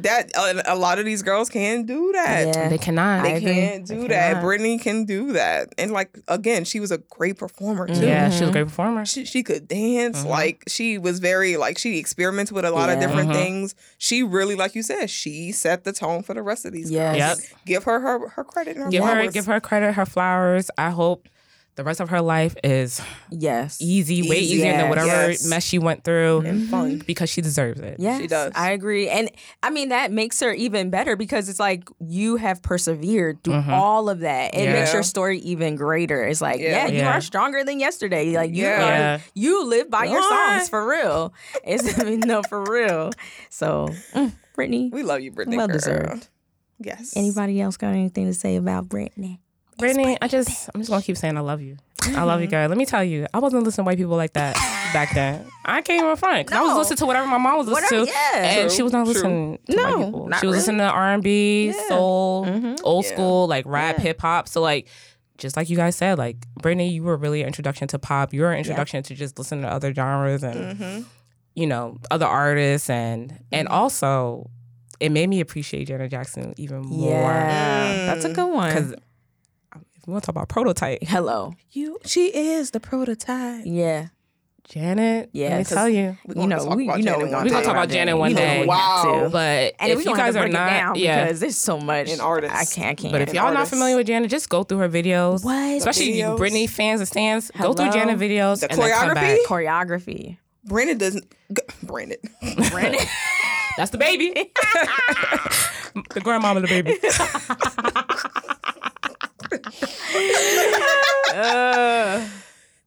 Speaker 2: that uh, a lot of these girls can do that.
Speaker 1: Yeah.
Speaker 3: They cannot.
Speaker 2: They can't do that. Brittany can do that. And like again, she was a great performer too.
Speaker 3: Yeah, she's a great performer.
Speaker 2: she, she could dance.
Speaker 1: Mm-hmm.
Speaker 2: Like she was very like she experimented with a lot of
Speaker 1: Yeah.
Speaker 2: different things. She really, like you said, she set the tone for the rest of these.
Speaker 1: Yes.
Speaker 3: Yep.
Speaker 2: girls. Give her her her credit. And her
Speaker 3: Give her
Speaker 2: flowers.
Speaker 3: give her credit, her flowers. I hope the rest of her life is
Speaker 1: Yes.
Speaker 3: easy, way
Speaker 2: Easy.
Speaker 3: easier
Speaker 1: Yes.
Speaker 3: than whatever
Speaker 2: Yes.
Speaker 3: mess she went through.
Speaker 1: Mm-hmm.
Speaker 2: and fun.
Speaker 3: Because she deserves it.
Speaker 1: Yes,
Speaker 2: She does.
Speaker 1: I agree. And I mean, that makes her even better because it's like you have persevered through all of that. It
Speaker 3: Yeah.
Speaker 1: makes your story even greater. It's like, yeah,
Speaker 2: Yeah.
Speaker 1: you
Speaker 3: Yeah.
Speaker 1: are stronger than yesterday. Like, you
Speaker 2: Yeah.
Speaker 1: are,
Speaker 3: Yeah.
Speaker 1: you live by your
Speaker 2: Right.
Speaker 1: songs for real. It's, [laughs] I mean, no, for real. So, mm, Brittany,
Speaker 2: We love you, Brittany.
Speaker 1: well
Speaker 2: girl.
Speaker 1: deserved.
Speaker 2: Yes.
Speaker 1: Anybody else got anything to say about Brittany?
Speaker 3: Brittany, I just I'm just gonna keep saying I love you. I love
Speaker 1: Mm-hmm.
Speaker 3: you, girl. Let me tell you, I wasn't listening to white people like that back then. I can't even front. 'cause I was
Speaker 1: No.
Speaker 3: listening to whatever my mom was listening
Speaker 1: Whatever-
Speaker 3: to,
Speaker 1: yeah.
Speaker 3: and
Speaker 2: True,
Speaker 3: she was not
Speaker 2: true.
Speaker 3: listening to
Speaker 1: No,
Speaker 3: white people.
Speaker 1: not
Speaker 3: She was
Speaker 1: really.
Speaker 3: listening to R and B,
Speaker 1: Yeah. Mm-hmm.
Speaker 3: soul, old
Speaker 2: Yeah.
Speaker 3: school, like rap, hip hop. So like. Just like you guys said, like Brittany, you were really an introduction to pop. You were an introduction to just listening to other genres and
Speaker 1: Mm-hmm.
Speaker 2: Mm-hmm.
Speaker 3: you know other artists, and and
Speaker 1: Mm-hmm.
Speaker 3: also it made me appreciate Janet Jackson even more.
Speaker 1: Yeah, that's a good one.
Speaker 3: Because if you want to talk
Speaker 1: [laughs]
Speaker 3: about prototype,
Speaker 1: Hello.
Speaker 2: You. She is the prototype.
Speaker 1: Yeah.
Speaker 3: Janet,
Speaker 1: Yeah,
Speaker 3: let me
Speaker 1: 'cause-
Speaker 3: tell you.
Speaker 1: You
Speaker 2: We're gonna
Speaker 1: know,
Speaker 2: talk
Speaker 1: we,
Speaker 2: about
Speaker 1: you know,
Speaker 2: Janet
Speaker 1: we're
Speaker 2: one
Speaker 1: gonna
Speaker 2: day.
Speaker 1: talk
Speaker 3: We're gonna
Speaker 1: about Janet one day.
Speaker 2: Wow.
Speaker 1: But
Speaker 3: But
Speaker 1: and
Speaker 3: if
Speaker 1: we
Speaker 3: you
Speaker 1: gonna have
Speaker 3: guys
Speaker 1: to
Speaker 3: are
Speaker 1: break
Speaker 3: not,
Speaker 1: it down
Speaker 3: yeah.
Speaker 1: because there's so much.
Speaker 2: And artists.
Speaker 1: I can't. I can't.
Speaker 3: but if y'all not
Speaker 2: artists.
Speaker 3: familiar with Janet, just go through her videos.
Speaker 1: What?
Speaker 3: Especially you
Speaker 2: Videos.
Speaker 3: Britney fans and stands,
Speaker 1: Hello?
Speaker 3: go through Janet videos.
Speaker 2: The
Speaker 3: and then come back.
Speaker 1: choreography,
Speaker 2: choreography? Brandon doesn't. G- Brandon. [laughs]
Speaker 1: Brandon,
Speaker 3: That's
Speaker 1: [laughs]
Speaker 3: the baby. [laughs] the grandmama, of the baby.
Speaker 1: Oh,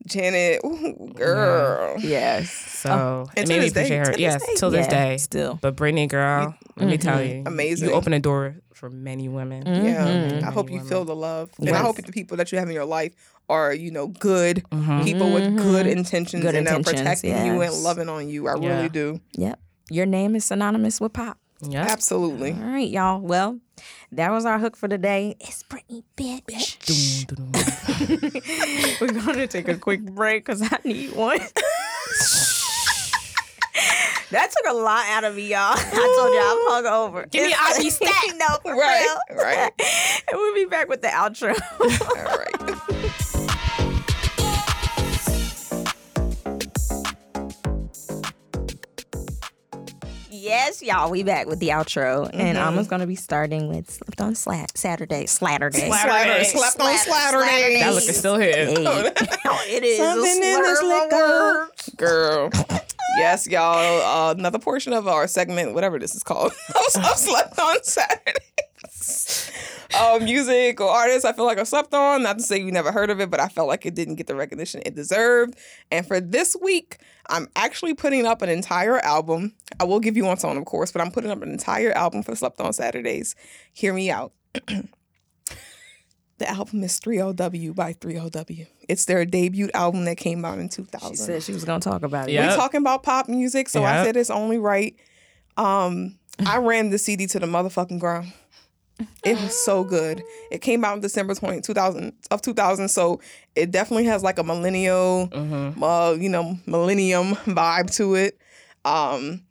Speaker 2: Janet. Ooh, girl.
Speaker 1: yes,
Speaker 3: So
Speaker 2: And
Speaker 3: it
Speaker 2: to
Speaker 3: made me
Speaker 2: this day,
Speaker 3: appreciate
Speaker 2: to
Speaker 3: her.
Speaker 2: this
Speaker 3: yes,
Speaker 2: day.
Speaker 3: till this
Speaker 1: Yeah,
Speaker 3: day.
Speaker 1: still.
Speaker 3: But Brittany, girl, let me tell you.
Speaker 2: Amazing.
Speaker 3: You open a door for many women.
Speaker 2: Yeah.
Speaker 1: Mm-hmm.
Speaker 2: I hope you feel the love. And I hope the people that you have in your life are, you know, good people with good intentions
Speaker 1: Mm-hmm. Good
Speaker 2: and are
Speaker 1: intentions,
Speaker 2: protecting you
Speaker 1: yes.
Speaker 2: and loving on you. I
Speaker 3: Yeah.
Speaker 2: really do.
Speaker 1: yep. Your name is synonymous with pop.
Speaker 3: Yep.
Speaker 2: Absolutely.
Speaker 1: All right, y'all. Well, That was our hook for today. It's Britney, bitch.
Speaker 7: We're gonna take a quick break because I need one. [laughs] that took a lot out of me, y'all. I told y'all I'm hungover. Give me Aki [laughs] stack. no, for
Speaker 2: Right,
Speaker 7: real.
Speaker 2: right.
Speaker 7: [laughs] And we'll be back with the [laughs] outro.
Speaker 2: All right.
Speaker 1: Yes, y'all, we back with the outro. And
Speaker 7: Mm-hmm.
Speaker 1: Alma's gonna be starting with Slipped on Slat Saturday. Slatterday.
Speaker 2: Slatter, slapped on Slatterday.
Speaker 3: That look is still here.
Speaker 7: [laughs] it is
Speaker 2: Something in this liquor. Girl. Yes, y'all. Uh, another portion of our segment, whatever this is called, [laughs] I was I slept on Saturdays. um, music or artists, I feel like I slept on. Not to say you never heard of it, but I felt like it didn't get the recognition it deserved. And for this week, I'm actually putting up an entire album. I will give you one song, of course, but I'm putting up an entire album for Slept On Saturdays. Hear me out. [clears throat] The album is 3LW by 3LW. It's their debut album that came out in 2000.
Speaker 1: She said she was gonna talk about it.
Speaker 3: Yep.
Speaker 2: We're talking about pop music, so I
Speaker 3: Yep.
Speaker 2: said it's only right. Um, I ran the CD to the motherfucking ground. It was so good. It came out in December 20, 2000 of 2000, so it definitely has like a millennial,
Speaker 3: Mm-hmm.
Speaker 2: uh, you know, millennium vibe to it. Um,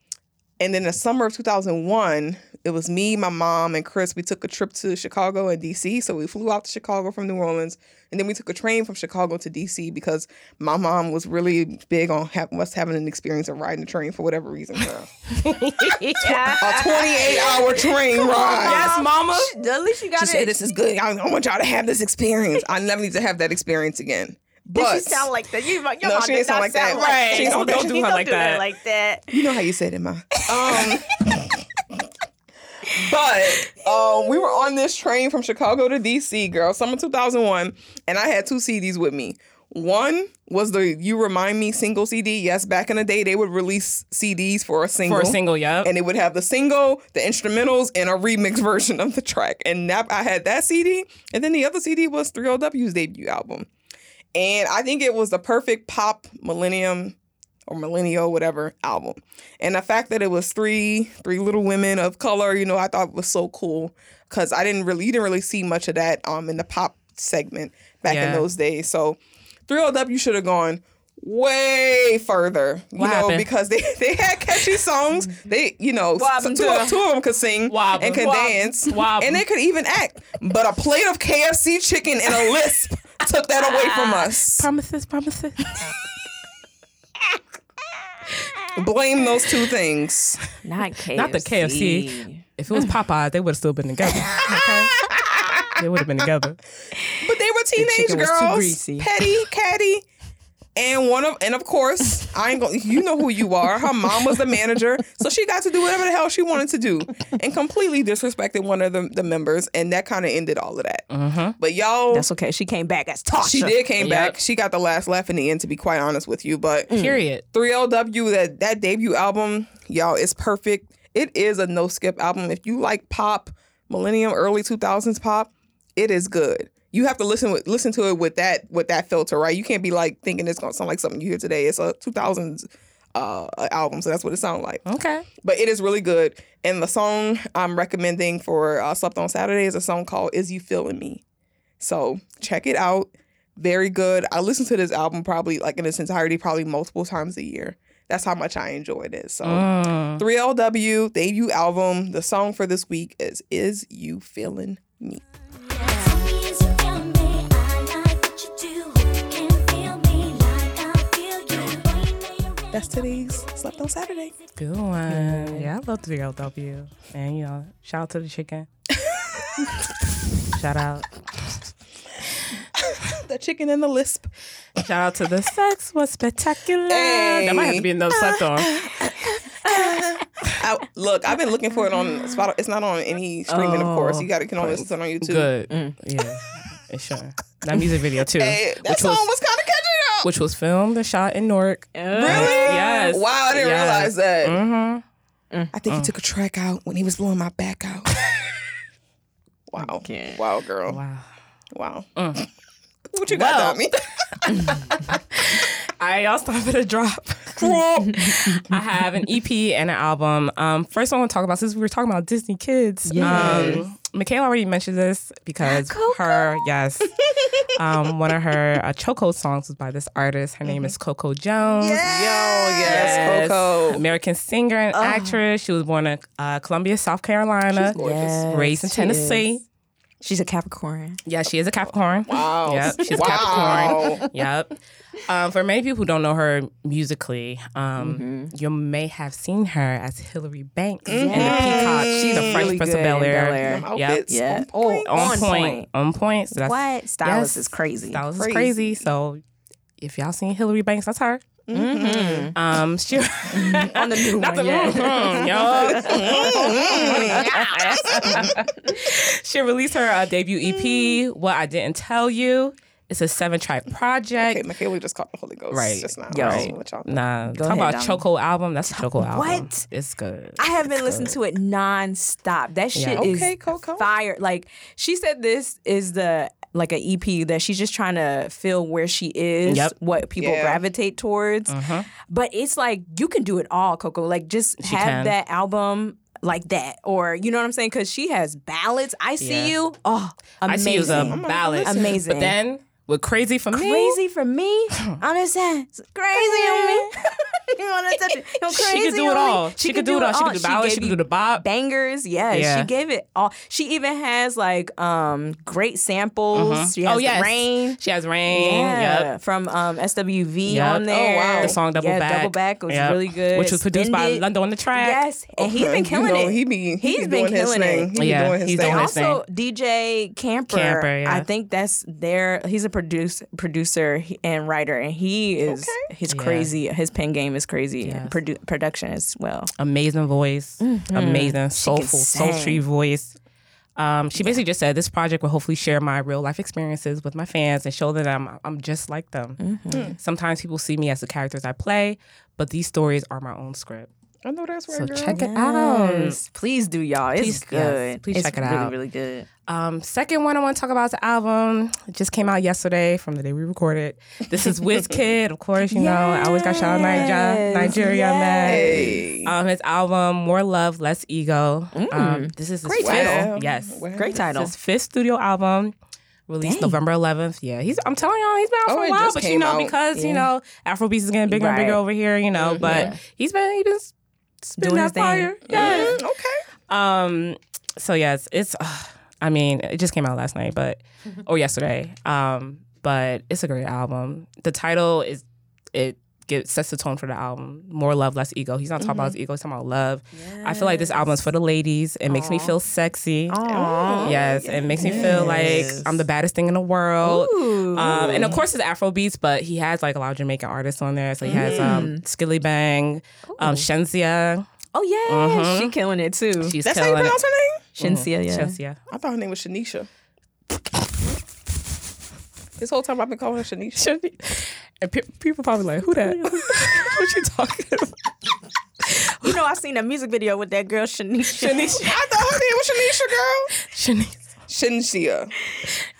Speaker 2: and then the summer of 2001, it was me, my mom, and Chris. We took a trip to Chicago and DC. So we flew out to Chicago from New Orleans, and then we took a train from Chicago to DC because my mom was really big on ha- us having an experience of riding the train for whatever reason. girl.
Speaker 7: [laughs]
Speaker 2: a 28 hour train ride.
Speaker 3: Yes, mama.
Speaker 7: At least you got
Speaker 2: She
Speaker 7: it.
Speaker 2: said, "This is good. I, I want y'all to have this experience. I never need to have that experience again."
Speaker 7: Did
Speaker 2: But
Speaker 7: she sound like that? You, your
Speaker 2: No,
Speaker 7: mom
Speaker 2: she
Speaker 7: did
Speaker 2: didn't sound
Speaker 7: not
Speaker 2: like that. Right.
Speaker 7: [laughs]
Speaker 2: She don't- don't do her
Speaker 3: like that.
Speaker 7: like that.
Speaker 2: You know how you said it, Ma. Um, but um, we were on this train from Chicago to DC, girl, summer 2001, and I had two CDs with me. One was the You Remind Me single CD. Yes, back in the day, they would release CDs for a single.
Speaker 3: For a single, yep.
Speaker 2: And it would have the single, the instrumentals, and a remix [laughs] version of the track. And that, I had that CD. And then the other CD was 3LW's debut album. And I think it was the perfect pop millennium or millennial, whatever album. And the fact that it was three, three little women of color, you know, I thought was so cool because I didn't really, you didn't really see much of that um in the pop segment back in
Speaker 3: Yeah.
Speaker 2: those days. So 3LW should have gone way further, you
Speaker 3: What
Speaker 2: know,
Speaker 3: happened?
Speaker 2: because they, [laughs] they had catchy songs. They, you know, s- two, of, two of them could sing
Speaker 3: Wobble.
Speaker 2: and could
Speaker 3: Wobble.
Speaker 2: dance
Speaker 3: Wobble.
Speaker 2: and they could even act. But a plate of KFC chicken and
Speaker 1: [laughs]
Speaker 2: a lisp took that away from us.
Speaker 3: Promises, promises.
Speaker 2: Blame those two things.
Speaker 1: Not KFC.
Speaker 3: Not the KFC. If it was Popeye, they would have still been together. Okay? they would have been together.
Speaker 2: But they were teenage
Speaker 1: chicken was too
Speaker 2: girls,
Speaker 1: greasy.
Speaker 2: petty, catty, and one of and of course I ain't going. You know who you are. Her mom was the manager, so she got to do whatever the hell she wanted to do, and completely disrespected one of the, the members, and that kind of ended all of that. But y'all,
Speaker 1: Mm-hmm. That's okay. She came back as Tasha.
Speaker 2: she did came
Speaker 3: Yep.
Speaker 2: back. She got the last laugh in the end, to be quite honest with you. But
Speaker 3: Period.
Speaker 2: 3LW, that that debut album, y'all, it's perfect. It is a no skip album. If you like pop, millennium, early two thousands pop, it is good. You have to listen with listen to it with that with that filter, right? You can't be like thinking it's gonna sound like something you hear today. It's a two thousands uh album, so that's what it sounds like.
Speaker 3: Okay.
Speaker 2: But it is really good. And the song I'm recommending for uh, Slept on Saturday is a song called Is You Feeling Me? So check it out. Very good. I listen to this album probably like in its entirety, probably multiple times a year. That's how much I enjoyed it. So
Speaker 3: Mm.
Speaker 2: 3LW debut album. The song for this week is Is You Feeling Me?
Speaker 4: Tell me is you feeling me? I like what you do. Can you feel me like I feel you?
Speaker 2: That's today's Slept on Saturday.
Speaker 3: Good one. Yeah, I love 3LW. And, you know, shout out to the [laughs] chicken. shout out.
Speaker 2: The chicken and the lisp.
Speaker 3: Shout out to the sex was spectacular. That might have to be another slept on.
Speaker 2: I, look, I've been looking for it on Spotify. It's not on any streaming, of course. You got to can only listen to it on YouTube.
Speaker 3: Good. Mm, Yeah. It sure. That music video too.
Speaker 2: Hey, that
Speaker 3: which
Speaker 2: song was,
Speaker 3: was
Speaker 2: kind of catchy though.
Speaker 3: which was filmed and shot in Newark.
Speaker 2: Really?
Speaker 3: Yes.
Speaker 2: Wow, I didn't
Speaker 3: Yes.
Speaker 2: realize that.
Speaker 3: Mhm.
Speaker 2: I think he took a track out when he was blowing my back out. [laughs] wow. Wow, girl. Wow.
Speaker 3: Wow. Mm.
Speaker 2: What you got
Speaker 3: Well. [laughs]
Speaker 2: on me?
Speaker 3: All right, y'all stop for the drop. crop. [laughs] I have an EP and an album. Um, first, I want to talk about since we were talking about Disney kids. Um, Michaela already mentioned this because her
Speaker 2: [laughs]
Speaker 3: yes, um, one of her uh, choco songs was by this artist. Her name
Speaker 2: Mm-hmm.
Speaker 3: is Coco Jones.
Speaker 2: Yo, yes, Coco.
Speaker 3: American singer and actress. She was born in uh, Columbia, South Carolina, raised in
Speaker 1: Yes, she
Speaker 3: Tennessee.
Speaker 1: is. She's a Capricorn.
Speaker 3: Yeah, she is a Capricorn.
Speaker 2: Wow. [laughs]
Speaker 3: Yep, she's a Capricorn. Yep. Um, for many people who don't know her musically,
Speaker 1: Mm-hmm.
Speaker 3: um, you may have seen her as Hillary Banks in The Peacock. She's a French Prince of
Speaker 1: good in
Speaker 3: Bel
Speaker 1: Bel
Speaker 3: Air.
Speaker 1: Air.
Speaker 3: Yep.
Speaker 2: Outfits.
Speaker 1: Yeah.
Speaker 2: Oh,
Speaker 3: On,
Speaker 1: On
Speaker 3: point.
Speaker 1: point.
Speaker 3: On point. So that's,
Speaker 1: What? Stylist
Speaker 3: Yes.
Speaker 1: is crazy.
Speaker 3: That was
Speaker 2: Crazy.
Speaker 3: crazy. So if y'all seen Hillary Banks, that's her.
Speaker 7: Mm-hmm.
Speaker 3: Um,
Speaker 1: [laughs]
Speaker 3: she on the [laughs] new Mm,
Speaker 1: one, yeah. [laughs]
Speaker 3: she released her uh, debut
Speaker 1: Mm.
Speaker 3: EP, "What I Didn't Tell You." It's a seven-track project.
Speaker 2: Okay, Michaela just caught the Holy Ghost.
Speaker 3: Right.
Speaker 2: Just now.
Speaker 1: Yo.
Speaker 2: Right. What y'all know.
Speaker 3: Nah, talk
Speaker 1: ahead,
Speaker 3: about
Speaker 1: Donna.
Speaker 3: Choco album. That's a Choco album.
Speaker 1: What?
Speaker 3: It's good.
Speaker 1: [laughs] I have been listening to it nonstop. That shit
Speaker 3: Yeah.
Speaker 1: is
Speaker 2: Okay, Coco.
Speaker 1: fire. Like she said, this is the like an EP that she's just trying to feel where she is,
Speaker 3: Yep.
Speaker 1: what people
Speaker 2: Yeah.
Speaker 1: gravitate towards.
Speaker 3: Uh-huh.
Speaker 1: But it's like you can do it all, Coco. Like just have
Speaker 3: can.
Speaker 1: that album like that, or you know what I'm saying? Because she has ballads. I see
Speaker 3: Yeah.
Speaker 1: you. Oh, amazing.
Speaker 3: I see it was a ballad.
Speaker 1: Amazing.
Speaker 3: But then with Crazy for Me.
Speaker 1: Crazy for
Speaker 3: [clears throat]
Speaker 1: me, I'm just saying, it's crazy on me.
Speaker 3: [laughs]
Speaker 1: [laughs] you want to touch it? You're
Speaker 3: She
Speaker 1: crazy
Speaker 3: could do
Speaker 1: on
Speaker 3: it
Speaker 1: me.
Speaker 3: all. She could do it all. She could do the ballad.
Speaker 1: gave
Speaker 3: She could
Speaker 1: you
Speaker 3: do the bop.
Speaker 1: bangers. Yeah,
Speaker 3: Yeah.
Speaker 1: she gave it all. She even has like um great samples. She has
Speaker 3: oh
Speaker 1: the
Speaker 3: yes,
Speaker 1: rain.
Speaker 3: She has rain.
Speaker 1: Yeah,
Speaker 3: Yep.
Speaker 1: from um, SWV
Speaker 3: Yep. Oh,
Speaker 1: on there.
Speaker 3: The song Double
Speaker 1: yeah,
Speaker 3: Back.
Speaker 1: Double Back was
Speaker 3: Yep.
Speaker 1: really good.
Speaker 3: Which was produced
Speaker 1: Spend
Speaker 3: by
Speaker 1: It.
Speaker 3: London on the track.
Speaker 1: Yes, and he's been killing
Speaker 2: you know,
Speaker 1: it.
Speaker 2: He be, he
Speaker 1: He's
Speaker 2: be
Speaker 1: been
Speaker 2: doing his
Speaker 1: killing
Speaker 2: thing.
Speaker 1: it.
Speaker 2: He
Speaker 3: Yeah,
Speaker 2: be doing his
Speaker 3: he's
Speaker 2: thing.
Speaker 3: doing his thing.
Speaker 1: Also, DJ Camper,
Speaker 3: Camper, yeah.
Speaker 1: I think that's their. He's a produce, producer and writer, and he is his crazy. His pen game is crazy. and Produ- production as well.
Speaker 3: Amazing voice. Amazing soulful,
Speaker 1: sing.
Speaker 3: sultry voice. Um, she basically just said this project will hopefully share my real life experiences with my fans and show that I'm I'm just like them. Sometimes people see me as the characters I play, but these stories are my own script.
Speaker 2: I know that's right,
Speaker 3: So
Speaker 2: girl.
Speaker 3: check it out.
Speaker 1: Yes, Please do, y'all. It's
Speaker 3: Oh, Please- yes,
Speaker 1: good.
Speaker 3: please
Speaker 1: It's
Speaker 3: check it
Speaker 1: really,
Speaker 3: out.
Speaker 1: Really, good.
Speaker 3: Um, second one I want to talk about is the album. It just came out yesterday from the day we recorded. This is Wizkid, of course, you know. I always got shout out Nigeria, Nigeria man. Um, his album More Love, Less Ego. Um, this is his fifth,
Speaker 2: title.
Speaker 3: yes,
Speaker 1: Great title.
Speaker 3: It's his fifth studio album. Released November 11th. Yeah, he's. I'm telling y'all, he's been out
Speaker 2: Oh,
Speaker 3: for a
Speaker 2: it
Speaker 3: while,
Speaker 2: just
Speaker 3: but you
Speaker 2: came
Speaker 3: know,
Speaker 2: out.
Speaker 3: because you know, Afrobeats is getting bigger and
Speaker 1: Right.
Speaker 3: bigger over here, you know. But he's been he's been
Speaker 1: Doing
Speaker 3: spitting that
Speaker 1: his thing.
Speaker 3: fire. Yes.
Speaker 2: Okay.
Speaker 3: Um. So yes, it's. Uh, I mean, it just came out last
Speaker 2: [laughs]
Speaker 3: night, but or yesterday. Um. But it's a great album. The title is it gets sets the tone for the album. More love, less ego. He's not talking about his
Speaker 2: Mm-hmm.
Speaker 3: ego. He's talking about love. I feel like this album is for the ladies. It makes me feel sexy. Yes, it makes me feel like I'm the baddest thing in the world. Um, and of course, it's Afro beats, but he has like a lot of Jamaican artists on there. So he has um,
Speaker 2: Mm.
Speaker 3: Skilly Bang, um, Shenzia.
Speaker 1: Oh yeah,
Speaker 3: Mm-hmm.
Speaker 1: she killing it too.
Speaker 3: She's
Speaker 2: That's how you
Speaker 3: killing it.
Speaker 2: pronounce her name?
Speaker 3: mm-hmm.
Speaker 1: Shinsia, yeah.
Speaker 3: Shenzia.
Speaker 2: I thought her name was Shanisha. This whole time I've been calling her Shanisha.
Speaker 3: And pe- people probably like, who that? [laughs] what you talking about?
Speaker 1: You know, I seen a music video with that girl Shanisha.
Speaker 2: I thought her name was Shanisha, girl.
Speaker 3: Shanice.
Speaker 2: Shinsia.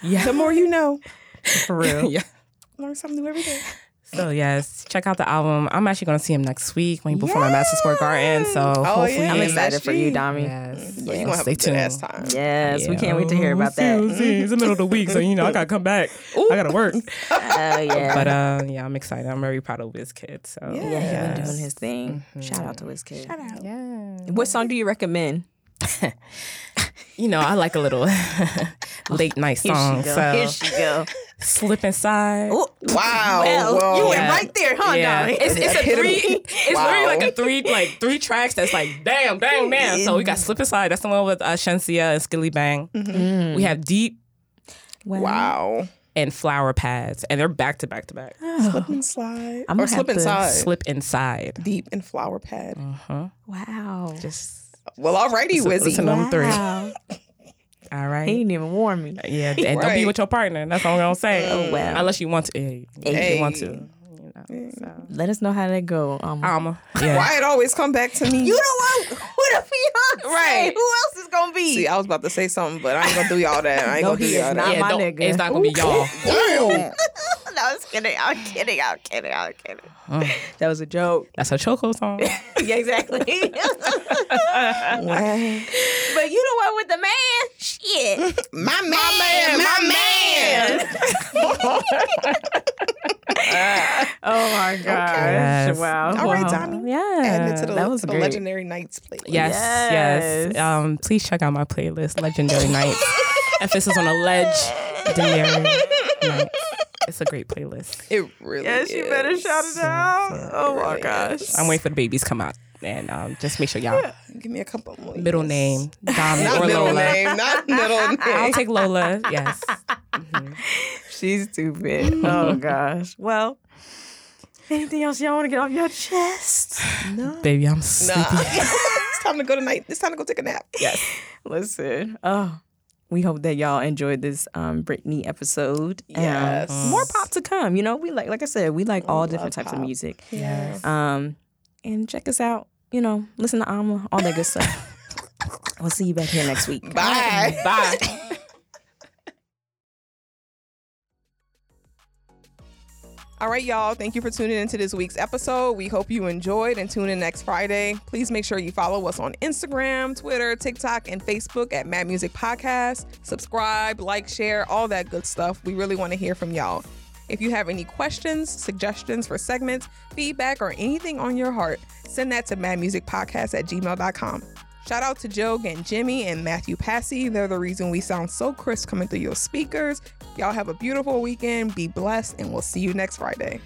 Speaker 3: Yeah.
Speaker 2: The more you know.
Speaker 3: For [laughs] real. yeah.
Speaker 2: Learn something new every day.
Speaker 3: So yes, check out the album. I'm actually gonna see him next week when he perform at Madison Square Garden. So hopefully,
Speaker 2: yeah.
Speaker 1: I'm excited for you, Dami.
Speaker 3: Yes.
Speaker 2: You're going to have
Speaker 3: stay
Speaker 2: a good ass
Speaker 3: tuned.
Speaker 2: time.
Speaker 1: Yes, we can't wait to hear
Speaker 3: We'll
Speaker 1: about
Speaker 3: see,
Speaker 1: that.
Speaker 3: we'll see. It's the middle of the week, so you know I gotta come back. I gotta work.
Speaker 1: Oh yeah.
Speaker 3: [laughs] But uh, yeah, I'm excited. I'm very proud of Wiz Kid. So
Speaker 1: yeah, he been doing his thing. Shout out to Wizkid. Shout out.
Speaker 3: Mm-hmm. yeah.
Speaker 1: What song do you recommend?
Speaker 3: you know I like a little [laughs] late night song. So
Speaker 1: Here she go.
Speaker 3: slip inside.
Speaker 2: Wow.
Speaker 1: Well,
Speaker 2: well,
Speaker 1: you went
Speaker 3: Yeah.
Speaker 1: right there, huh,
Speaker 3: yeah,
Speaker 1: darling?
Speaker 3: it's, it's a
Speaker 2: Epitome.
Speaker 3: three. It's
Speaker 2: Wow.
Speaker 3: literally like a three, like three tracks. That's like damn, damn, damn. So we
Speaker 2: Mm-hmm.
Speaker 3: got Slip Inside. That's the one with uh, Shensia and Skilly Bang.
Speaker 2: Mm-hmm.
Speaker 3: We have Deep
Speaker 2: Wow.
Speaker 3: and Flower Pads, and they're back to back to back.
Speaker 2: Slip and slide.
Speaker 1: I'm
Speaker 2: or
Speaker 1: gonna have
Speaker 2: slip
Speaker 1: to
Speaker 2: inside.
Speaker 3: Slip Inside.
Speaker 2: Deep and flower pad.
Speaker 1: Wow.
Speaker 3: Just
Speaker 2: Well, alrighty,
Speaker 3: listen to
Speaker 2: Wizzy.
Speaker 3: them three.
Speaker 1: Wow.
Speaker 3: All
Speaker 1: He
Speaker 3: right.
Speaker 1: didn't even warn me.
Speaker 3: Yeah, and don't be
Speaker 2: Right.
Speaker 3: with your partner. That's all I'm gonna say.
Speaker 1: Oh, well.
Speaker 3: Unless you want to. Yeah, If
Speaker 2: Hey.
Speaker 3: you want to. You know. So.
Speaker 1: Let us know how that go. Um,
Speaker 3: Alma. Yeah.
Speaker 2: Why it always come back to me?
Speaker 1: you don't want who the fiance?
Speaker 2: Right.
Speaker 1: Who else is gonna be? [laughs]
Speaker 2: See, I was about to say something, but I ain't gonna do y'all that. I ain't gonna do
Speaker 1: he is
Speaker 2: y'all that.
Speaker 1: not.
Speaker 3: Yeah,
Speaker 1: my
Speaker 3: don't-
Speaker 1: nigga.
Speaker 3: It's not gonna be y'all.
Speaker 2: Damn.
Speaker 7: I was kidding. I'm kidding. I'm kidding. I'm kidding.
Speaker 1: That was a joke. [laughs]
Speaker 3: That's a choco song.
Speaker 2: [laughs]
Speaker 7: Yeah, exactly. But you the one with the man. Shit.
Speaker 2: [laughs] My man, my, man.
Speaker 7: [laughs] Oh my gosh.
Speaker 3: Yes.
Speaker 7: Wow.
Speaker 2: All right, Tommy.
Speaker 1: Yeah.
Speaker 2: Adding it to the,
Speaker 1: that was
Speaker 2: to the
Speaker 1: great.
Speaker 2: legendary nights playlist.
Speaker 3: Yes, yes.
Speaker 7: Yes.
Speaker 3: Um, please check out my playlist,
Speaker 2: [laughs]
Speaker 3: Legendary Nights. Emphasis on a ledge. Legendary Nights. It's a great playlist.
Speaker 2: It really
Speaker 7: Yes, you better
Speaker 2: is.
Speaker 7: shout it out. Oh my
Speaker 2: really
Speaker 7: gosh.
Speaker 3: I'm waiting for the babies to come out and um, just make sure y'all
Speaker 2: Give me a couple more.
Speaker 3: middle name Dom
Speaker 2: Not
Speaker 3: or
Speaker 2: middle
Speaker 3: Lola.
Speaker 2: name. Not middle
Speaker 3: [laughs] I'll
Speaker 2: name.
Speaker 3: take Lola. Yes.
Speaker 7: She's stupid. Oh gosh. Well, anything else y'all want to get off your chest?
Speaker 3: Baby, I'm sleepy.
Speaker 2: [laughs] it's time to go tonight. It's time to go take a nap. [laughs] Yes.
Speaker 7: Listen. Oh,
Speaker 1: we hope that y'all enjoyed this um, Britney episode. Um,
Speaker 2: Yes.
Speaker 1: more pop to come. You know, we like, like I said, we like all different types of music.
Speaker 2: Yes.
Speaker 1: Um, and check us out. You know, listen to Alma, all that good stuff. we'll see you back here next week.
Speaker 2: Bye.
Speaker 1: Bye.
Speaker 2: All right, y'all. Thank you for tuning into this week's episode. We hope you enjoyed and tune in next Friday. Please make sure you follow us on Instagram, Twitter, TikTok, and Facebook at Mad Music Podcast. Subscribe, like, share, all that good stuff. We really want to hear from y'all. If you have any questions, suggestions for segments, feedback, or anything on your heart, send that to madmusicpodcast at gmail.com. Shout out to Joe and Jimmy and Matthew Passy. They're the reason we sound so crisp coming through your speakers. Y'all have a beautiful weekend. Be blessed, and we'll see you next Friday.